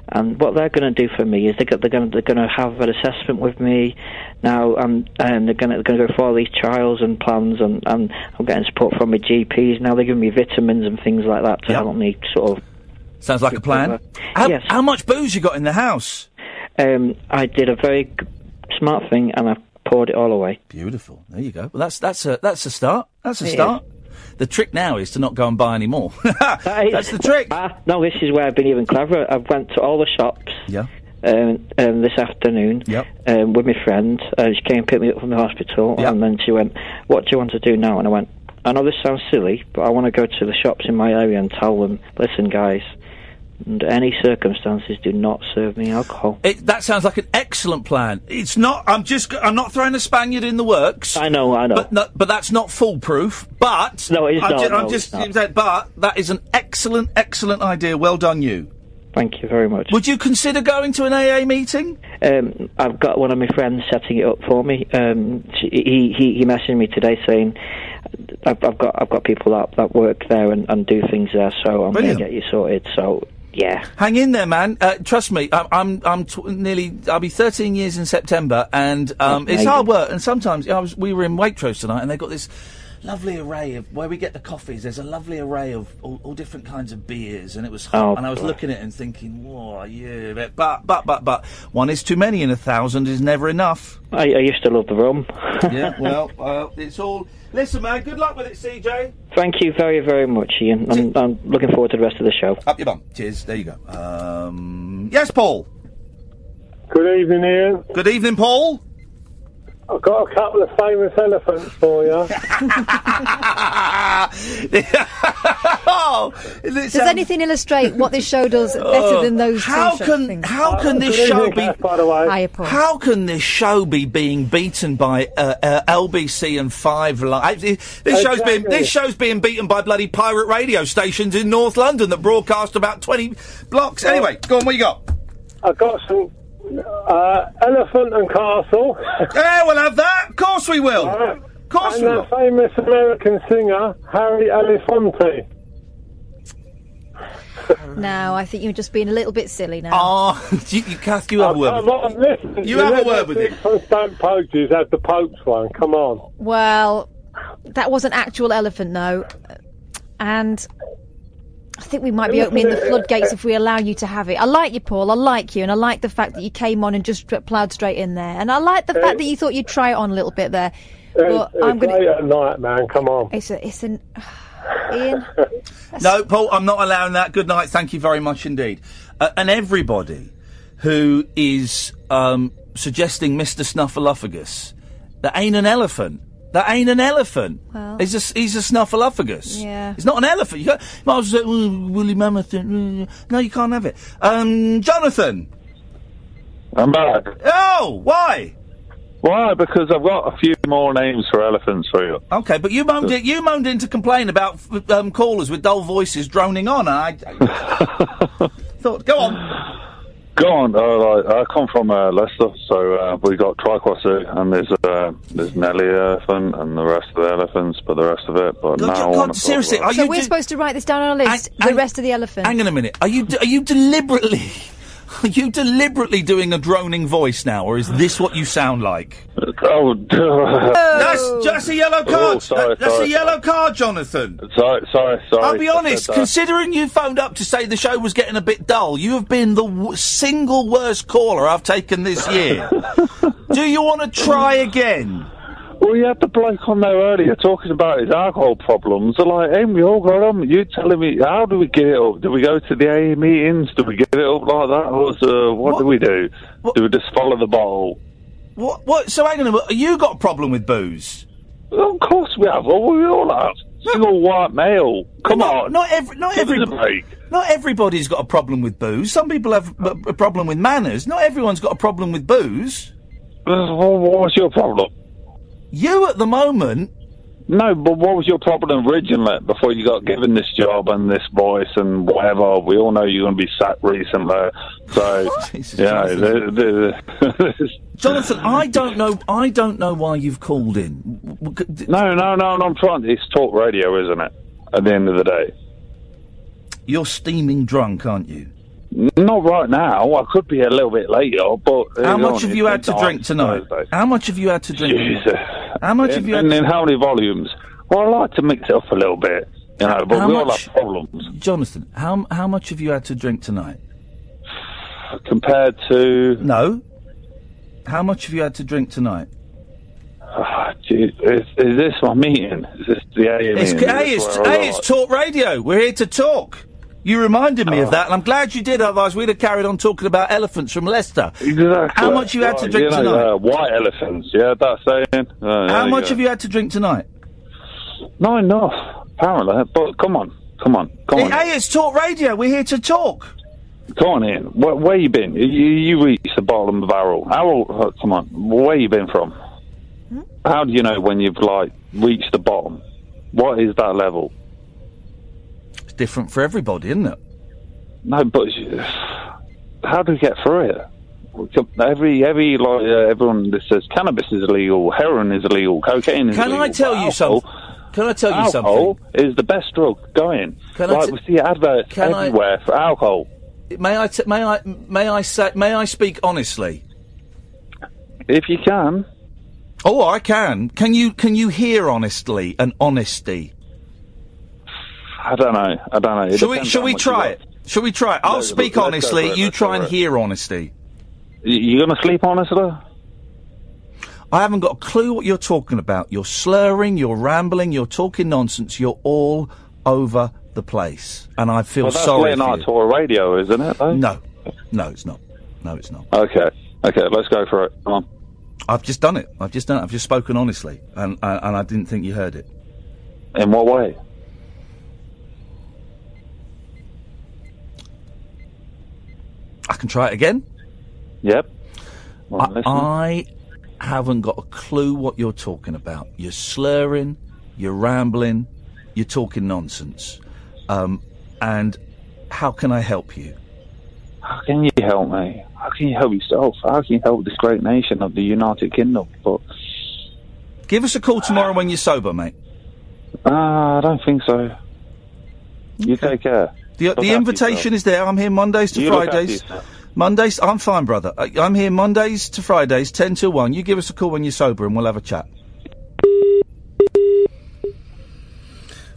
[SPEAKER 24] and what they're going to do for me is they got, they're going to they're going to have an assessment with me now, and, and they're going to going to go through all these trials and plans, and, and I'm getting support from my GPs now. They're giving me vitamins and things like that to help me sort of.
[SPEAKER 4] Sounds like a plan. How, how much booze you got in the house?
[SPEAKER 24] Um, I did a very g- smart thing, and I poured it all away.
[SPEAKER 4] Beautiful. There you go. Well, that's that's a that's a start. That's a
[SPEAKER 24] It is.
[SPEAKER 4] start. The trick now is to not go and buy any more.
[SPEAKER 24] That's
[SPEAKER 4] the trick.
[SPEAKER 24] Ah, no, this is where I've been even cleverer. I went to all the shops.
[SPEAKER 4] Yeah.
[SPEAKER 24] Um, um, this afternoon, um, with my friend, uh, she came and picked me up from the hospital, and then she went, "What do you want to do now?" And I went, "I know this sounds silly, but I want to go to the shops in my area and tell them, listen, guys, under any circumstances, do not serve me alcohol."
[SPEAKER 4] It, that sounds like an excellent plan. It's not. I'm just. I'm not throwing a Spaniard in the works. I
[SPEAKER 24] know. I know.
[SPEAKER 4] But no, but that's not foolproof. But
[SPEAKER 24] No, it's
[SPEAKER 4] I'm
[SPEAKER 24] not,
[SPEAKER 4] ju- I'm
[SPEAKER 24] no,
[SPEAKER 4] just.
[SPEAKER 24] it's
[SPEAKER 4] But that is an excellent, excellent idea. Well done, you.
[SPEAKER 24] Thank you very much.
[SPEAKER 4] Would you consider going to an AA meeting?
[SPEAKER 24] Um, I've got one of my friends setting it up for me. Um, she, he, he he messaged me today saying, "I've, I've got I've got people that, that work there and, and do things there, so I'm going
[SPEAKER 4] Brilliant.
[SPEAKER 24] to get you sorted." So yeah,
[SPEAKER 4] Hang in there, man. Uh, trust me. I'm. I'm. I'm tw- nearly. I'll be 13 years in September, and um,
[SPEAKER 24] That's
[SPEAKER 4] it's
[SPEAKER 24] amazing.
[SPEAKER 4] hard work. And sometimes you know, I was. We were in Waitrose tonight, and they got this lovely array of where we get the coffees. There's a lovely array of all, all different kinds of beers, and it was hot.
[SPEAKER 24] Oh,
[SPEAKER 4] and I was
[SPEAKER 24] boy.
[SPEAKER 4] looking at it and thinking, "Whoa, yeah." But but but but, but one is too many, and a thousand is never enough.
[SPEAKER 24] I, I used to love the rum.
[SPEAKER 4] yeah. Well, uh, it's all. Listen, man. Good luck with it, CJ.
[SPEAKER 24] Thank you very, very much, Ian. I'm, I'm looking forward to the rest of the show.
[SPEAKER 4] Up your bum. Cheers. There you go. Um, yes, Paul.
[SPEAKER 10] Good evening, Ian.
[SPEAKER 4] Good evening, Paul.
[SPEAKER 10] I've got a couple of famous elephants for you.
[SPEAKER 4] oh, is it
[SPEAKER 9] Does anything illustrate what this show does better than those?
[SPEAKER 4] Oh, How
[SPEAKER 9] two show
[SPEAKER 4] can
[SPEAKER 9] things?
[SPEAKER 4] how can this show be?
[SPEAKER 9] Hiya, Paul.
[SPEAKER 4] How can this show be being beaten by uh, uh, LBC and Five Live? This show's being
[SPEAKER 6] Exactly.
[SPEAKER 4] this show's being beaten by bloody pirate radio stations in North London that broadcast about twenty blocks. Anyway, go on. What you got?
[SPEAKER 10] I've got some uh, elephant and castle. Uh,
[SPEAKER 4] Yeah, we'll have that. Of course we will. of course
[SPEAKER 10] and
[SPEAKER 4] we
[SPEAKER 10] the
[SPEAKER 4] will.
[SPEAKER 10] famous American singer Harry Elefante.
[SPEAKER 9] No, I think you're just being a little bit silly now.
[SPEAKER 4] Oh, you, you, Kath, you have a word.
[SPEAKER 10] Come on, listen.
[SPEAKER 9] You have a
[SPEAKER 10] never
[SPEAKER 9] word with
[SPEAKER 10] see
[SPEAKER 9] it.
[SPEAKER 10] Some stamp poaches had the Pope's one. Come on.
[SPEAKER 9] Well, that was an actual elephant, no. And I think we might be opening the floodgates if we allow you to have it. I like you, Paul. I like you, and I like the fact that you came on and just dr- ploughed straight in there. And I like the fact that you thought you'd try it on a little bit there. But
[SPEAKER 10] it's it's
[SPEAKER 9] I'm going
[SPEAKER 10] late
[SPEAKER 9] to.
[SPEAKER 10] at night, man. Come on.
[SPEAKER 9] It's a. It's an. Ian.
[SPEAKER 4] No, Paul, I'm not allowing that. Good night. Thank you very much indeed. Uh, and everybody who is um, suggesting Mr. Snuffleupagus, that ain't an elephant. That ain't an elephant.
[SPEAKER 6] Well-
[SPEAKER 4] he's a he's a snuffleupagus.
[SPEAKER 6] Yeah.
[SPEAKER 4] it's not an elephant. You can't, you might as well say "Oh, woolly mammoth. uh, uh, uh." No, you can't have it. Um, Jonathan.
[SPEAKER 23] I'm back.
[SPEAKER 4] Oh, why?
[SPEAKER 23] Why? Because I've got a few more names for elephants for you.
[SPEAKER 4] Okay, but you moaned in, you moaned in to complain about f- um, callers with dull voices droning on. and I, I thought, go on.
[SPEAKER 23] Go on. Uh, I, I come from uh, Leicester, so uh, we got Triquasu, and there's uh, there's Nelly elephant and the rest of the elephants, but the rest of it. But now I wanna talk
[SPEAKER 4] seriously,
[SPEAKER 23] about-
[SPEAKER 4] are
[SPEAKER 9] so
[SPEAKER 4] you
[SPEAKER 9] we're
[SPEAKER 4] do-
[SPEAKER 9] supposed to write this down on our list. the rest of the elephant.
[SPEAKER 4] Hang on a minute. Are you de- are you deliberately are you deliberately doing a droning voice now, or is this what you sound like?
[SPEAKER 23] Oh,
[SPEAKER 4] that's just a yellow card.
[SPEAKER 23] Oh, sorry,
[SPEAKER 4] That- that's
[SPEAKER 23] sorry,
[SPEAKER 4] a yellow card, Jonathan.
[SPEAKER 23] Sorry, sorry, sorry.
[SPEAKER 4] I'll be
[SPEAKER 23] I said
[SPEAKER 4] honest.
[SPEAKER 23] that.
[SPEAKER 4] Considering you phoned up to say the show was getting a bit dull, you have been the w- single worst caller I've taken this year. Do you want to try again?
[SPEAKER 23] Well, you had the bloke on there earlier talking about his alcohol problems. They're like, hey, we all got them. You telling me, how do we get it up? Do we go to the AA meetings? Do we get it up like that? Or is, uh, what, do we do? Do we just follow the bowl?
[SPEAKER 4] What? What? So hang on. a minute. You got a problem with booze?
[SPEAKER 23] Of course we have. Well, we all have. Single white male. Come on.
[SPEAKER 4] Not every. Not
[SPEAKER 23] Give us
[SPEAKER 4] every.
[SPEAKER 23] a break.
[SPEAKER 4] Not everybody's got a problem with booze. Some people have a a problem with manners. Not everyone's got a problem with booze.
[SPEAKER 23] Well, what was your problem?
[SPEAKER 4] You at the moment.
[SPEAKER 23] No, but what was your problem originally before you got given this job and this voice and whatever? We all know you're going to be sacked recently. So, you know, the, the, the,
[SPEAKER 4] Jonathan, I don't know. I don't know why you've called in.
[SPEAKER 23] No, no, no, no, I'm trying. It's talk radio, isn't it? At the end of the day.
[SPEAKER 4] You're steaming drunk, aren't you?
[SPEAKER 23] N- Not right now. I could be a little bit later, but.
[SPEAKER 4] How
[SPEAKER 23] hang
[SPEAKER 4] much
[SPEAKER 23] on,
[SPEAKER 4] have
[SPEAKER 23] it's
[SPEAKER 4] you had to
[SPEAKER 23] midnight
[SPEAKER 4] drink tonight?
[SPEAKER 23] Thursday.
[SPEAKER 4] How much have you had to drink? tonight?
[SPEAKER 23] Jesus.
[SPEAKER 4] How much
[SPEAKER 23] and,
[SPEAKER 4] have you had
[SPEAKER 23] And
[SPEAKER 4] to-
[SPEAKER 23] then how many volumes? Well, I like to mix it up a little bit, you know, but
[SPEAKER 4] How
[SPEAKER 23] we all
[SPEAKER 4] much-
[SPEAKER 23] have problems
[SPEAKER 4] Jonathan, how how much have you had to drink tonight?
[SPEAKER 23] compared to.
[SPEAKER 4] No. How much have you had to drink tonight?
[SPEAKER 23] Ah, Jeez, is, is this my meeting? Is this the AA
[SPEAKER 4] It's,
[SPEAKER 23] meeting?
[SPEAKER 4] hey,
[SPEAKER 23] Is
[SPEAKER 4] it's,
[SPEAKER 23] this where I
[SPEAKER 4] hey, it's talk radio. We're here to talk. You reminded me of that, and I'm glad you did. Otherwise, we'd have carried on talking about elephants from Leicester.
[SPEAKER 23] Exactly.
[SPEAKER 4] How much you had to
[SPEAKER 23] Right,
[SPEAKER 4] drink
[SPEAKER 23] you know,
[SPEAKER 4] tonight?
[SPEAKER 23] Uh, white elephants, yeah, that's saying. Uh,
[SPEAKER 4] How much have you had to drink tonight?
[SPEAKER 23] Not enough, apparently. But come on, come on, come on.
[SPEAKER 4] Hey, it's talk radio. We're here to talk.
[SPEAKER 23] Come on in. Where, where you been? You, you reached the bottom of the barrel. How old? oh, come on. Where you been from? How do you know when you've like reached the bottom? What is that level?
[SPEAKER 4] It's different for everybody, isn't it?
[SPEAKER 23] No, but uh, you- how do we get through it? Every every like uh, everyone that says cannabis is illegal, heroin is illegal, cocaine is
[SPEAKER 4] Can
[SPEAKER 23] illegal.
[SPEAKER 4] I tell
[SPEAKER 23] but
[SPEAKER 4] you
[SPEAKER 23] alcohol-
[SPEAKER 4] something? Can I tell you something?
[SPEAKER 23] Alcohol is the best drug going.
[SPEAKER 4] Can I
[SPEAKER 23] like
[SPEAKER 4] t-
[SPEAKER 23] we see adverts
[SPEAKER 4] Can I-
[SPEAKER 23] everywhere for alcohol.
[SPEAKER 4] May I? T- may I? May I say? May I speak honestly?
[SPEAKER 23] If you can.
[SPEAKER 4] Oh, I can. Can you can you hear honestly and honesty?
[SPEAKER 23] I don't know. I don't know. It
[SPEAKER 4] Shall we
[SPEAKER 23] depends
[SPEAKER 4] shall
[SPEAKER 23] how
[SPEAKER 4] we
[SPEAKER 23] much
[SPEAKER 4] try
[SPEAKER 23] you
[SPEAKER 4] it? Shall we try it? I'll
[SPEAKER 23] No,
[SPEAKER 4] speak
[SPEAKER 23] let's go for
[SPEAKER 4] honestly.
[SPEAKER 23] it,
[SPEAKER 4] you
[SPEAKER 23] let's
[SPEAKER 4] try
[SPEAKER 23] go
[SPEAKER 4] and
[SPEAKER 23] for it.
[SPEAKER 4] hear honesty.
[SPEAKER 23] You going to sleep honestly?
[SPEAKER 4] I haven't got a clue what you're talking about. You're slurring. You're rambling. You're talking nonsense. You're all over the place, and I feel
[SPEAKER 23] well, that's
[SPEAKER 4] sorry
[SPEAKER 23] late
[SPEAKER 4] for
[SPEAKER 23] night
[SPEAKER 4] you.
[SPEAKER 23] tour radio, isn't it? though?
[SPEAKER 4] No, no, it's not. No, it's not.
[SPEAKER 23] Okay. Okay. Let's go for it. Um, Come on.
[SPEAKER 4] I've just done it. I've just done it. I've just spoken honestly, and and, and I didn't think you heard it.
[SPEAKER 23] In what way?
[SPEAKER 4] I can try it again.
[SPEAKER 23] Yep.
[SPEAKER 4] I, I haven't got a clue what you're talking about. You're slurring, you're rambling, you're talking nonsense. Um, and how can I help you?
[SPEAKER 23] How can you help me? How can you help yourself? How can you help this great nation of the United Kingdom? But
[SPEAKER 4] give us a call tomorrow when you're sober, mate.
[SPEAKER 23] Ah, I don't think so. You take care.
[SPEAKER 4] The,
[SPEAKER 23] Look
[SPEAKER 4] the
[SPEAKER 23] after
[SPEAKER 4] invitation
[SPEAKER 23] yourself.
[SPEAKER 4] is there. I'm here Mondays to
[SPEAKER 23] You look after
[SPEAKER 4] Fridays.
[SPEAKER 23] yourself.
[SPEAKER 4] Mondays, I'm fine, brother. I, I'm here Mondays to Fridays, 10 to 1. You give us a call when you're sober and we'll have a chat.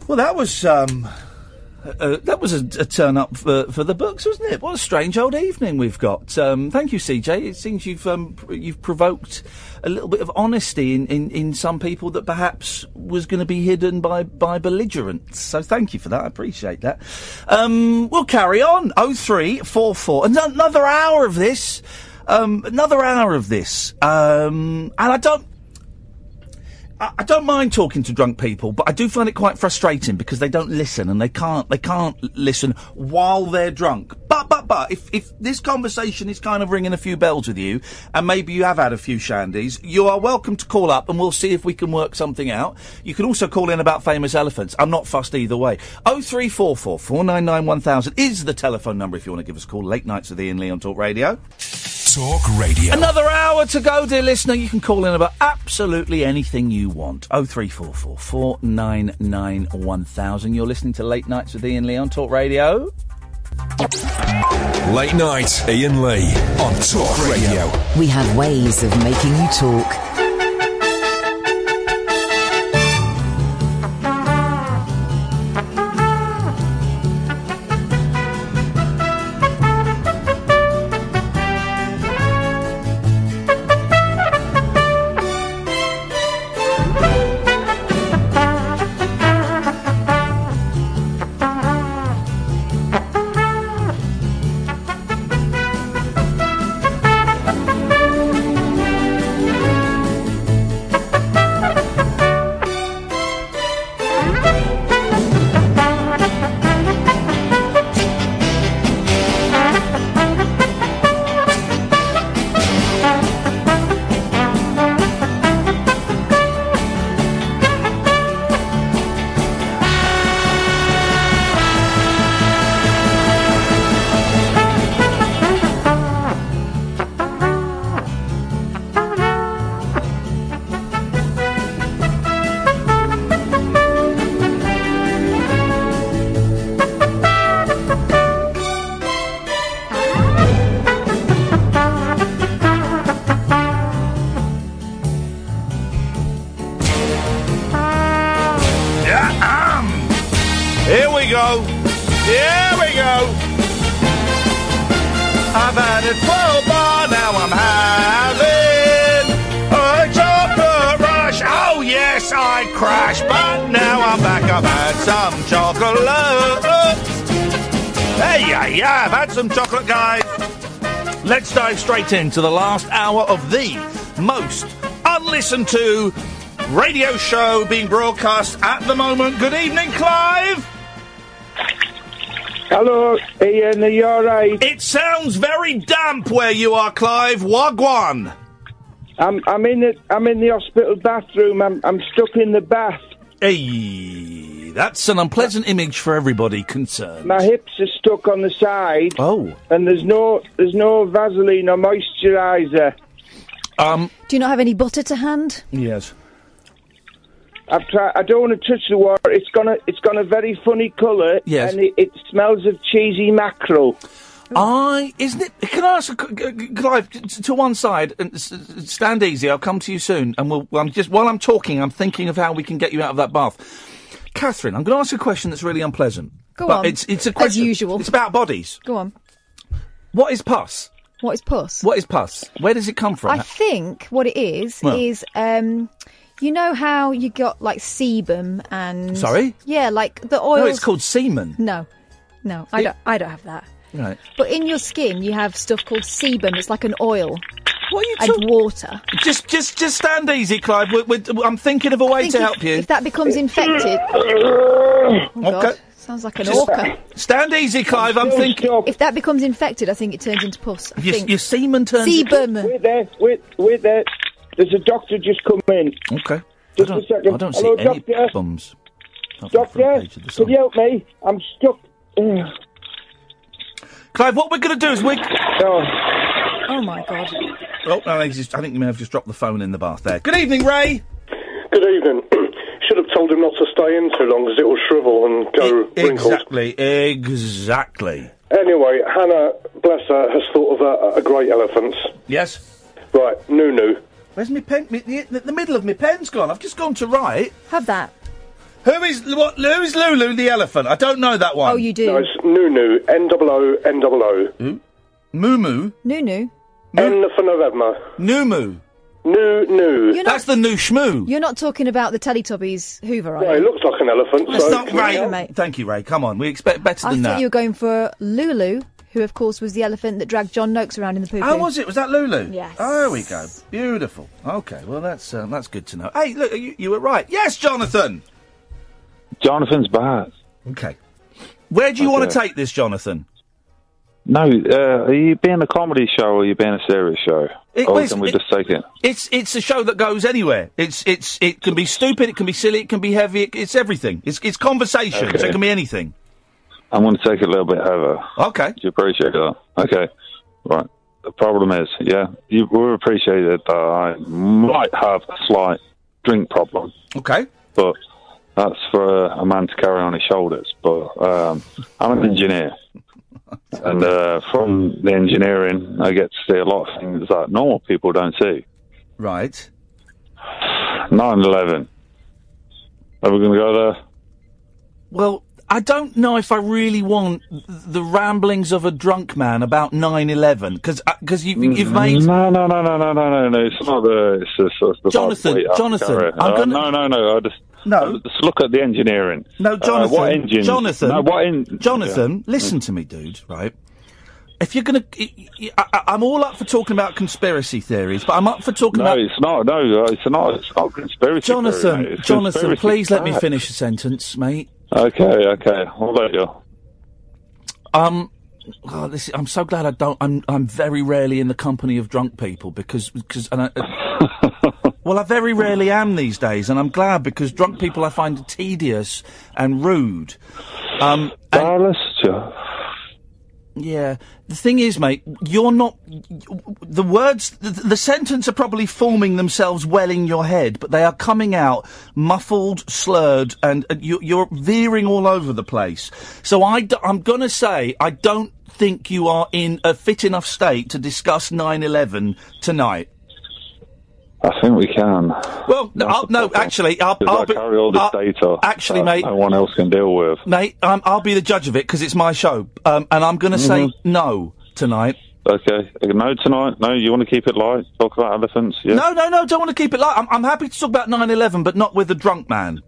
[SPEAKER 4] Well, that was um, uh, that was a, a turn up for, for the books, wasn't it? What a strange old evening we've got. Um, thank you, CJ. It seems you've um, pr- you've provoked a little bit of honesty in, in, in some people that perhaps was going to be hidden by by belligerence. So thank you for that. I appreciate that. Um, we'll carry on. Oh three four four. An- Another hour of this. Um, another hour of this. Um, and I don't. I I don't mind talking to drunk people, but I do find it quite frustrating because they don't listen and they can't they can't l- listen while they're drunk. But but but if if this conversation is kind of ringing a few bells with you and maybe you have had a few shandies, you are welcome to call up and we'll see if we can work something out. You can also call in about famous elephants. I'm not fussed either way. 0344 499 1000 is the telephone number if you want to give us a call. Late nights with Ian Lee on Talk Radio.
[SPEAKER 1] Talk Radio.
[SPEAKER 4] Another hour to go, dear listener. You can call in about absolutely anything you want. 0344 499 1000. You're listening to Late Nights with Ian Lee on Talk Radio.
[SPEAKER 1] Late night, Ian Lee on Talk Radio.
[SPEAKER 5] We have ways of making you talk.
[SPEAKER 4] Yeah, um. Here we go. Here we go. I've had it for a bar, now I'm having a chocolate rush. Oh, yes, I crashed, but now I'm back. I've had some chocolate. Hey, yeah, yeah, I've had some chocolate, guys. Let's dive straight into the last hour of the most unlistened to radio show being broadcast at the moment. Good evening, Clive.
[SPEAKER 8] Hello, Ian, are you alright?
[SPEAKER 4] It sounds very damp where you are, Clive. Wagwan.
[SPEAKER 8] I'm I'm in the I'm in the hospital bathroom. I'm I'm stuck in the bath.
[SPEAKER 4] Hey, that's an unpleasant image for everybody concerned.
[SPEAKER 8] My hips are stuck on the side.
[SPEAKER 4] Oh.
[SPEAKER 8] And there's no there's no Vaseline or moisturiser.
[SPEAKER 4] Um.
[SPEAKER 9] Do you not have any butter to hand?
[SPEAKER 4] Yes.
[SPEAKER 8] I've tried. I don't want to touch the water. It's gonna it's gone a very funny colour.
[SPEAKER 4] Yes.
[SPEAKER 8] And it, it smells of cheesy mackerel.
[SPEAKER 4] I isn't it? Can I ask, c- c- c- Clive, t- t- to one side and s- s- stand easy. I'll come to you soon, and we'll. I'm just while I'm talking, I'm thinking of how we can get you out of that bath. Catherine, I'm going to ask you a question that's really unpleasant.
[SPEAKER 9] Go
[SPEAKER 4] but
[SPEAKER 9] on.
[SPEAKER 4] It's it's a question. As usual. It's about bodies.
[SPEAKER 9] Go on.
[SPEAKER 4] What is pus?
[SPEAKER 9] What is pus?
[SPEAKER 4] What is pus? Where does it come from?
[SPEAKER 9] I think what it is
[SPEAKER 4] Well.
[SPEAKER 9] is um, you know how you got like sebum and
[SPEAKER 4] Sorry?
[SPEAKER 9] yeah, like the oils.
[SPEAKER 4] no, it's called semen.
[SPEAKER 9] No, no, I don't. I don't have that.
[SPEAKER 4] Right.
[SPEAKER 9] But in your skin, you have stuff called sebum. It's like an oil.
[SPEAKER 4] What are you
[SPEAKER 9] And water.
[SPEAKER 4] Just just just stand easy, Clive. We're, we're, I'm thinking of a way
[SPEAKER 9] think
[SPEAKER 4] to
[SPEAKER 9] if-
[SPEAKER 4] help you.
[SPEAKER 9] If that becomes infected,
[SPEAKER 4] oh
[SPEAKER 9] God, sounds like an
[SPEAKER 4] Just-
[SPEAKER 9] orca.
[SPEAKER 4] Stand easy, Clive. I'm thinking.
[SPEAKER 9] If that becomes infected, I think it turns into pus. I
[SPEAKER 4] Your,
[SPEAKER 9] think.
[SPEAKER 4] your semen turns.
[SPEAKER 9] Sebum.
[SPEAKER 25] Wait there, wait, wait there. There's a doctor just come in.
[SPEAKER 4] Okay.
[SPEAKER 25] Just
[SPEAKER 4] I
[SPEAKER 25] a second.
[SPEAKER 4] I don't
[SPEAKER 25] Hello,
[SPEAKER 4] see any
[SPEAKER 25] doctor.
[SPEAKER 4] bums.
[SPEAKER 25] Doctor, can you help me? I'm stuck.
[SPEAKER 4] Clive, what we're going to do is we.
[SPEAKER 25] Oh.
[SPEAKER 9] Oh my God.
[SPEAKER 4] Oh, no, I just- I think you may have just dropped the phone in the bath there. Good evening, Ray.
[SPEAKER 12] Good evening. Should have told him not to stay in too long, as it will shrivel and go
[SPEAKER 4] E-,
[SPEAKER 12] wrinkled.
[SPEAKER 4] Exactly. Exactly.
[SPEAKER 12] Anyway, Hannah, bless her, has thought of a, a great elephant.
[SPEAKER 4] Yes.
[SPEAKER 12] Right, Nunu.
[SPEAKER 4] Where's my pen? Me, the, the middle of my pen's gone. I've just gone to write.
[SPEAKER 9] Have that.
[SPEAKER 4] Who is what? Who is Lulu the elephant? I don't know that one. Oh, you
[SPEAKER 9] do.
[SPEAKER 12] No, it's Nunu. N double O N double O.
[SPEAKER 4] Hmm? Moo moo.
[SPEAKER 9] Nunu.
[SPEAKER 12] N for November.
[SPEAKER 4] New moo.
[SPEAKER 12] New new.
[SPEAKER 9] You're not- That's
[SPEAKER 4] the new schmoo.
[SPEAKER 9] You're not talking about the Teletubbies Hoover, are
[SPEAKER 12] Well, it
[SPEAKER 9] you?
[SPEAKER 12] looks like an elephant.
[SPEAKER 4] That's
[SPEAKER 12] so
[SPEAKER 4] not Ray.
[SPEAKER 9] Yeah, mate.
[SPEAKER 4] Thank you, Ray. Come on, we expect better
[SPEAKER 9] I
[SPEAKER 4] than
[SPEAKER 9] thought
[SPEAKER 4] that.
[SPEAKER 9] you were going for Lulu, who of course was the elephant that dragged John Noakes around in the poo.
[SPEAKER 4] How Oh, was it? Was that Lulu? Oh.
[SPEAKER 9] Yes.
[SPEAKER 4] There we go. Beautiful. Okay. Well, that's um, that's good to know. Hey, look, you, you were right. Yes, Jonathan.
[SPEAKER 23] Jonathan's bath.
[SPEAKER 4] Okay. Where do you want to
[SPEAKER 23] Okay.
[SPEAKER 4] take this, Jonathan?
[SPEAKER 23] No, uh, are you being a comedy show or are you being a serious show?
[SPEAKER 4] It
[SPEAKER 23] or
[SPEAKER 4] was-
[SPEAKER 23] can we
[SPEAKER 4] it-
[SPEAKER 23] just take it?
[SPEAKER 4] It's it's a show that goes anywhere. It's it's it can be stupid, it can be silly, it can be heavy. It, it's everything. It's it's conversation. So it
[SPEAKER 23] Okay.
[SPEAKER 4] can be anything.
[SPEAKER 23] I'm going to take it a little bit over.
[SPEAKER 4] Okay. Do
[SPEAKER 23] you appreciate that? Okay. Right. The problem is, yeah, you will appreciate that uh, I might have a slight drink problem.
[SPEAKER 4] Okay.
[SPEAKER 23] But that's for a man to carry on his shoulders. But um, I'm an engineer. And uh, from the engineering, I get to see a lot of things that normal people don't see.
[SPEAKER 4] Right.
[SPEAKER 23] 9 11. Are we going to go there?
[SPEAKER 4] Well, I don't know if I really want th- the ramblings of a drunk man about 9-11, because uh, you, you've made...
[SPEAKER 23] Mm-hmm. No, no, no, no, no, no, no, no. It's not the. It's the, it's the
[SPEAKER 4] Jonathan,
[SPEAKER 23] wait, I
[SPEAKER 4] Jonathan,
[SPEAKER 23] can't re-
[SPEAKER 4] I'm
[SPEAKER 23] uh, No,
[SPEAKER 4] gonna-
[SPEAKER 23] no, no. I just.
[SPEAKER 4] No.
[SPEAKER 23] Just look at the engineering.
[SPEAKER 4] No, Jonathan.
[SPEAKER 23] Uh, what engine?
[SPEAKER 4] Jonathan.
[SPEAKER 23] No, what in-
[SPEAKER 4] Jonathan,
[SPEAKER 23] Yeah.
[SPEAKER 4] listen to me, dude. Right. If you're gonna, I, I, I'm all up for talking about conspiracy theories, but I'm up for talking
[SPEAKER 23] No,
[SPEAKER 4] about
[SPEAKER 23] it's not. No, uh, it's not. It's not conspiracy. theory,
[SPEAKER 4] Jonathan.
[SPEAKER 23] mate. It's
[SPEAKER 4] Jonathan,
[SPEAKER 23] conspiracy
[SPEAKER 4] please let me
[SPEAKER 23] fact.
[SPEAKER 4] finish a sentence, mate.
[SPEAKER 23] Okay, okay. What about you?
[SPEAKER 4] Um, oh, this, I'm so glad I don't. I'm I'm very rarely in the company of drunk people because because and I, uh, well, I very rarely am these days, and I'm glad because drunk people I find tedious and rude. Um,
[SPEAKER 23] and,
[SPEAKER 4] yeah, the thing is, mate, you're not. The words, the, the sentence are probably forming themselves well in your head, but they are coming out muffled, slurred, and, and you, you're veering all over the place. So I, d- I'm going to say I don't think you are in a fit enough state to discuss 9/11 tonight.
[SPEAKER 23] I think we can.
[SPEAKER 4] Well, no, I'll, no actually, I'll,
[SPEAKER 23] Because
[SPEAKER 4] I'll
[SPEAKER 23] I
[SPEAKER 4] be,
[SPEAKER 23] carry all this
[SPEAKER 4] I'll-
[SPEAKER 23] data.
[SPEAKER 4] actually,
[SPEAKER 23] that
[SPEAKER 4] mate-
[SPEAKER 23] No one else can deal with.
[SPEAKER 4] mate, um, I'll be the judge of it because it's my show, um, and I'm going to
[SPEAKER 23] Mhm.
[SPEAKER 4] say no tonight.
[SPEAKER 23] Okay. No, tonight. No, you want to keep it light? Talk about elephants? Yeah.
[SPEAKER 4] No, no, no, don't want to keep it light. I'm, I'm happy to talk about 9 11, but not with a drunk man.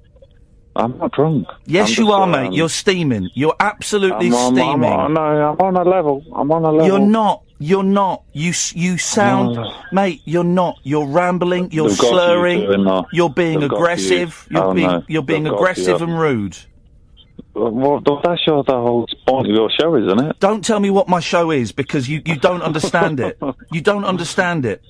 [SPEAKER 23] I'm not drunk.
[SPEAKER 4] Yes,
[SPEAKER 23] I'm
[SPEAKER 4] you
[SPEAKER 23] just,
[SPEAKER 4] are,
[SPEAKER 23] um,
[SPEAKER 4] mate. You're steaming. You're absolutely
[SPEAKER 23] I'm on- I'm
[SPEAKER 4] steaming.
[SPEAKER 23] on- no, I'm on a level. I'm on a level.
[SPEAKER 4] You're not. You're not. You s- you sound, mate. You're not. You're rambling. You're
[SPEAKER 23] They've got you
[SPEAKER 4] slurring.
[SPEAKER 23] doing that.
[SPEAKER 4] You're being
[SPEAKER 23] They've got you.
[SPEAKER 4] aggressive. are
[SPEAKER 23] Oh,
[SPEAKER 4] being
[SPEAKER 23] no.
[SPEAKER 4] you're being
[SPEAKER 23] They've got
[SPEAKER 4] aggressive
[SPEAKER 23] you.
[SPEAKER 4] and rude.
[SPEAKER 23] Well, th- that's your the whole point of your show, isn't it?
[SPEAKER 4] Don't tell me what my show is because you, you don't understand it. You don't understand it.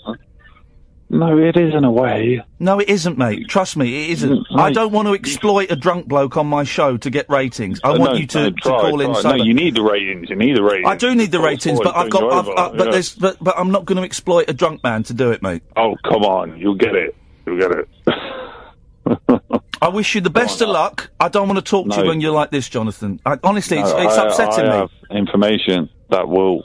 [SPEAKER 23] No, it is in a way.
[SPEAKER 4] No, it isn't, mate. Trust me, it isn't.
[SPEAKER 23] Mm,
[SPEAKER 4] I
[SPEAKER 23] mate.
[SPEAKER 4] don't want to exploit a drunk bloke on my show to get ratings. I
[SPEAKER 23] Uh,
[SPEAKER 4] want
[SPEAKER 23] no,
[SPEAKER 4] you to,
[SPEAKER 23] no,
[SPEAKER 4] to
[SPEAKER 23] try,
[SPEAKER 4] call in
[SPEAKER 23] try.
[SPEAKER 4] sober.
[SPEAKER 23] No, you need the ratings. You need the ratings.
[SPEAKER 4] I do need the
[SPEAKER 23] Of course,
[SPEAKER 4] ratings,
[SPEAKER 23] boys,
[SPEAKER 4] but I've
[SPEAKER 23] don't
[SPEAKER 4] got,
[SPEAKER 23] you
[SPEAKER 4] I've,
[SPEAKER 23] over,
[SPEAKER 4] uh, but
[SPEAKER 23] yeah.
[SPEAKER 4] there's, but, but I'm not going to exploit a drunk man to do it, mate.
[SPEAKER 23] Oh, come on. You'll get it. You'll get it.
[SPEAKER 4] I wish you the best of luck. I don't want to talk to
[SPEAKER 23] No.
[SPEAKER 4] you when you're like this, Jonathan. I, honestly, it's,
[SPEAKER 23] No,
[SPEAKER 4] it's
[SPEAKER 23] I-
[SPEAKER 4] upsetting
[SPEAKER 23] I
[SPEAKER 4] me.
[SPEAKER 23] have information. that will.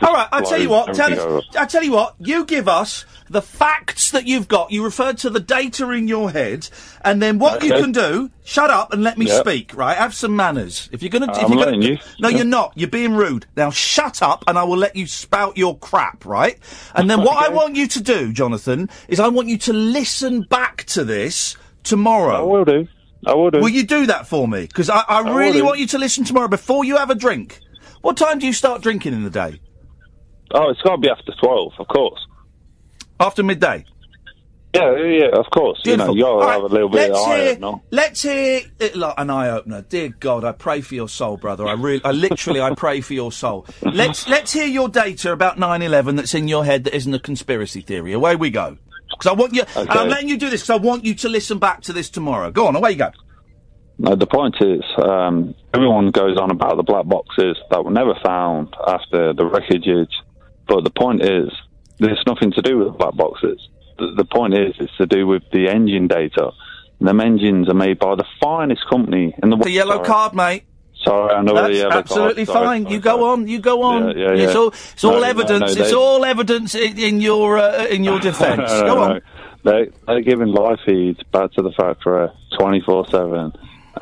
[SPEAKER 4] All right, I tell you what. Tell
[SPEAKER 23] everything over.
[SPEAKER 4] us, I tell you what. You give us the facts that you've got. You refer to the data in your head, and then what you
[SPEAKER 23] Okay.
[SPEAKER 4] can do. Shut up and let me
[SPEAKER 23] Yeah.
[SPEAKER 4] speak. Right, have some manners. If you're gonna, if
[SPEAKER 23] I'm
[SPEAKER 4] you're
[SPEAKER 23] letting
[SPEAKER 4] gonna,
[SPEAKER 23] you.
[SPEAKER 4] no,
[SPEAKER 23] Yeah.
[SPEAKER 4] you're not. You're being rude. Now shut up, and I will let you spout your crap. Right, and then what I want you to do, Jonathan, is I want you to listen back to this tomorrow. I will
[SPEAKER 23] do. I will do.
[SPEAKER 4] Will you do that for me? Because I, I
[SPEAKER 23] I will
[SPEAKER 4] really
[SPEAKER 23] do.
[SPEAKER 4] want you to listen tomorrow before you have a drink. What time do you start drinking in the day?
[SPEAKER 23] Oh, it's got to be after 12, of course.
[SPEAKER 4] After midday?
[SPEAKER 23] Yeah, yeah, of course. You know, you'll have a little bit
[SPEAKER 4] Let's
[SPEAKER 23] of
[SPEAKER 4] hear,
[SPEAKER 23] iron, no?
[SPEAKER 4] let's hear it like an eye opener. Dear God, I pray for your soul, brother. I really, I literally, I pray for your soul. Let's let's hear your data about 9/11 that's in your head that isn't a conspiracy theory. Away we go. Because I want you, and I'm
[SPEAKER 23] Okay.
[SPEAKER 4] letting you do this. 'cause I want you to listen back to this tomorrow. Go on, away you go.
[SPEAKER 23] No, the point is, um, everyone goes on about the black boxes that were never found after the wreckage, but the point is, there's nothing to do with the black boxes. The, the point is, it's to do with the engine data. And them engines are made by the finest company in the world.
[SPEAKER 4] The yellow
[SPEAKER 23] Sorry.
[SPEAKER 4] card, mate.
[SPEAKER 23] Sorry, I know the
[SPEAKER 4] That's
[SPEAKER 23] yellow card.
[SPEAKER 4] absolutely
[SPEAKER 23] Sorry,
[SPEAKER 4] fine.
[SPEAKER 23] sorry,
[SPEAKER 4] you go on. You go on.
[SPEAKER 23] Yeah, yeah,
[SPEAKER 4] It's
[SPEAKER 23] yeah.
[SPEAKER 4] all it's
[SPEAKER 23] No,
[SPEAKER 4] all
[SPEAKER 23] no,
[SPEAKER 4] evidence.
[SPEAKER 23] no,
[SPEAKER 4] it's
[SPEAKER 23] they-
[SPEAKER 4] all evidence in, in your uh, in your defence.
[SPEAKER 23] No, no,
[SPEAKER 4] go
[SPEAKER 23] no.
[SPEAKER 4] on.
[SPEAKER 23] They, they're giving live feeds back to the factory 24 7,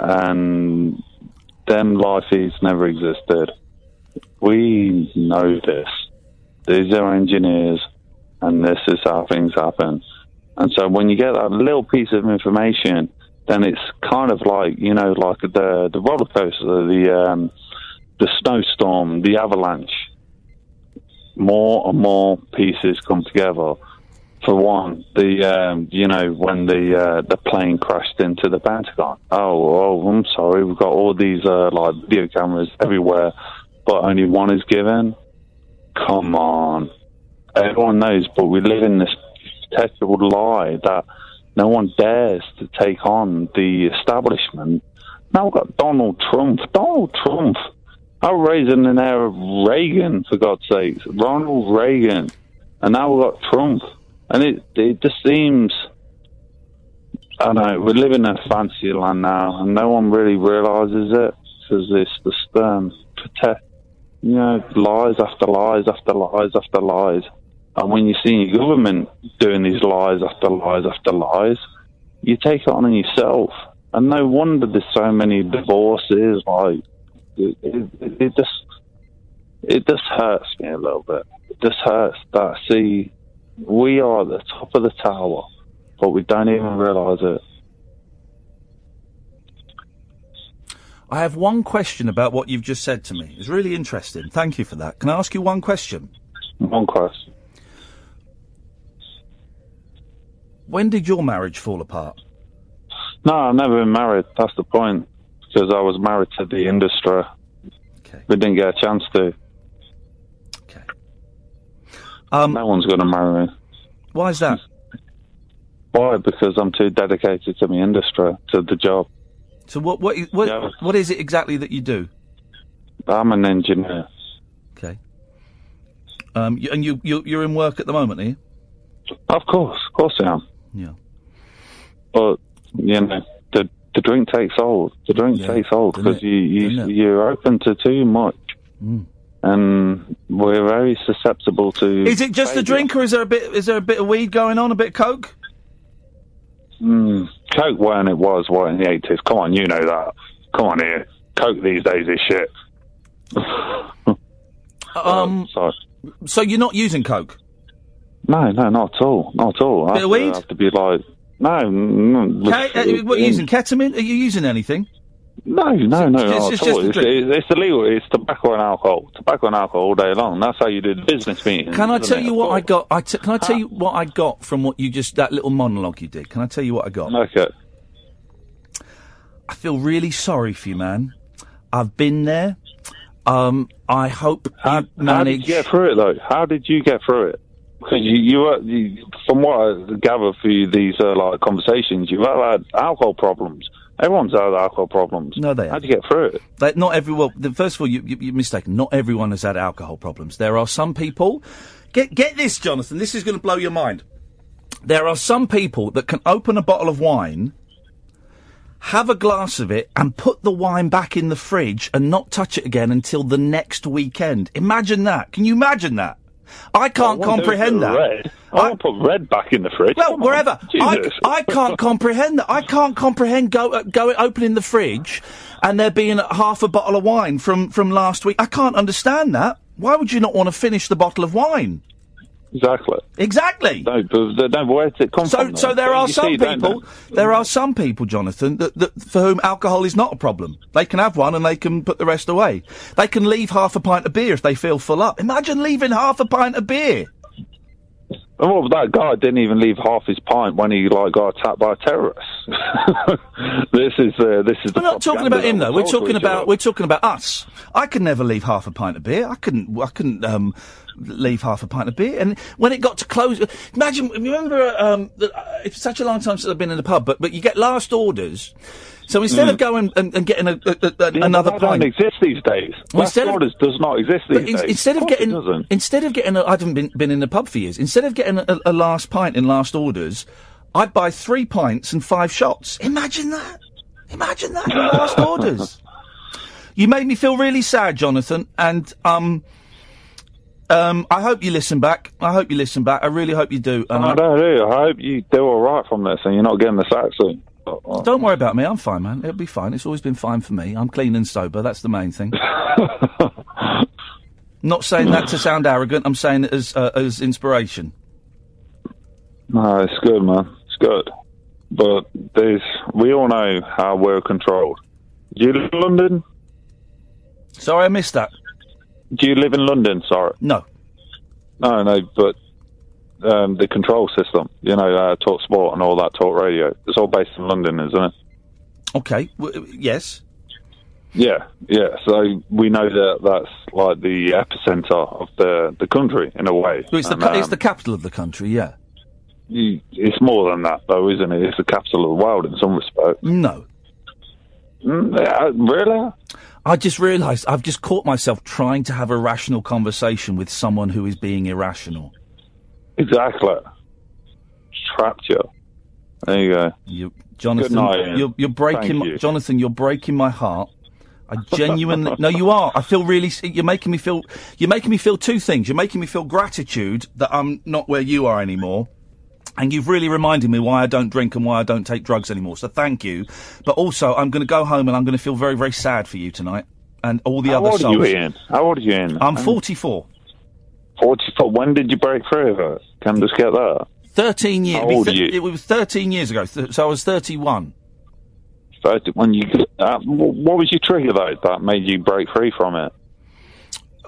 [SPEAKER 23] and them live feeds never existed. We know this. These are engineers, and this is how things happen. And so when you get that little piece of information, then it's kind of like, you know, like the, the roller coaster, the, um, the snowstorm, the avalanche. More and more pieces come together for one, the um, you know when the uh, the plane crashed into the Pentagon. Oh, oh, I'm sorry. We've got all these uh, like video cameras everywhere, but only one is given. Come on, everyone knows, but we live in this perpetual lie that no one dares to take on the establishment. Now we've got Donald Trump. Donald Trump. I'm raising an era of Reagan, for God's sakes. Ronald Reagan. And now we've got Trump. And it, it just seems, I don't know, we live in a fancy land now, and no one really realises it because it's just, um, protect, you know, lies after lies after lies after lies. And when you see your government doing these lies after lies after lies, you take it on on yourself. And no wonder there's so many divorces. Like, it, it, it just, it just hurts me a little bit. It just hurts that see, we are at the top of the tower, but we don't even realise it.
[SPEAKER 4] I have one question about what you've just said to me. It's really interesting. Thank you for that. Can I ask you one question?
[SPEAKER 23] One question.
[SPEAKER 4] When did your marriage fall apart?
[SPEAKER 23] No, I've never been married. That's the point. Because I was married to the industry. We didn't get a chance to. Okay. no one's going to marry me.
[SPEAKER 4] Why is that?
[SPEAKER 23] Why? Because I'm too dedicated to my industry, to the job.
[SPEAKER 4] So what what i- what, what is it exactly that you do?
[SPEAKER 23] I'm an engineer.
[SPEAKER 4] Okay. Um, you, and you, you you're in work at the moment, are you?
[SPEAKER 23] Of course, of course I am.
[SPEAKER 4] Yeah.
[SPEAKER 23] But you know, the the drink takes hold. The drink takes hold because you, you you're open to too much,
[SPEAKER 4] Mm.
[SPEAKER 23] and we're very susceptible to.
[SPEAKER 4] Is it just the drink, or is there a bit is there a bit of weed going on, a bit of coke?
[SPEAKER 23] Mm, Coke when it was what in the eighties. Come on, you know that. Come on here. Coke these days is shit.
[SPEAKER 4] Um,
[SPEAKER 23] Oh, Sorry.
[SPEAKER 4] so you're not using coke?
[SPEAKER 23] No, no, not at all. Not at all. I
[SPEAKER 4] Bit of
[SPEAKER 23] have to-
[SPEAKER 4] weed?
[SPEAKER 23] have to be like no. mm,
[SPEAKER 4] Ca- uh, what are you using ketamine? Are you using anything?
[SPEAKER 23] No, no, no,
[SPEAKER 4] It's-
[SPEAKER 23] not
[SPEAKER 4] it's
[SPEAKER 23] at
[SPEAKER 4] just
[SPEAKER 23] all.
[SPEAKER 4] the
[SPEAKER 23] It's,
[SPEAKER 4] drink.
[SPEAKER 23] it's, it's illegal. It's tobacco and alcohol. Tobacco and alcohol all day long. That's how you do the business meeting.
[SPEAKER 4] Can I tell you what I got? I t- can I tell you what I got from what you just that little monologue you did? Can I tell you what I got?
[SPEAKER 23] Okay.
[SPEAKER 4] I feel really sorry for you, man. I've been there. Um, I hope you
[SPEAKER 23] How did
[SPEAKER 4] manage.
[SPEAKER 23] you get through it though? How did you get through it? Because you, you, were, you, from what I gather through these uh, like conversations, you've had alcohol problems. Everyone's had alcohol problems.
[SPEAKER 4] No, they. How'd
[SPEAKER 23] you get through it?
[SPEAKER 4] Like, not every well. The, first of all, you, you, you're mistaken. Not everyone has had alcohol problems. There are some people. Get get this, Jonathan. This is going to blow your mind. There are some people that can open a bottle of wine have a glass of it and put the wine back in the fridge and not touch it again until the next weekend. Imagine that. Can you imagine that? I can't
[SPEAKER 23] I won't do it
[SPEAKER 4] comprehend
[SPEAKER 23] with
[SPEAKER 4] that.
[SPEAKER 23] Red. I, won't put red back in the fridge.
[SPEAKER 4] Well,
[SPEAKER 23] Come on.
[SPEAKER 4] wherever I,
[SPEAKER 23] Jesus.
[SPEAKER 4] I can't comprehend that. I can't comprehend go uh, go opening the fridge and there being half a bottle of wine from from last week. I can't understand that. Why would you not want to finish the bottle of wine?
[SPEAKER 23] Exactly.
[SPEAKER 4] Exactly.
[SPEAKER 23] No, but, Oh, no, where's it come
[SPEAKER 4] So,
[SPEAKER 23] from?
[SPEAKER 4] so
[SPEAKER 23] then?
[SPEAKER 4] there are
[SPEAKER 23] You
[SPEAKER 4] some
[SPEAKER 23] see, don't
[SPEAKER 4] people. There are some people, Jonathan, that, that for whom alcohol is not a problem. They can have one and they can put the rest away. They can leave half a pint of beer if they feel full up. Imagine leaving half a pint of beer.
[SPEAKER 23] Oh, Well, that guy didn't even leave half his pint when he like got attacked by terrorists. this is uh, this is.
[SPEAKER 4] We're not talking about him though. We're talking about we're talking about us. I could never leave half a pint of beer. I couldn't. I couldn't um, leave half a pint of beer. And when it got to close, imagine. Remember, um, the, uh, it's such a long time since I've been in a pub. But but you get last orders. So instead
[SPEAKER 23] Mm.
[SPEAKER 4] of going and, and getting a, a, a- another
[SPEAKER 23] that
[SPEAKER 4] pint,
[SPEAKER 23] don't exist these days.
[SPEAKER 4] Well,
[SPEAKER 23] Last
[SPEAKER 4] instead of-
[SPEAKER 23] orders does not exist these
[SPEAKER 4] But in-
[SPEAKER 23] days.
[SPEAKER 4] instead of
[SPEAKER 23] course it
[SPEAKER 4] getting,
[SPEAKER 23] doesn't.
[SPEAKER 4] instead of getting, a, I haven't been, been in the pub for years. Instead of getting a, a last pint in last orders, I'd buy three pints and five shots. Imagine that! Imagine that in last orders. You made me feel really sad, Jonathan, and um, um, I hope you listen back. I hope you listen back. I really hope you do. Um, And
[SPEAKER 23] I don't know. I hope you do all right from this, and you're not getting the sack soon.
[SPEAKER 4] Don't worry about me. I'm fine, man. It'll be fine. It's always been fine for me. I'm clean and sober. That's the main thing. Not saying that to sound arrogant. I'm saying it as uh, as inspiration.
[SPEAKER 23] No, it's good, man. It's good. But there's, we all know how we're controlled. Do you live in London?
[SPEAKER 4] Sorry, I missed that.
[SPEAKER 23] Do you live in London? Sorry.
[SPEAKER 4] No.
[SPEAKER 23] No, no, but um, the control system, you know, uh, Talk Sport and all that, Talk Radio, it's all based in London, isn't it?
[SPEAKER 4] Okay. W- yes.
[SPEAKER 23] Yeah, yeah. So we know that that's like the epicenter of the, the country in a way.
[SPEAKER 4] Well, It's the
[SPEAKER 23] And,
[SPEAKER 4] ca- it's
[SPEAKER 23] um,
[SPEAKER 4] the capital of the country. Yeah.
[SPEAKER 23] you- it's more than that, though, isn't it? It's the capital of the world in some respect.
[SPEAKER 4] No.
[SPEAKER 23] really?
[SPEAKER 4] I just realised I've just caught myself trying to have a rational conversation with someone who is being irrational.
[SPEAKER 23] Exactly. Trapped you. There you go.
[SPEAKER 4] You, Jonathan,
[SPEAKER 23] Good night, Ian.
[SPEAKER 4] you're, you're breaking,
[SPEAKER 23] Thank
[SPEAKER 4] my,
[SPEAKER 23] you.
[SPEAKER 4] Jonathan, you're breaking my heart. I genuinely, no, you are. I feel really. s- You're making me feel. You're making me feel two things. You're making me feel gratitude that I'm not where you are anymore, and you've really reminded me why I don't drink and why I don't take drugs anymore. So thank you. But also, I'm going to go home and I'm going to feel very, very sad for you tonight and all the
[SPEAKER 23] How
[SPEAKER 4] other
[SPEAKER 23] old are
[SPEAKER 4] souls.
[SPEAKER 23] you, Ian? How old are you, Ian?
[SPEAKER 4] I'm 44.
[SPEAKER 23] 44. When did you break through of it? Can I just get that?
[SPEAKER 4] 13 years.
[SPEAKER 23] How old are you?
[SPEAKER 4] It was 13 years ago, th- so I was 31.
[SPEAKER 23] First, when you, uh, wh- what was your trigger though that made you break free from it?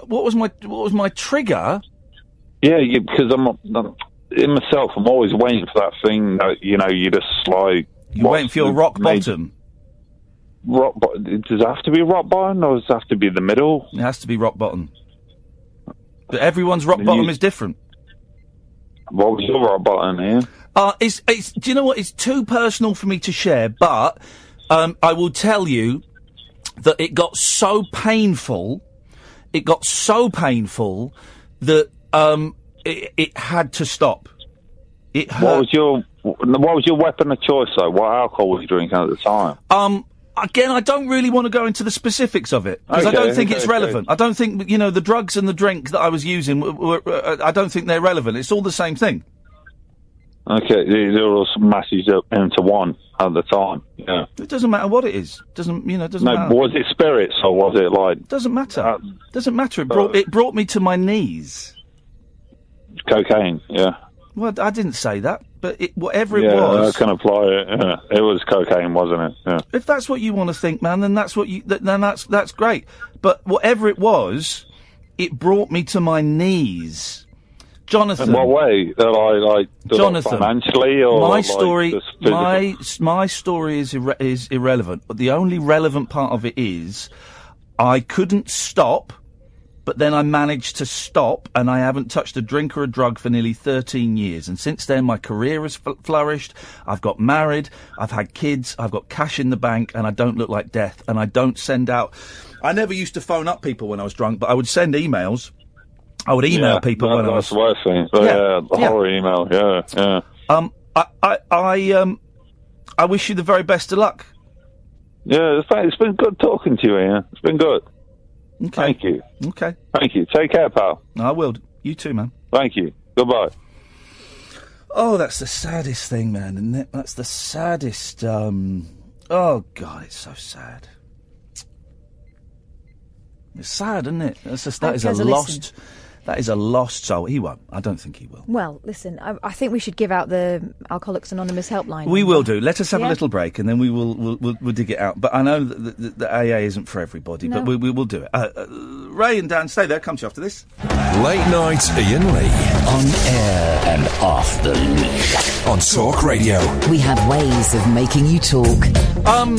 [SPEAKER 4] What was my What was my trigger?
[SPEAKER 23] Yeah, you, because I'm, I'm in myself. I'm always waiting for that thing that you know you just like.
[SPEAKER 4] You're waiting for your rock bottom.
[SPEAKER 23] Rock bo- Does it have to be rock bottom, or does it have to be the middle?
[SPEAKER 4] It has to be rock bottom. But everyone's rock bottom is different.
[SPEAKER 23] What was your rock bottom here?
[SPEAKER 4] Uh, it's, it's, do you know what? It's too personal for me to share, but um, I will tell you that it got so painful. It got so painful that um, it, it had to stop. It hurt.
[SPEAKER 23] What was your What was your weapon of choice though? What alcohol were you drinking at the time?
[SPEAKER 4] Um, again, I don't really want to go into the specifics of it because
[SPEAKER 23] Okay,
[SPEAKER 4] I don't think
[SPEAKER 23] okay,
[SPEAKER 4] it's
[SPEAKER 23] okay.
[SPEAKER 4] relevant. I don't think you know the drugs and the drink that I was using. Were, were, uh, I don't think they're relevant. It's all the same thing.
[SPEAKER 23] Okay, they they were all mashed up into one at the time. Yeah.
[SPEAKER 4] It doesn't matter what it is. Doesn't you know? Doesn't
[SPEAKER 23] No,
[SPEAKER 4] matter.
[SPEAKER 23] was it spirits or was it like uh,
[SPEAKER 4] Doesn't matter. doesn't matter. It brought it brought me to my knees.
[SPEAKER 23] cocaine? Yeah.
[SPEAKER 4] Well, I didn't say that, but it, whatever it
[SPEAKER 23] yeah,
[SPEAKER 4] was,
[SPEAKER 23] I can apply it. Yeah. It was cocaine, wasn't it? Yeah.
[SPEAKER 4] if that's what you want to think, man, then that's what you. Th- then that's that's great. But whatever it was, it brought me to my knees. Jonathan,
[SPEAKER 23] In what way? That I like, that I
[SPEAKER 4] Jonathan,
[SPEAKER 23] financially or
[SPEAKER 4] my
[SPEAKER 23] like,
[SPEAKER 4] story,
[SPEAKER 23] just physical-
[SPEAKER 4] my s- my story is irre- is irrelevant. But the only relevant part of it is, I couldn't stop, but then I managed to stop, and I haven't touched a drink or a drug for nearly thirteen years. And since then, my career has fl- flourished. I've got married. I've had kids. I've got cash in the bank, and I don't look like death. And I don't send out. I never used to phone up people when I was drunk, but I would send emails. I would email
[SPEAKER 23] Yeah,
[SPEAKER 4] people
[SPEAKER 23] that-
[SPEAKER 4] when I was
[SPEAKER 23] That's what I think.
[SPEAKER 4] Yeah,
[SPEAKER 23] Yeah, the
[SPEAKER 4] yeah.
[SPEAKER 23] horror email. Yeah, yeah.
[SPEAKER 4] Um, I, I, I, um, I wish you the very best of luck.
[SPEAKER 6] Yeah, it's been, it's been good talking to you, Ian. It's been good. Thank you.
[SPEAKER 4] Okay.
[SPEAKER 6] Thank you. Take care, pal.
[SPEAKER 4] I will. You too, man.
[SPEAKER 6] Thank you. Goodbye.
[SPEAKER 4] Oh, that's the saddest thing, man, isn't it? That's the saddest. Um, oh God, it's so sad. It's sad, isn't it? That's just, that
[SPEAKER 9] Hope
[SPEAKER 4] is a
[SPEAKER 9] Trevor
[SPEAKER 4] lost. That is a lost soul. He won't. I don't think he will.
[SPEAKER 9] Well, listen, I, I think we should give out the Alcoholics Anonymous helpline.
[SPEAKER 4] We will do. Let us have
[SPEAKER 9] Yeah.
[SPEAKER 4] a little break, and then we will we'll, we'll, we'll dig it out. But I know that the, the AA isn't for everybody, but
[SPEAKER 9] No.
[SPEAKER 4] we, we will do it. Uh, uh, Ray and Dan, stay there. Come to you after this.
[SPEAKER 1] Late night Ian Lee on air and off the leash on Talk Radio.
[SPEAKER 5] We have ways of making you talk.
[SPEAKER 4] Um,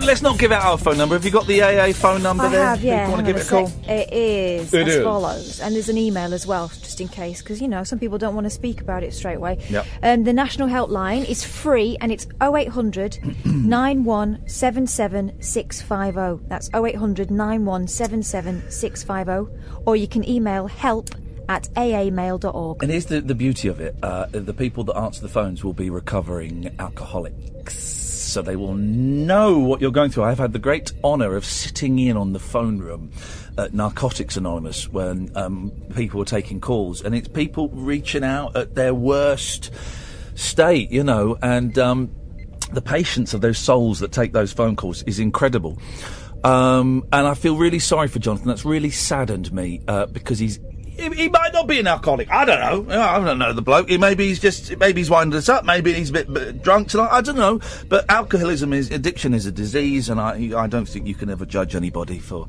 [SPEAKER 4] let's not give out our phone number. Have you got the AA phone number
[SPEAKER 9] I
[SPEAKER 4] there?
[SPEAKER 9] have, yeah.
[SPEAKER 4] You want
[SPEAKER 9] hang
[SPEAKER 4] to give
[SPEAKER 9] on
[SPEAKER 4] it a
[SPEAKER 9] sec.
[SPEAKER 4] call?
[SPEAKER 9] It is
[SPEAKER 4] It
[SPEAKER 9] as
[SPEAKER 4] is.
[SPEAKER 9] follows, and there's an email as well, just in case, because you know some people don't want to speak about it straight away.
[SPEAKER 7] Yep.
[SPEAKER 9] Um, the national helpline is free, and it's 0800 9177650. oh. That's 0800 9177650, oh. or you can email help at aamail.org.
[SPEAKER 4] And here's the, the beauty of it uh, the people that answer the phones will be recovering alcoholics. So they will know what you're going through. I've had the great honour of sitting in on the phone room at Narcotics Anonymous when um, people were taking calls, and it's people reaching out at their worst state, you know, and um, the patience of those souls that take those phone calls is incredible. Um, and I feel really sorry for Jonathan. That's really saddened me uh, because he's he, he might not be an alcoholic. I don't know. I don't know the bloke. He, maybe he's just maybe he's winded us up. Maybe he's a bit, bit drunk tonight. I don't know. But alcoholism is addiction is a disease, and I I don't think you can ever judge anybody for.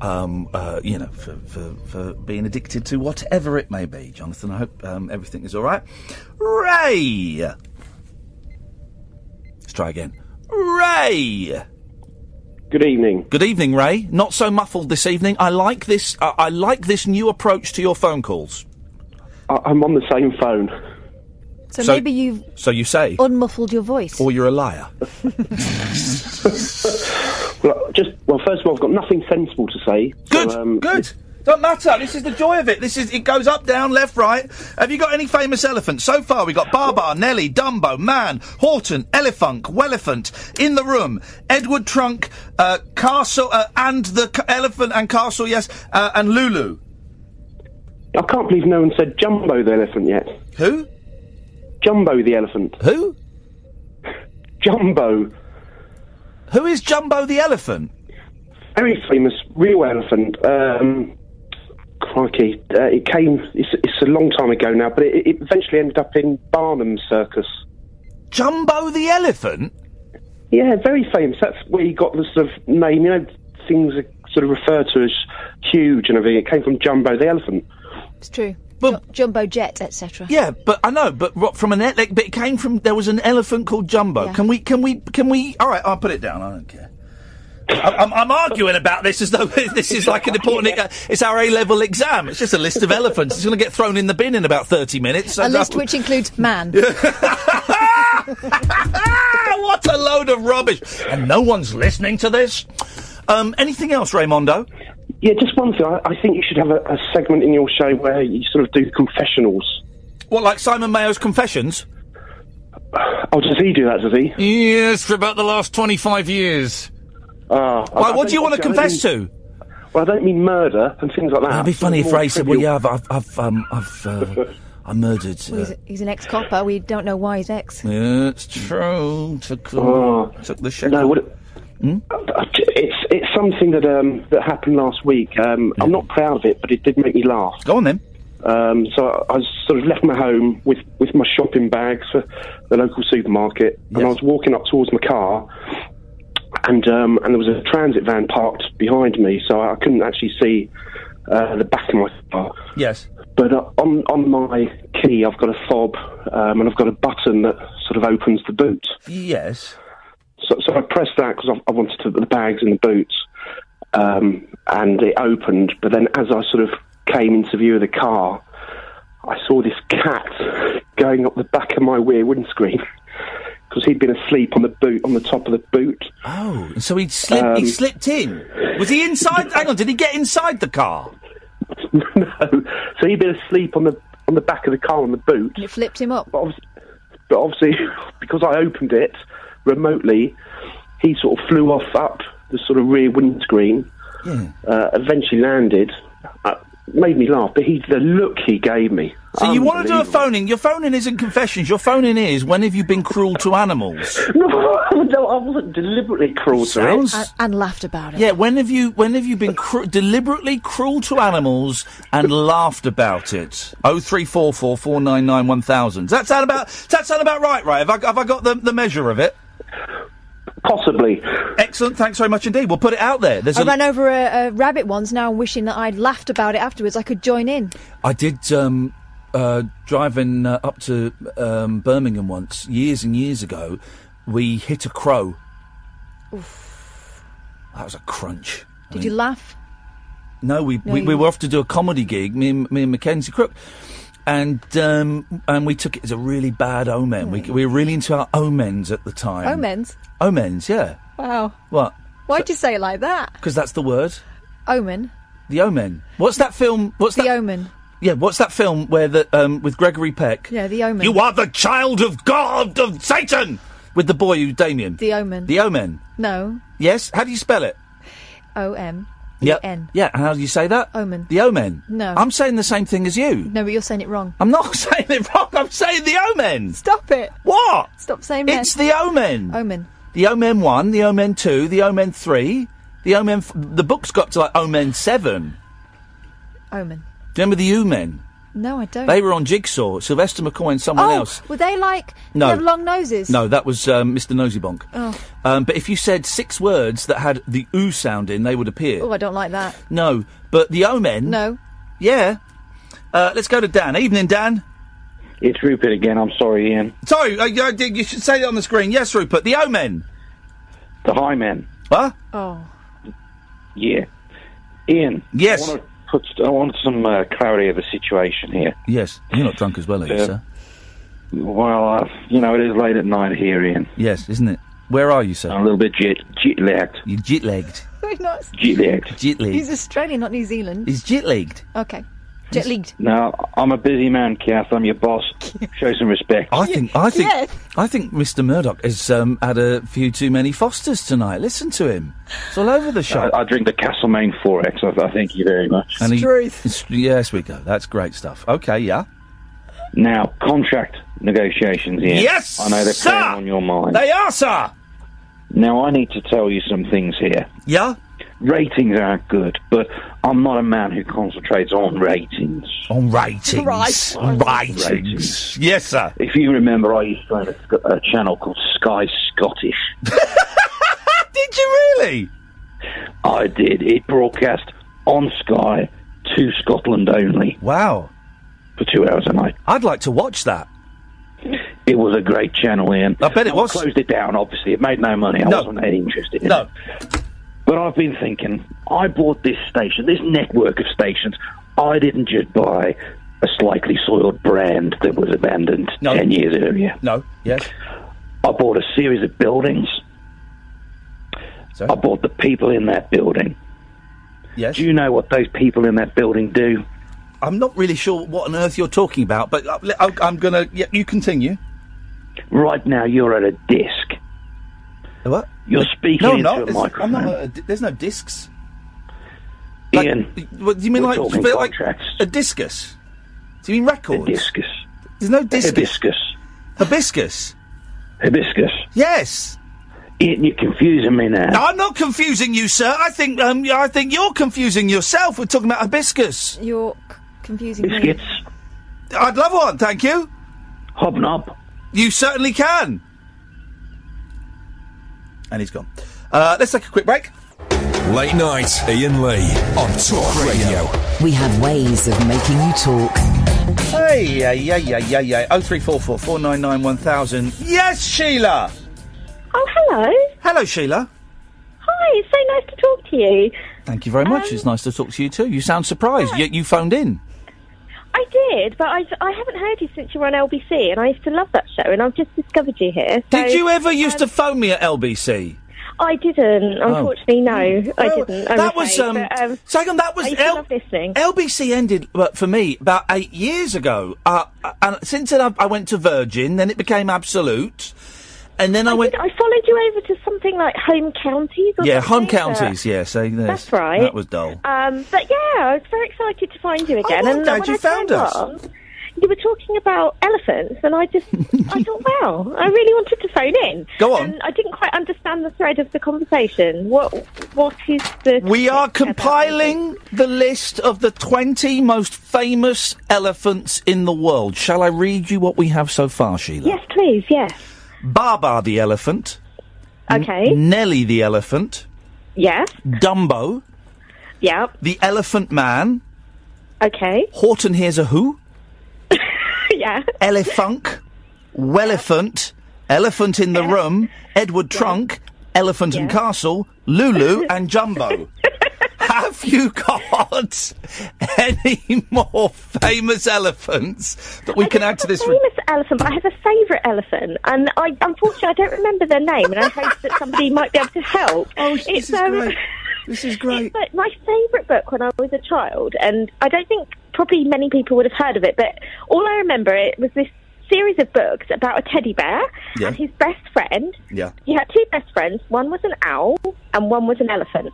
[SPEAKER 4] Um, uh, you know, for, for, for being addicted to whatever it may be, Jonathan. I hope um, everything is all right. Ray, let's try again. Ray.
[SPEAKER 11] Good evening.
[SPEAKER 4] Good evening, Ray. Not so muffled this evening. I like this. uh, I I like this new approach to your phone calls.
[SPEAKER 11] I- I'm on the same phone.
[SPEAKER 9] So,
[SPEAKER 4] So-
[SPEAKER 9] maybe you've
[SPEAKER 4] So you say,
[SPEAKER 9] unmuffled your voice.
[SPEAKER 4] or you're a liar.
[SPEAKER 11] Well, just well, first of all, I've got nothing sensible to say. Good. So, um,
[SPEAKER 4] Good. Don't matter. This is the joy of it. This is it goes up, down, left, right. Have you got any famous elephants so far? We got Barbar, Nelly, Dumbo, Man, Horton, Elefunk, Welephant, in the room, Edward Trunk, uh, Castle, uh, and the c- elephant and Castle. Yes, uh, and Lulu.
[SPEAKER 11] I can't believe no one said Jumbo the elephant yet.
[SPEAKER 4] Who?
[SPEAKER 11] Jumbo the elephant.
[SPEAKER 4] Who?
[SPEAKER 11] Jumbo.
[SPEAKER 4] Who is Jumbo the elephant?
[SPEAKER 11] Very famous real elephant. Um, crikey, uh, it came. It's, it's a long time ago now, but it, it eventually ended up in Barnum Circus.
[SPEAKER 4] Jumbo the elephant.
[SPEAKER 11] Yeah, very famous. That's where he got the sort of name. You know, things are sort of referred to as huge and everything. It came from Jumbo the elephant.
[SPEAKER 9] It's true. Ju- Jumbo jet, etc.
[SPEAKER 4] Yeah, but I know, but ro- from an e- like, but it came from there was an elephant called Jumbo.
[SPEAKER 9] Yeah.
[SPEAKER 4] Can we? Can we? Can we? All right, I'll put it down. I don't care. I- I'm, I'm arguing about this as though this is like an important. uh, it's our A level exam. It's just a list of elephants. It's going to get thrown in the bin in about thirty minutes. so
[SPEAKER 9] A list
[SPEAKER 4] don't-
[SPEAKER 9] which includes man.
[SPEAKER 4] Ah, what a load of rubbish! And no one's listening to this. Um, anything else, Raymondo?
[SPEAKER 11] Yeah, just one thing. I, I think you should have a, a segment in your show where you sort of do confessionals.
[SPEAKER 4] What, like Simon Mayo's confessions?
[SPEAKER 11] Oh, does he do that? Does he?
[SPEAKER 14] Yes, for about the last 25 years.
[SPEAKER 11] Ah. I-
[SPEAKER 4] Why,
[SPEAKER 11] I
[SPEAKER 4] what do you
[SPEAKER 11] don't-
[SPEAKER 4] want to
[SPEAKER 11] I don't
[SPEAKER 4] confess
[SPEAKER 11] mean-
[SPEAKER 4] to?
[SPEAKER 11] Well, I don't mean murder and things like that.
[SPEAKER 4] Ah, It'd be funny if
[SPEAKER 11] More
[SPEAKER 4] Ray said, "Well,
[SPEAKER 11] trivial.
[SPEAKER 4] yeah, I've, I've, I've, um, I've, uh, I murdered."
[SPEAKER 9] Well,
[SPEAKER 4] uh,
[SPEAKER 9] he's, he's an ex-copper. We don't know why he's ex.
[SPEAKER 4] Yeah, it's true. Took,
[SPEAKER 11] Oh.
[SPEAKER 4] took the shit. Hmm?
[SPEAKER 11] No, what it, Uh, it's it's something that um that happened last week. Um, I'm not proud of it, but it did make me laugh.
[SPEAKER 4] Go on then.
[SPEAKER 11] Um, so I, I was sort of left my home with with my shopping bags for the local supermarket, and I was walking up towards my car. And um, and there was a transit van parked behind me, so I couldn't actually see uh, the back of my car.
[SPEAKER 4] Yes.
[SPEAKER 11] But uh, on on my key, I've got a fob, um, and I've got a button that sort of opens the boot.
[SPEAKER 4] Yes.
[SPEAKER 11] So, so I pressed that because I, I wanted to put the bags in the boots, um, and it opened. But then, as I sort of came into view of the car, I saw this cat going up the back of my rear windscreen because he'd been asleep on the boot on the top of the boot.
[SPEAKER 4] Oh, so he slipped. he
[SPEAKER 11] Um,
[SPEAKER 4] slipped in. Was he inside? hang on, did he get inside the car?
[SPEAKER 11] no, so he'd been asleep on the on the back of the car on the boot.
[SPEAKER 9] And it flipped him up.
[SPEAKER 11] But obviously, because I opened it remotely, he sort of flew off up the sort of rear windscreen
[SPEAKER 4] Yeah.
[SPEAKER 11] uh, eventually landed. Uh, made me laugh, but he the look he gave me.
[SPEAKER 4] So you want to do a phoning? Your phoning isn't confessions. Your phoning is when have you been cruel to animals?
[SPEAKER 11] no, I wasn't deliberately cruel
[SPEAKER 4] Sounds,
[SPEAKER 9] and, and laughed about it.
[SPEAKER 4] Yeah, when have you when have you been cru- deliberately cruel to animals and laughed about it? Oh three four four four nine nine one thousand. Does that sound about does that sound about right? Right? Have I, have I got the, the measure of it?
[SPEAKER 11] Possibly.
[SPEAKER 4] Excellent. Thanks very much indeed. We'll put it out there. There's
[SPEAKER 9] Oh, I
[SPEAKER 4] a,
[SPEAKER 9] ran over a, a rabbit once now, wishing that I'd laughed about it afterwards. I could join in.
[SPEAKER 4] I did um, uh, driving uh, up to um, Birmingham once years and years ago. We hit a crow. That was a crunch. I
[SPEAKER 9] Did
[SPEAKER 4] mean-
[SPEAKER 9] you laugh?
[SPEAKER 4] No, we,
[SPEAKER 9] No,
[SPEAKER 4] we,
[SPEAKER 9] you
[SPEAKER 4] we were
[SPEAKER 9] didn't.
[SPEAKER 4] off to do a comedy gig, me and, me and Mackenzie Crook. And um, and we took it as a really bad omen. We,
[SPEAKER 9] Hmm.
[SPEAKER 4] we were really into our omens at the time.
[SPEAKER 9] Omens.
[SPEAKER 4] Omens, yeah.
[SPEAKER 9] Wow.
[SPEAKER 4] What?
[SPEAKER 9] Why'd you say it like that?
[SPEAKER 4] Because that's the word.
[SPEAKER 9] Omen.
[SPEAKER 4] The Omen. What's that film? What's
[SPEAKER 9] the
[SPEAKER 4] that?
[SPEAKER 9] Omen.
[SPEAKER 4] Yeah, what's that film where the um, with Gregory Peck?
[SPEAKER 9] Yeah, the Omen.
[SPEAKER 4] You are the child of God of Satan. With the boy who Damien.
[SPEAKER 9] The Omen.
[SPEAKER 4] The Omen.
[SPEAKER 9] no.
[SPEAKER 4] Yes. How do you spell it?
[SPEAKER 9] O M.
[SPEAKER 4] Yeah.
[SPEAKER 9] N.
[SPEAKER 4] Yeah. and How do you say that?
[SPEAKER 9] Omen.
[SPEAKER 4] The Omen.
[SPEAKER 9] No.
[SPEAKER 4] I'm saying the same thing as you.
[SPEAKER 9] No, but you're saying it wrong.
[SPEAKER 4] I'm not saying it wrong. I'm saying the Omen.
[SPEAKER 9] Stop it.
[SPEAKER 4] What?
[SPEAKER 9] Stop saying that.
[SPEAKER 4] It's the Omen.
[SPEAKER 9] Omen.
[SPEAKER 4] The Omen one, the Omen two, the Omen three, the Omen. F- the book's got to like Omen seven.
[SPEAKER 9] Omen.
[SPEAKER 4] Do you remember the Omen?
[SPEAKER 9] No, I don't.
[SPEAKER 4] They were on Jigsaw, Sylvester McCoy and someone
[SPEAKER 9] oh,
[SPEAKER 4] else.
[SPEAKER 9] were they like
[SPEAKER 4] No.
[SPEAKER 9] they have long noses?
[SPEAKER 4] No, that was um, Mr. Nosybonk.
[SPEAKER 9] Oh.
[SPEAKER 4] Um, but if you said six words that had the oo sound in, they would appear.
[SPEAKER 9] Oh, I don't like that.
[SPEAKER 4] No, but the Omen.
[SPEAKER 9] No.
[SPEAKER 4] Yeah. Uh, let's go to Dan. Evening, Dan.
[SPEAKER 2] It's Rupert again. I'm sorry, Ian.
[SPEAKER 4] Sorry, uh, you- you should say it on the screen. Yes, Rupert. The Omen.
[SPEAKER 2] The High Men.
[SPEAKER 4] Huh?
[SPEAKER 9] Oh.
[SPEAKER 2] Yeah. Ian.
[SPEAKER 4] Yes.
[SPEAKER 2] I want, to put, I want some uh, clarity of the situation here.
[SPEAKER 4] Yes. You're not drunk as well, are you,
[SPEAKER 2] Yeah.
[SPEAKER 4] sir?
[SPEAKER 2] Well, uh, you know, it is late at night here, Ian.
[SPEAKER 4] Yes, isn't it? Where are you, sir?
[SPEAKER 2] I'm a little bit jet, jet lagged.
[SPEAKER 4] You're jet lagged.
[SPEAKER 9] He's not.
[SPEAKER 2] Jet lagged.
[SPEAKER 4] Jet
[SPEAKER 9] He's Australian, not New Zealand.
[SPEAKER 4] He's jet lagged.
[SPEAKER 9] Okay. Jet leagued.
[SPEAKER 2] No, I'm a busy man, Kath. I'm your boss. Show some respect.
[SPEAKER 4] I think. I think.
[SPEAKER 9] Yes.
[SPEAKER 4] I think Mr. Murdoch has um, had a few too many Fosters tonight. Listen to him. It's all over the shop.
[SPEAKER 2] I, I drink the Castlemaine 4X. I, I thank you very much.
[SPEAKER 4] And he- it's- yes, we go. That's great stuff. Okay, yeah.
[SPEAKER 2] Now, contract negotiations, Ian.
[SPEAKER 4] Yes,
[SPEAKER 2] I know they're
[SPEAKER 4] sir!
[SPEAKER 2] playing on your mind.
[SPEAKER 4] They are, sir.
[SPEAKER 2] Now, I need to tell you some things here.
[SPEAKER 4] Yeah?
[SPEAKER 2] Ratings aren't good, but I'm not a man who concentrates on ratings.
[SPEAKER 4] On ratings.
[SPEAKER 2] Right.
[SPEAKER 4] Ratings. Yes, sir.
[SPEAKER 2] If you remember, I used to own a, sc- a channel called Sky Scottish.
[SPEAKER 4] Did you really?
[SPEAKER 2] I did. It broadcast on Sky to Scotland only.
[SPEAKER 4] Wow.
[SPEAKER 2] For two hours a night.
[SPEAKER 4] I'd like to watch that.
[SPEAKER 2] It was a great channel, Ian. I
[SPEAKER 4] bet it was.
[SPEAKER 2] Closed it down, obviously. It made no money. I
[SPEAKER 4] No.
[SPEAKER 2] wasn't that interested in
[SPEAKER 4] No.
[SPEAKER 2] it. But I've been thinking, I bought this station, this network of stations. I didn't just buy a slightly soiled brand that was abandoned 10 years earlier.
[SPEAKER 4] No. Yes.
[SPEAKER 2] I bought a series of buildings. I bought the people in that building.
[SPEAKER 4] Yes.
[SPEAKER 2] Do you know what those people in that building do?
[SPEAKER 4] I'm not really sure what on earth you're talking about, but uh, I, I, am going to. Yeah, you continue.
[SPEAKER 2] Right now, you're at a disc.
[SPEAKER 4] What?
[SPEAKER 2] You're speaking
[SPEAKER 4] no, I'm
[SPEAKER 2] into
[SPEAKER 4] not.
[SPEAKER 2] a
[SPEAKER 4] It's- I'm
[SPEAKER 2] microphone.
[SPEAKER 4] not. uh, d- there's no discs.
[SPEAKER 2] Ian,
[SPEAKER 4] What do you mean,
[SPEAKER 2] We're
[SPEAKER 4] like,
[SPEAKER 2] talking
[SPEAKER 4] feel like a discus? Do you mean records? A discus. There's no discus.
[SPEAKER 2] Hibiscus.
[SPEAKER 4] Hibiscus.
[SPEAKER 2] hibiscus.
[SPEAKER 4] Yes.
[SPEAKER 2] Ian, you're confusing me now.
[SPEAKER 4] No, I'm not confusing you, sir. I think um, I think you're confusing yourself. We're talking about hibiscus.
[SPEAKER 9] You're c- confusing me.
[SPEAKER 4] I'd love one, thank you.
[SPEAKER 2] Hobnob.
[SPEAKER 4] You certainly can. And he's gone. Uh, let's take a quick break.
[SPEAKER 1] Late night, Ian Lee on Talk Radio.
[SPEAKER 5] We have ways of making you talk.
[SPEAKER 4] Hey, yeah, yeah, yeah, yeah, yeah. Oh three four four four nine nine one thousand. Yes, Sheila.
[SPEAKER 16] Oh, hello.
[SPEAKER 4] Hello, Sheila.
[SPEAKER 16] Hi, it's so nice to talk to you.
[SPEAKER 4] Thank you very
[SPEAKER 16] Um,
[SPEAKER 4] much. it's nice to talk to you too. You sound surprised. You, you phoned in.
[SPEAKER 16] I did, but I, I haven't heard you since you were on LBC, and I used to love that show, and I've just discovered you here. So um,
[SPEAKER 4] Did you ever used to phone me at LBC?
[SPEAKER 16] I didn't,
[SPEAKER 4] Oh.
[SPEAKER 16] unfortunately, no. I didn't. I'm
[SPEAKER 4] that was
[SPEAKER 16] afraid,
[SPEAKER 4] um,
[SPEAKER 16] but, um,
[SPEAKER 4] second. That was
[SPEAKER 16] I used to
[SPEAKER 4] L-
[SPEAKER 16] love listening.
[SPEAKER 4] LBC ended uh, for me about eight years ago. Uh, uh, and since then, I, I went to Virgin. Then it became Absolute, and then I, went.
[SPEAKER 16] I followed you over to something like home counties. Or
[SPEAKER 4] Yeah, home
[SPEAKER 16] something, uh,
[SPEAKER 4] counties. Yeah, so there's-
[SPEAKER 16] That's right.
[SPEAKER 4] That was dull.
[SPEAKER 16] Um, but yeah, I was very excited to find you again.
[SPEAKER 4] Oh, well
[SPEAKER 16] and
[SPEAKER 4] glad
[SPEAKER 16] when
[SPEAKER 4] you
[SPEAKER 16] I
[SPEAKER 4] found
[SPEAKER 16] turned
[SPEAKER 4] us.
[SPEAKER 16] on, you were talking about elephants, and I just, I thought, wow, I really wanted to phone in.
[SPEAKER 4] Go on.
[SPEAKER 16] And I didn't quite understand the thread of the conversation. What, what is the?
[SPEAKER 4] We are compiling the list of the 20 most famous elephants in the world. Shall I read you what we have so far, Sheila?
[SPEAKER 16] Yes, please. Yes.
[SPEAKER 4] Baba the elephant.
[SPEAKER 16] Okay.
[SPEAKER 4] Nelly the elephant.
[SPEAKER 16] Yes.
[SPEAKER 4] Dumbo.
[SPEAKER 16] Yep.
[SPEAKER 4] The Elephant Man.
[SPEAKER 16] Okay.
[SPEAKER 4] Horton Hears a Who.
[SPEAKER 16] yeah.
[SPEAKER 4] Elefunk. Wellephant. Elephant in the Room. Edward Trunk. Elephant and Castle. Lulu and Jumbo. Have you got any more famous elephants that we can add to this? re-
[SPEAKER 16] Famous elephant, but I have a favourite elephant, and I unfortunately I don't remember their name, and I hope that somebody might be able to help. Oh, it's, this is great.
[SPEAKER 4] This is great.
[SPEAKER 16] But my favourite book when I was a child, and I don't think probably many people would have heard of it, but all I remember it was this series of books about a teddy bear
[SPEAKER 7] Yeah.
[SPEAKER 16] and his best friend.
[SPEAKER 4] Yeah.
[SPEAKER 16] He had two best friends. One was an owl, and one was an elephant.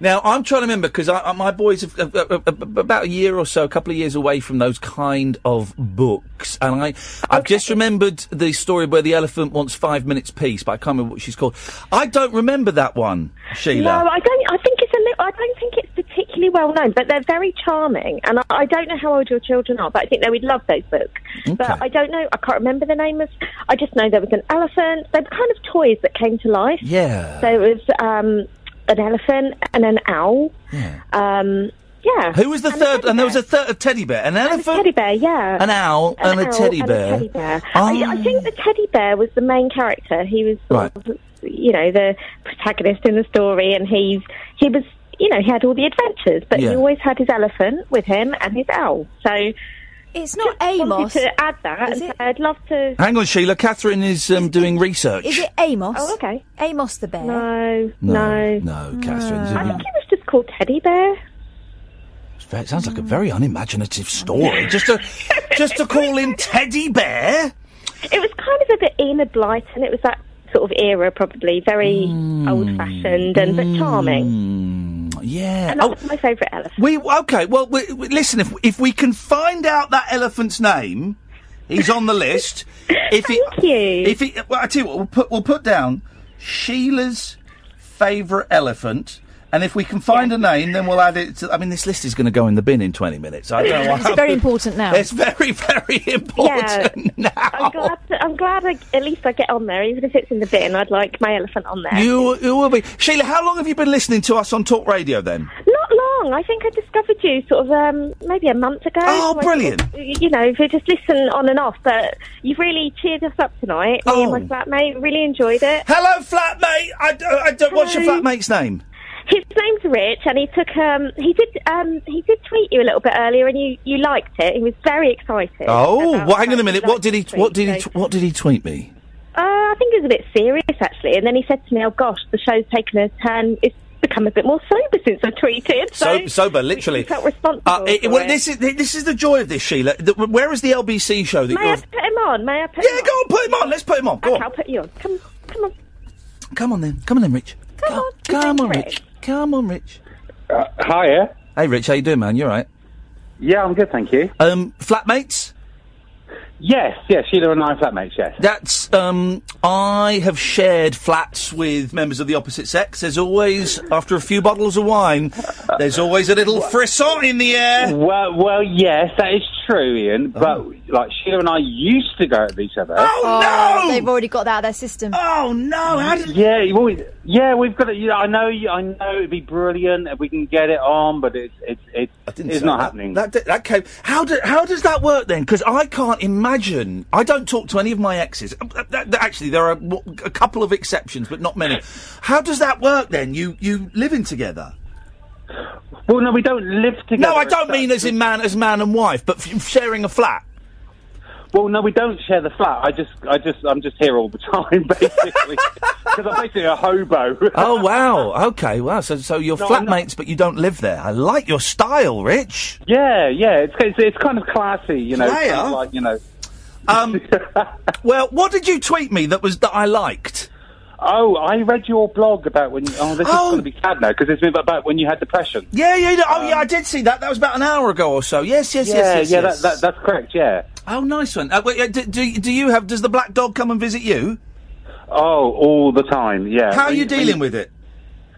[SPEAKER 4] Now I'm trying to remember because my boys have, have, have- have- about a year or so, a couple of years away from those kind of books, and I I've just remembered the story where the elephant wants five minutes peace, but I can't remember what she's called. I don't remember that one, Sheila.
[SPEAKER 16] No, I don't. I think it's a little. I don't think it's particularly well known, but they're very charming, and I, I don't know how old your children are, but I think they would love those books. But I don't know. I can't remember the name of. I just know there was an elephant. They were kind of toys that came to life.
[SPEAKER 4] Yeah.
[SPEAKER 16] So it was um, an elephant and an owl. Yeah. Um, yeah.
[SPEAKER 4] Who was the third? And there was a third a teddy bear, an elephant,
[SPEAKER 16] teddy bear? Yeah.
[SPEAKER 4] an owl, and, a
[SPEAKER 16] owl
[SPEAKER 4] teddy
[SPEAKER 16] and
[SPEAKER 4] bear. Ah.
[SPEAKER 16] teddy bear. I, I think the teddy bear was the main character. He was
[SPEAKER 4] Right.
[SPEAKER 16] you know the protagonist in the story, and he's he was you know he had all the adventures, but
[SPEAKER 9] Yeah.
[SPEAKER 16] he always had his elephant with him and his owl. So
[SPEAKER 9] it's not
[SPEAKER 16] Wanted
[SPEAKER 9] Amos.
[SPEAKER 16] to add that,
[SPEAKER 9] Is
[SPEAKER 16] and
[SPEAKER 9] it?
[SPEAKER 16] say I'd love to.
[SPEAKER 4] Hang on, Sheila. Catherine is um, doing research.
[SPEAKER 9] Is it Amos?
[SPEAKER 16] Oh, okay.
[SPEAKER 9] Amos the bear.
[SPEAKER 16] No, no,
[SPEAKER 4] No, no, Oh, Catherine.
[SPEAKER 16] I think it was just called Teddy Bear.
[SPEAKER 4] It sounds like a very unimaginative story. just to just to call him Teddy Bear.
[SPEAKER 16] It was kind of a bit Enid Blyton. it was that sort of era, probably very
[SPEAKER 4] Hmm.
[SPEAKER 16] old-fashioned and but charming.
[SPEAKER 4] Yeah. Oh.
[SPEAKER 16] And that's my favourite elephant.
[SPEAKER 4] We okay. Well, we, we- listen. If if we can find out that elephant's name, he's on the list. If Thank it,
[SPEAKER 16] you.
[SPEAKER 4] If it, well, I tell you what, we'll put we'll put down Sheila's favourite elephant. And if we can find a name, then we'll add it. To, I mean, this list is going to go in the bin in twenty minutes. I don't know.
[SPEAKER 9] it's very important now.
[SPEAKER 4] It's very very important.
[SPEAKER 16] Yeah. I'm glad. I'm glad. I, at least I get on there, even if it's in the bin. I'd like my elephant on there.
[SPEAKER 4] You you will be Sheila. How long have you been listening to us on Talk Radio then?
[SPEAKER 16] Not long. I think I discovered you sort of um, maybe a month ago.
[SPEAKER 4] Oh,
[SPEAKER 16] So I
[SPEAKER 4] brilliant.
[SPEAKER 16] sort of, you know, if you just listen on and off, but you've really cheered us up tonight. Me and my flatmate really enjoyed it.
[SPEAKER 4] Oh. Hello, flatmate. I, d- I don't. What's your flatmate's name?
[SPEAKER 16] His name's Rich, and he took um he did um he did tweet you a little bit earlier, and you you liked it. He was very excited.
[SPEAKER 4] Oh,
[SPEAKER 16] about
[SPEAKER 4] well, hang
[SPEAKER 16] how
[SPEAKER 4] on a
[SPEAKER 16] you
[SPEAKER 4] minute.
[SPEAKER 16] liked
[SPEAKER 4] What did he?
[SPEAKER 16] his
[SPEAKER 4] What
[SPEAKER 16] tweet,
[SPEAKER 4] did he?
[SPEAKER 16] so-
[SPEAKER 4] What did he tweet me?
[SPEAKER 16] Uh, I think it was a bit serious actually, and then he said to me, "Oh gosh, the show's taken a turn. It's become a bit more sober since I tweeted." So,
[SPEAKER 4] So, sober, literally.
[SPEAKER 16] felt responsible.
[SPEAKER 4] Uh, it-
[SPEAKER 16] for
[SPEAKER 4] well,
[SPEAKER 16] it.
[SPEAKER 4] this is this is the joy of this, Sheila. The, where is the LBC show that
[SPEAKER 16] May I
[SPEAKER 4] you're?
[SPEAKER 16] put him on? May I put?
[SPEAKER 4] Yeah, go on, put him on. Let's put him on. Go
[SPEAKER 16] okay,
[SPEAKER 4] on.
[SPEAKER 16] I'll put you on. Come, come on.
[SPEAKER 4] Come on then. Come on then, Rich. Come on. Come on, Rich. Come on, Rich.
[SPEAKER 15] Hiya.
[SPEAKER 4] Hey, Rich. How you doing, man? You all right?
[SPEAKER 15] Yeah, I'm good, thank you.
[SPEAKER 4] Um, flatmates.
[SPEAKER 15] Yes, yes, Sheila and I are flatmates. Yes.
[SPEAKER 4] That's um. I have shared flats with members of the opposite sex. There's always, after a few bottles of wine, there's always a little frisson in the air.
[SPEAKER 15] Well, well, yes, that is true, Ian.
[SPEAKER 4] Oh.
[SPEAKER 15] But like Sheila and I used to go at each other.
[SPEAKER 9] Oh, They've already got that out of their system. Mm.
[SPEAKER 4] Oh no! How did?
[SPEAKER 15] Yeah, well, we- yeah, we've got it. You know, I know, you- I know, it'd be brilliant if we can get it on, but it's it's it's, it's
[SPEAKER 4] say
[SPEAKER 15] not
[SPEAKER 4] that.
[SPEAKER 15] happening.
[SPEAKER 4] That, that, that came. How do, how does that work then? Because I can't imagine. I don't talk to any of my exes. Uh, that- that- Actually, there are w- a couple of exceptions, but not many. How does that work then? You you living together?
[SPEAKER 15] Well, no, we don't live together.
[SPEAKER 4] No, I don't mean as in man as man and wife, but f- sharing a flat.
[SPEAKER 15] Well, no, we don't share the flat. I just, I just, I'm just here all the time, basically, because I'm basically a hobo.
[SPEAKER 4] Oh wow! Okay, wow. So so you're
[SPEAKER 15] No, I'm not-
[SPEAKER 4] flatmates, but you don't live there. I like your style, Rich.
[SPEAKER 15] Yeah, yeah, it's it's, it's kind of classy, you know, it's kind of
[SPEAKER 4] Player?
[SPEAKER 15] like you know.
[SPEAKER 4] Um, well, what did you tweet me that was that I liked?
[SPEAKER 15] Oh, I read your blog about when. Oh, this is going to be sad now because it's about when you had depression.
[SPEAKER 4] Yeah, yeah, yeah. Oh, yeah, I did see that. That was about an hour ago or Oh, so. Yes, yes,
[SPEAKER 15] yeah,
[SPEAKER 4] yes, yes.
[SPEAKER 15] yeah.
[SPEAKER 4] yes.
[SPEAKER 15] That, that, that's correct. Yeah.
[SPEAKER 4] Oh, nice one. Uh, wait, uh, do, do, do you have? Does the black dog come and visit you?
[SPEAKER 15] Oh, all the time. Yeah.
[SPEAKER 4] How are you dealing with it?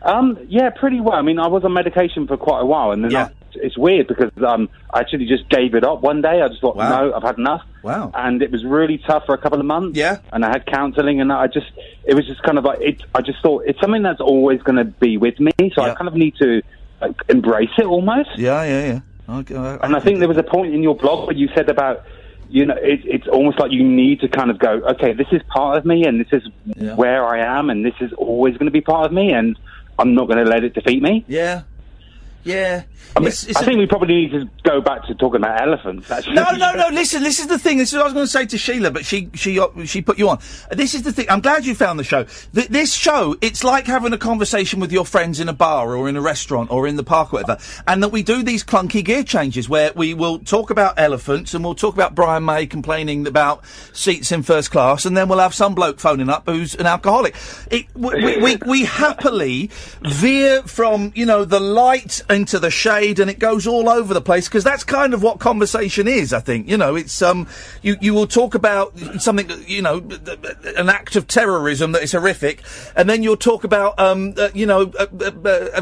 [SPEAKER 15] Um, yeah, pretty well. I mean, I was on medication for quite a while, and then I- it's weird because um, I actually just gave it up one day. I just thought, no, I've had enough.
[SPEAKER 4] Wow.
[SPEAKER 15] And it was really tough for a couple of months. Yeah. And I had counselling, and I just, it was just kind of like, it, I just thought it's something that's always going to be with me, so I kind of need to like, embrace it almost.
[SPEAKER 4] Yeah, yeah, yeah. I, uh, I,
[SPEAKER 15] And I think there was a point in your blog where you said about, you know, it, it's almost like you need to kind of go, okay, this is part of me, and this is where I am, and this is always going to be part of me, and I'm not going to let it defeat me.
[SPEAKER 4] Yeah. Yeah.
[SPEAKER 15] I, mean, I think we probably need to go back to talking about elephants. Actually.
[SPEAKER 4] No, no, no. Listen, this is the thing. This is what I was going to say to Sheila, but she she uh, she put you on. This is the thing. I'm glad you found the show. Th- this show, it's like having a conversation with your friends in a bar or in a restaurant or in the park, or whatever. And that we do these clunky gear changes where we will talk about elephants and we'll talk about Brian May complaining about seats in first class, and then we'll have some bloke phoning up who's an alcoholic. It, w- we, we we happily veer from you know the light into the shade and it goes all over the place because that's kind of what conversation is i think you know it's um you you will talk about something you know th- th- an act of terrorism that is horrific and then you'll talk about um uh, you know a, a,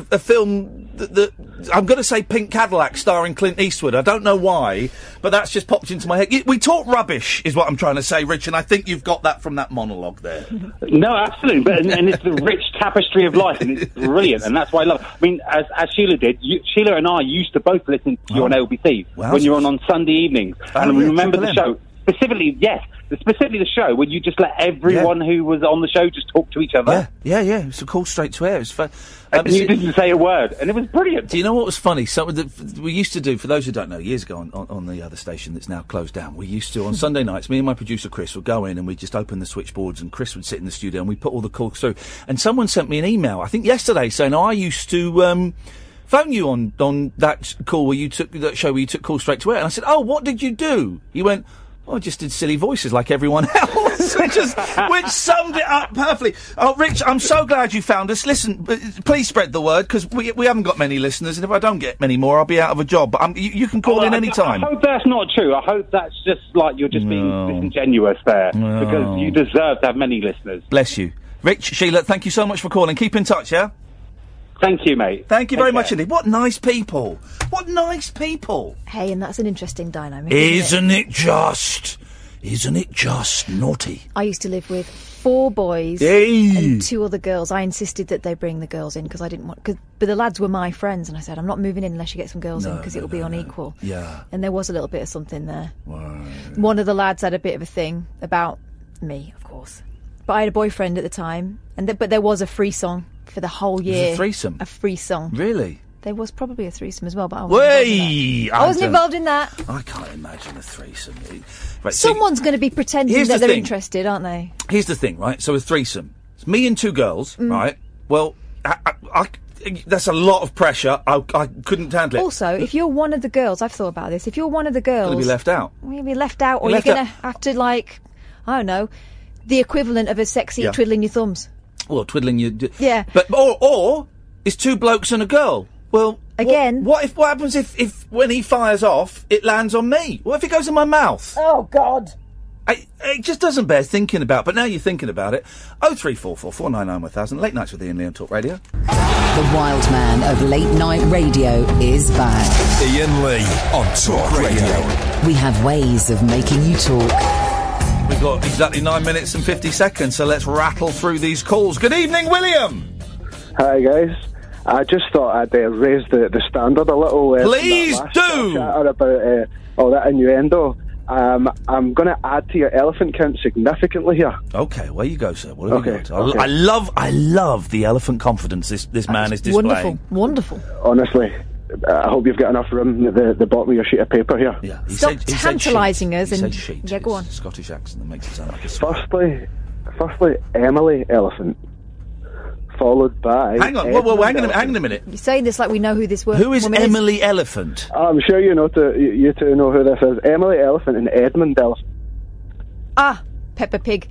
[SPEAKER 4] a, a film that, that i'm going to say pink cadillac starring clint eastwood i don't know why but that's just popped into my head Y- we talk rubbish is what i'm trying to say rich and i think you've got that from that monologue there
[SPEAKER 15] No, absolutely. But and, and it's the rich tapestry of life, and it's brilliant, and that's why I love. It. I mean, as, as Sheila did, you, Sheila and I used to both listen to you
[SPEAKER 4] Oh.
[SPEAKER 15] on LBC
[SPEAKER 4] Wow.
[SPEAKER 15] when you were on on Sunday evenings, and we
[SPEAKER 4] yeah,
[SPEAKER 15] remember the
[SPEAKER 4] Triple
[SPEAKER 15] show specifically. Yes, specifically the show when you just let everyone who was on the show just talk to each other.
[SPEAKER 4] Yeah, yeah. It's a call straight to air. It's fun.
[SPEAKER 15] And you didn't say a word, and it was brilliant.
[SPEAKER 4] um, Do you know what was funny? Some of the, we used to do, for those who don't know, years ago on, on, on the other station that's now closed down, we used to, on Sunday nights, me and my producer Chris would go in and we'd just open the switchboards and Chris would sit in the studio and we put all the calls through. And someone sent me an email, I think yesterday, saying, oh, I used to, um, phone you on, on that call where you took, that show where you took calls straight to air. And I said, oh, what did you do? He went, well, I just did silly voices like everyone else, which, is, which summed it up perfectly. Oh, Rich, I'm so glad you found us. Listen, b- please spread the word because we, we haven't got many listeners, and if I don't get many more, I'll be out of a job. But i you, you can call in
[SPEAKER 15] I-
[SPEAKER 4] any time.
[SPEAKER 15] Oh, I hope that's not true. I hope that's just like you're just being disingenuous there because you deserve to have many listeners.
[SPEAKER 4] Bless you. Rich, Sheila, thank you so much for calling. Keep in touch, yeah?
[SPEAKER 15] Thank you, mate.
[SPEAKER 4] Thank you very much indeed. What nice people. What nice people.
[SPEAKER 9] Hey, and that's an interesting dynamic.
[SPEAKER 4] Isn't it just? Isn't it just naughty?
[SPEAKER 9] I used to live with four boys
[SPEAKER 4] Hey.
[SPEAKER 9] and two other girls. I insisted that they bring the girls in because I didn't want. Cause, but the lads were my friends, and I said, "I'm not moving in unless you get some girls in
[SPEAKER 4] No,
[SPEAKER 9] 'cause in because it will be unequal."
[SPEAKER 4] Yeah.
[SPEAKER 9] And there was a little bit of something there. One of the lads had a bit of a thing about me, of course. But I had a boyfriend at the time, and th- but there was a free song for the whole
[SPEAKER 4] was a
[SPEAKER 9] year.
[SPEAKER 4] threesome?
[SPEAKER 9] A free song.
[SPEAKER 4] Really?
[SPEAKER 9] There was probably a threesome as well, but Oh, I wasn't,
[SPEAKER 4] Way!
[SPEAKER 9] I wasn't involved in that.
[SPEAKER 4] I can't imagine a threesome. Right, so-
[SPEAKER 9] Someone's going to be pretending
[SPEAKER 4] Here's
[SPEAKER 9] that
[SPEAKER 4] the
[SPEAKER 9] they're
[SPEAKER 4] thing.
[SPEAKER 9] interested, aren't they?
[SPEAKER 4] Here's the thing, right? So a threesome. It's me and two girls,
[SPEAKER 9] Mm.
[SPEAKER 4] right? Well, I, I, I- that's a lot of pressure. I, I couldn't handle it.
[SPEAKER 9] Also, if you're one of the girls, I've thought about this. If you're one of the
[SPEAKER 4] I'm
[SPEAKER 9] girls,
[SPEAKER 4] gonna be left out.
[SPEAKER 9] Well, You'll be left out, or
[SPEAKER 4] You're
[SPEAKER 9] you're
[SPEAKER 4] left
[SPEAKER 9] going to
[SPEAKER 4] out.
[SPEAKER 9] have to like, I don't know, the equivalent of a sexy
[SPEAKER 4] Yeah.
[SPEAKER 9] twiddling your thumbs.
[SPEAKER 4] Well, twiddling your. d-
[SPEAKER 9] Yeah.
[SPEAKER 4] But or or it's two blokes and a girl. Well, again, what, if what happens if if when he fires off, it lands on me? What if it goes in my mouth?
[SPEAKER 18] Oh God.
[SPEAKER 4] I, it just doesn't bear thinking about, but now you're thinking about it. Oh three four four four nine nine one thousand. Late nights with Ian Lee on Talk Radio.
[SPEAKER 5] The wild man of late night radio is back.
[SPEAKER 1] Ian Lee on Talk Radio.
[SPEAKER 5] We have ways of making you talk.
[SPEAKER 4] We've got exactly nine minutes and fifty seconds, so let's rattle through these calls. Good evening, William.
[SPEAKER 19] Hi guys. I just thought I'd uh, raise the, the standard a little. Uh, from that
[SPEAKER 4] Please
[SPEAKER 19] last
[SPEAKER 4] do.
[SPEAKER 19] Chatter about uh, all that innuendo. Um, I'm going to add to your elephant count significantly here.
[SPEAKER 4] Okay, where you go, sir? What have you
[SPEAKER 19] Okay,
[SPEAKER 4] got?
[SPEAKER 19] okay.
[SPEAKER 4] I, I love, I love the elephant confidence this this man is displaying.
[SPEAKER 19] wonderful.
[SPEAKER 9] Wonderful.
[SPEAKER 19] Honestly, I hope you've got enough room at the, the bottom of your sheet of paper here.
[SPEAKER 4] Yeah.
[SPEAKER 9] Stop tantalising us
[SPEAKER 19] He said
[SPEAKER 9] and
[SPEAKER 19] sheet.
[SPEAKER 9] yeah, go on.
[SPEAKER 4] Scottish accent that makes it sound like a.
[SPEAKER 19] Firstly, firstly, Emily Elephant, followed by.
[SPEAKER 4] Hang on, whoa, whoa, hang on,
[SPEAKER 19] Edmund
[SPEAKER 4] a- hang on a minute.
[SPEAKER 9] You're saying this like we know who this wo-
[SPEAKER 19] Who is
[SPEAKER 9] woman
[SPEAKER 4] Emily Elephant?
[SPEAKER 19] I'm sure you know to, you, you two know who this is. Emily Elephant and Edmund Elephant.
[SPEAKER 9] Ah, Peppa Pig.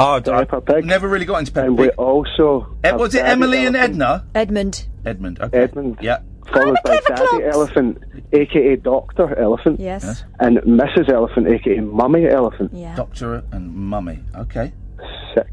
[SPEAKER 26] Oh, d- I never really got into Peppa and Pig. we also...
[SPEAKER 4] Eh,
[SPEAKER 9] have
[SPEAKER 26] was it
[SPEAKER 9] Daddy
[SPEAKER 26] Emily and Edna?
[SPEAKER 9] Edmund.
[SPEAKER 26] Edmund, okay. Edmund. Yeah.
[SPEAKER 12] followed by Daddy Elephant, aka Doctor Elephant,
[SPEAKER 9] Yes. Yes.
[SPEAKER 12] and Mrs. Elephant, aka Mummy Elephant.
[SPEAKER 26] Doctor and Mummy. Okay. Six.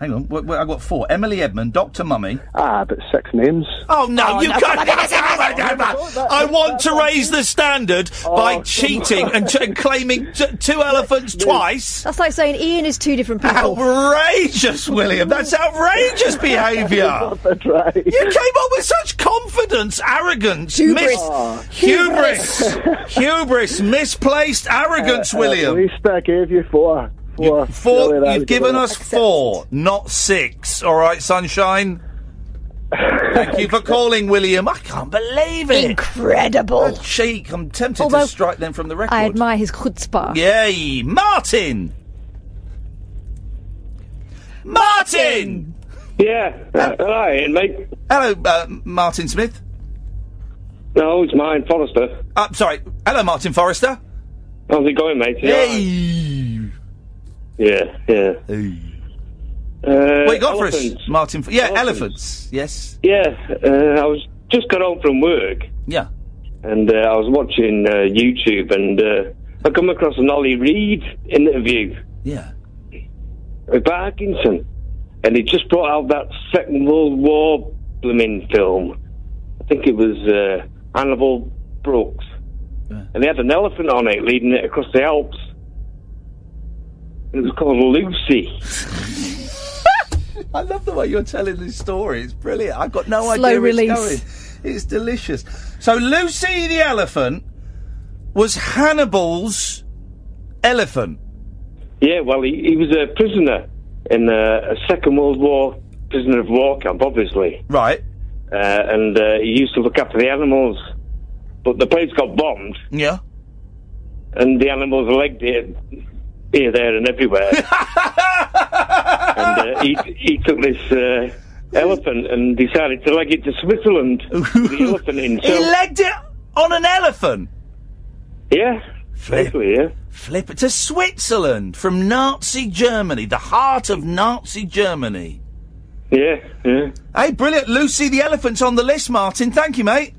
[SPEAKER 26] Hang on. Wait, wait, I got four. Emily Edmund, Doctor Mummy.
[SPEAKER 12] Ah, but six names.
[SPEAKER 4] Oh no, you
[SPEAKER 26] no,
[SPEAKER 4] can't!
[SPEAKER 26] but that is-
[SPEAKER 4] I want to raise the standard
[SPEAKER 12] Oh.
[SPEAKER 4] by cheating and ch- claiming t- two elephants twice.
[SPEAKER 9] That's like saying Ian is two different people.
[SPEAKER 4] Outrageous, William. That's outrageous behaviour. You came up with such confidence, arrogance,
[SPEAKER 27] Hubris.
[SPEAKER 4] mis-
[SPEAKER 12] Oh.
[SPEAKER 27] Ah.
[SPEAKER 4] hubris, hubris, misplaced arrogance,
[SPEAKER 12] Uh,
[SPEAKER 4] William.
[SPEAKER 12] At least I gave you four. Four.
[SPEAKER 4] Four.
[SPEAKER 12] Really, that
[SPEAKER 4] You've
[SPEAKER 12] was
[SPEAKER 4] given
[SPEAKER 12] good.
[SPEAKER 4] us four, not six. All right, sunshine. Thank you for calling, William. I can't believe it.
[SPEAKER 9] Incredible.
[SPEAKER 4] A cheek. I'm tempted
[SPEAKER 9] Although-
[SPEAKER 4] to strike them from the record.
[SPEAKER 9] I admire his chutzpah.
[SPEAKER 4] Yay, Martin. Martin.
[SPEAKER 18] Yeah. Hello, Ian, mate.
[SPEAKER 4] Hello, uh, Martin Smith.
[SPEAKER 18] No, it's mine, Forrester.
[SPEAKER 4] Uh, sorry. Hello, Martin Forrester.
[SPEAKER 18] How's it going, mate? You
[SPEAKER 4] Hey.
[SPEAKER 18] Yeah, yeah. Uh,
[SPEAKER 4] what you got for
[SPEAKER 18] elephants.
[SPEAKER 4] us, Martin? F- yeah, elephants. Yes.
[SPEAKER 18] Yeah, uh, I was just got home from work.
[SPEAKER 4] Yeah.
[SPEAKER 18] And uh, I was watching uh, YouTube, and uh, I come across an Ollie Reed interview.
[SPEAKER 4] Yeah.
[SPEAKER 18] With Parkinson, and he just brought out that Second World War blooming film. I think it was uh, Hannibal Brooks, and they had an elephant on it leading it across the Alps. It was called Lucy.
[SPEAKER 26] I love the way you're telling this story. It's brilliant. I've got no
[SPEAKER 4] Slow
[SPEAKER 26] idea where
[SPEAKER 4] release.
[SPEAKER 26] it's going. It's delicious.
[SPEAKER 4] So Lucy the elephant was Hannibal's elephant.
[SPEAKER 18] Yeah, well, he, he was a prisoner in uh, a Second World War prisoner of war camp, obviously.
[SPEAKER 4] Right.
[SPEAKER 18] Uh, and uh, he used to look after the animals. But the place got bombed,
[SPEAKER 4] Yeah.
[SPEAKER 18] and the animals legged it here, there, and everywhere. and uh, he, he took this uh, elephant and decided to leg it to Switzerland. with the elephant in.
[SPEAKER 4] He legged it on an elephant.
[SPEAKER 18] Yeah.
[SPEAKER 4] Flip,
[SPEAKER 18] yeah.
[SPEAKER 4] Flip it to Switzerland from Nazi Germany, the heart of Nazi Germany.
[SPEAKER 18] Yeah, yeah.
[SPEAKER 4] Hey, brilliant. Lucy the elephant's on the list, Martin. Thank you, mate.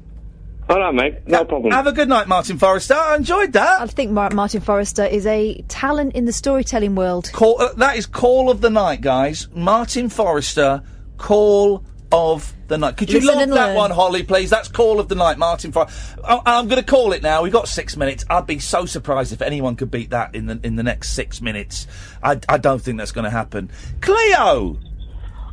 [SPEAKER 18] All right, mate. No problem.
[SPEAKER 4] Have a good night, Martin Forrester. I enjoyed that.
[SPEAKER 9] I think Mar- Martin Forrester is a talent in the storytelling world.
[SPEAKER 4] Call, uh, that is call of the night, guys. Martin Forrester, call of the night. Could you
[SPEAKER 9] Listen
[SPEAKER 4] log
[SPEAKER 9] and
[SPEAKER 4] that
[SPEAKER 9] learn.
[SPEAKER 4] one, Holly, please? That's call of the night, Martin Forrester. I- I'm going to call it now. We've got six minutes. I'd be so surprised if anyone could beat that in the in the next six minutes. I, I don't think that's going to happen. Cleo,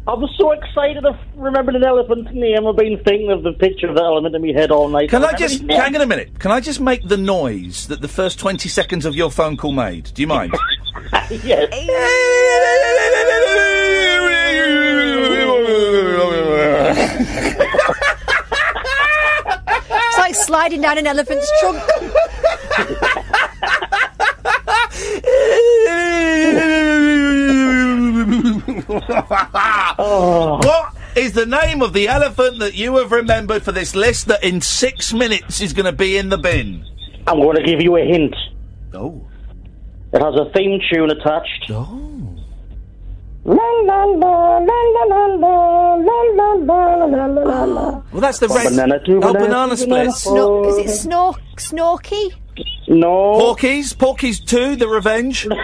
[SPEAKER 6] I was so excited I remembered an elephant name. I've been thinking of the picture of the elephant in my head all night.
[SPEAKER 4] can I
[SPEAKER 6] remembered
[SPEAKER 4] just
[SPEAKER 6] his name.
[SPEAKER 4] hang on a minute? Can I just make the noise that the first twenty seconds of your phone call made? Do you mind?
[SPEAKER 9] It's like sliding down an elephant's trunk.
[SPEAKER 6] Oh.
[SPEAKER 4] What is the name of the elephant that you have remembered for this list that in six minutes is going to be in the bin?
[SPEAKER 6] I'm going to give you a hint.
[SPEAKER 4] Oh.
[SPEAKER 6] It has a theme tune attached.
[SPEAKER 4] Oh.
[SPEAKER 6] Well,
[SPEAKER 4] that's the red-
[SPEAKER 6] Banana, do
[SPEAKER 4] Oh,
[SPEAKER 6] banana,
[SPEAKER 4] banana
[SPEAKER 6] do
[SPEAKER 4] splits.
[SPEAKER 6] banana.
[SPEAKER 9] Snor- is it snork snorky?
[SPEAKER 6] No.
[SPEAKER 4] Porkies? Porkies 2, The Revenge?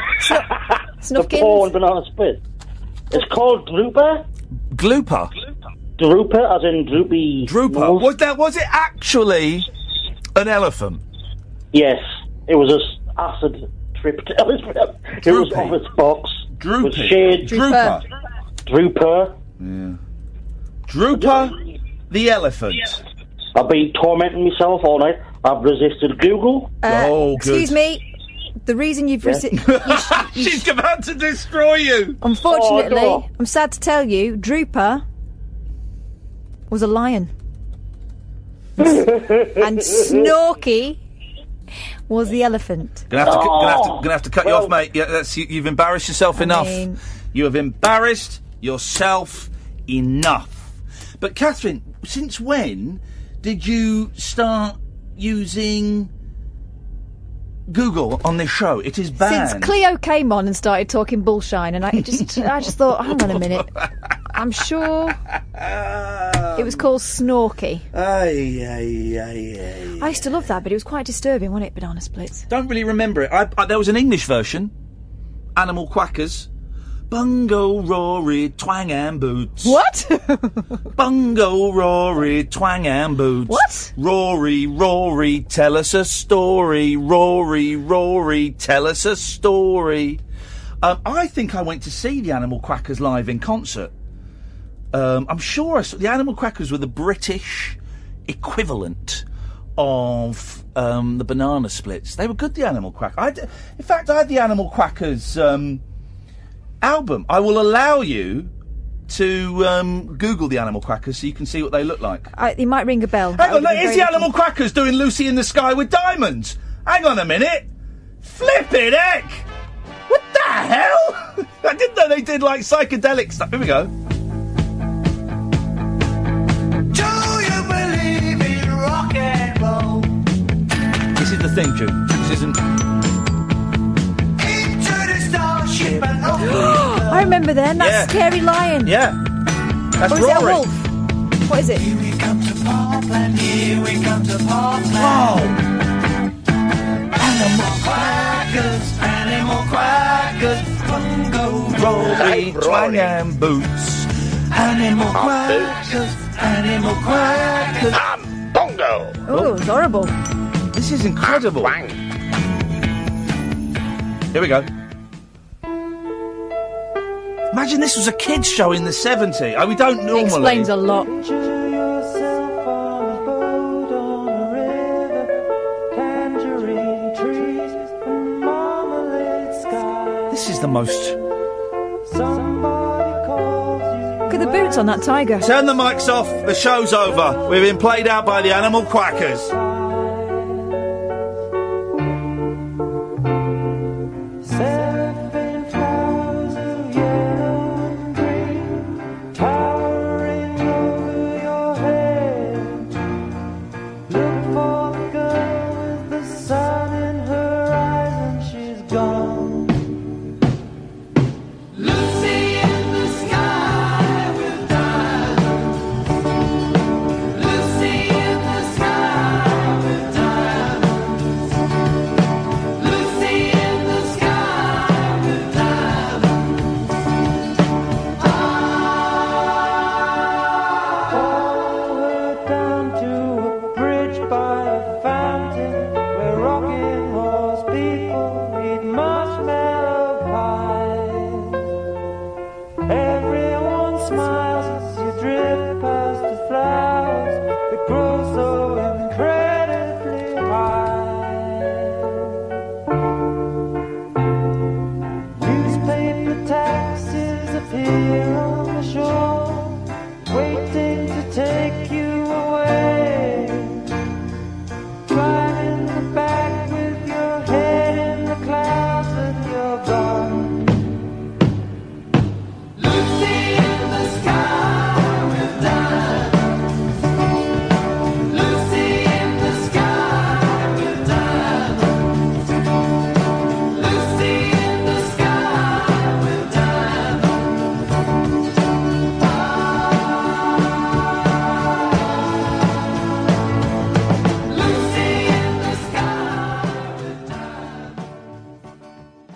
[SPEAKER 6] The porn banana split. It's called Drooper.
[SPEAKER 4] Glooper?
[SPEAKER 6] Drooper, as in droopy.
[SPEAKER 4] Drooper? Was that was it actually an elephant?
[SPEAKER 6] Yes, it was a s- acid tripped elephant. It was
[SPEAKER 4] Droopy.
[SPEAKER 6] off its box.
[SPEAKER 4] Droopy.
[SPEAKER 6] Was shade.
[SPEAKER 4] Drooper.
[SPEAKER 6] Drooper.
[SPEAKER 4] Yeah. Drooper the elephant.
[SPEAKER 6] I've been tormenting myself all night. I've resisted Google.
[SPEAKER 9] Uh,
[SPEAKER 4] Oh,
[SPEAKER 9] excuse me. The reason you've
[SPEAKER 6] Yeah.
[SPEAKER 9] resi- you sh- you
[SPEAKER 4] She's about to destroy you.
[SPEAKER 9] Unfortunately,
[SPEAKER 4] Oh, no.
[SPEAKER 9] I'm sad to tell you, Drooper was a lion. and Snorky was the elephant.
[SPEAKER 4] Gonna have to, gonna have to, gonna have to cut you off, mate. Yeah, that's you, you've embarrassed yourself enough.
[SPEAKER 9] Oh. mean-
[SPEAKER 4] You have embarrassed yourself enough. But Catherine, since when did you start using Google on this show. It is banned.
[SPEAKER 9] Since Cleo came on and started talking bullshine, and I just, I just thought, hang on a minute. I'm sure it was called Snorky.
[SPEAKER 4] Ay, ay, ay, ay.
[SPEAKER 9] I used to love that, but it was quite disturbing, wasn't it? Banana splits.
[SPEAKER 4] Don't really remember it. I, I, there was an English version. Animal Quackers. Bungo Rory Twang and Boots.
[SPEAKER 9] What?
[SPEAKER 4] Bungo Rory Twang and Boots.
[SPEAKER 9] What?
[SPEAKER 4] Rory, Rory, tell us a story. Rory, Rory, tell us a story. Um, I think I went to see the Animal Quackers live in concert. Um, I'm sure I saw, the Animal Quackers were the British equivalent of um, the Banana Splits. They were good, the Animal Quackers. I d- in fact, I had the Animal Quackers um, album. I will allow you to um, Google the Animal Quackers so you can see what they look like.
[SPEAKER 9] I, it might ring a bell.
[SPEAKER 4] Hang
[SPEAKER 9] I
[SPEAKER 4] on,
[SPEAKER 9] would've
[SPEAKER 4] look,
[SPEAKER 9] been
[SPEAKER 4] here's
[SPEAKER 9] very
[SPEAKER 4] the
[SPEAKER 9] lucky.
[SPEAKER 4] Animal Quackers doing Lucy in the Sky with Diamonds. Hang on a minute. Flippin' heck! What the hell? I didn't know they did like psychedelic stuff. Here we go.
[SPEAKER 7] Do you believe in rock and roll?
[SPEAKER 4] This is the theme tune. This isn't.
[SPEAKER 7] Into the starship and
[SPEAKER 9] I remember then that
[SPEAKER 4] Yeah.
[SPEAKER 9] scary lion.
[SPEAKER 4] Yeah. That's
[SPEAKER 9] or is it a
[SPEAKER 4] Rory.
[SPEAKER 9] wolf? What is it? Here
[SPEAKER 7] we come to pop and here we come to pop.
[SPEAKER 4] Wow.
[SPEAKER 7] Animal quackers, animal quackers, bungo
[SPEAKER 4] Rory, twang and boots.
[SPEAKER 7] Animal
[SPEAKER 4] I'm
[SPEAKER 7] quackers, animal quackers. I'm bungo.
[SPEAKER 9] Oh, it's horrible.
[SPEAKER 4] This is incredible. Here we go. Imagine this was a kids' show in the 70s. Oh, we don't normally.
[SPEAKER 9] Explains a lot.
[SPEAKER 4] This is the most.
[SPEAKER 9] Look at the boots on that tiger.
[SPEAKER 4] Turn the mics off. The show's over. We've been played out by the animal quackers.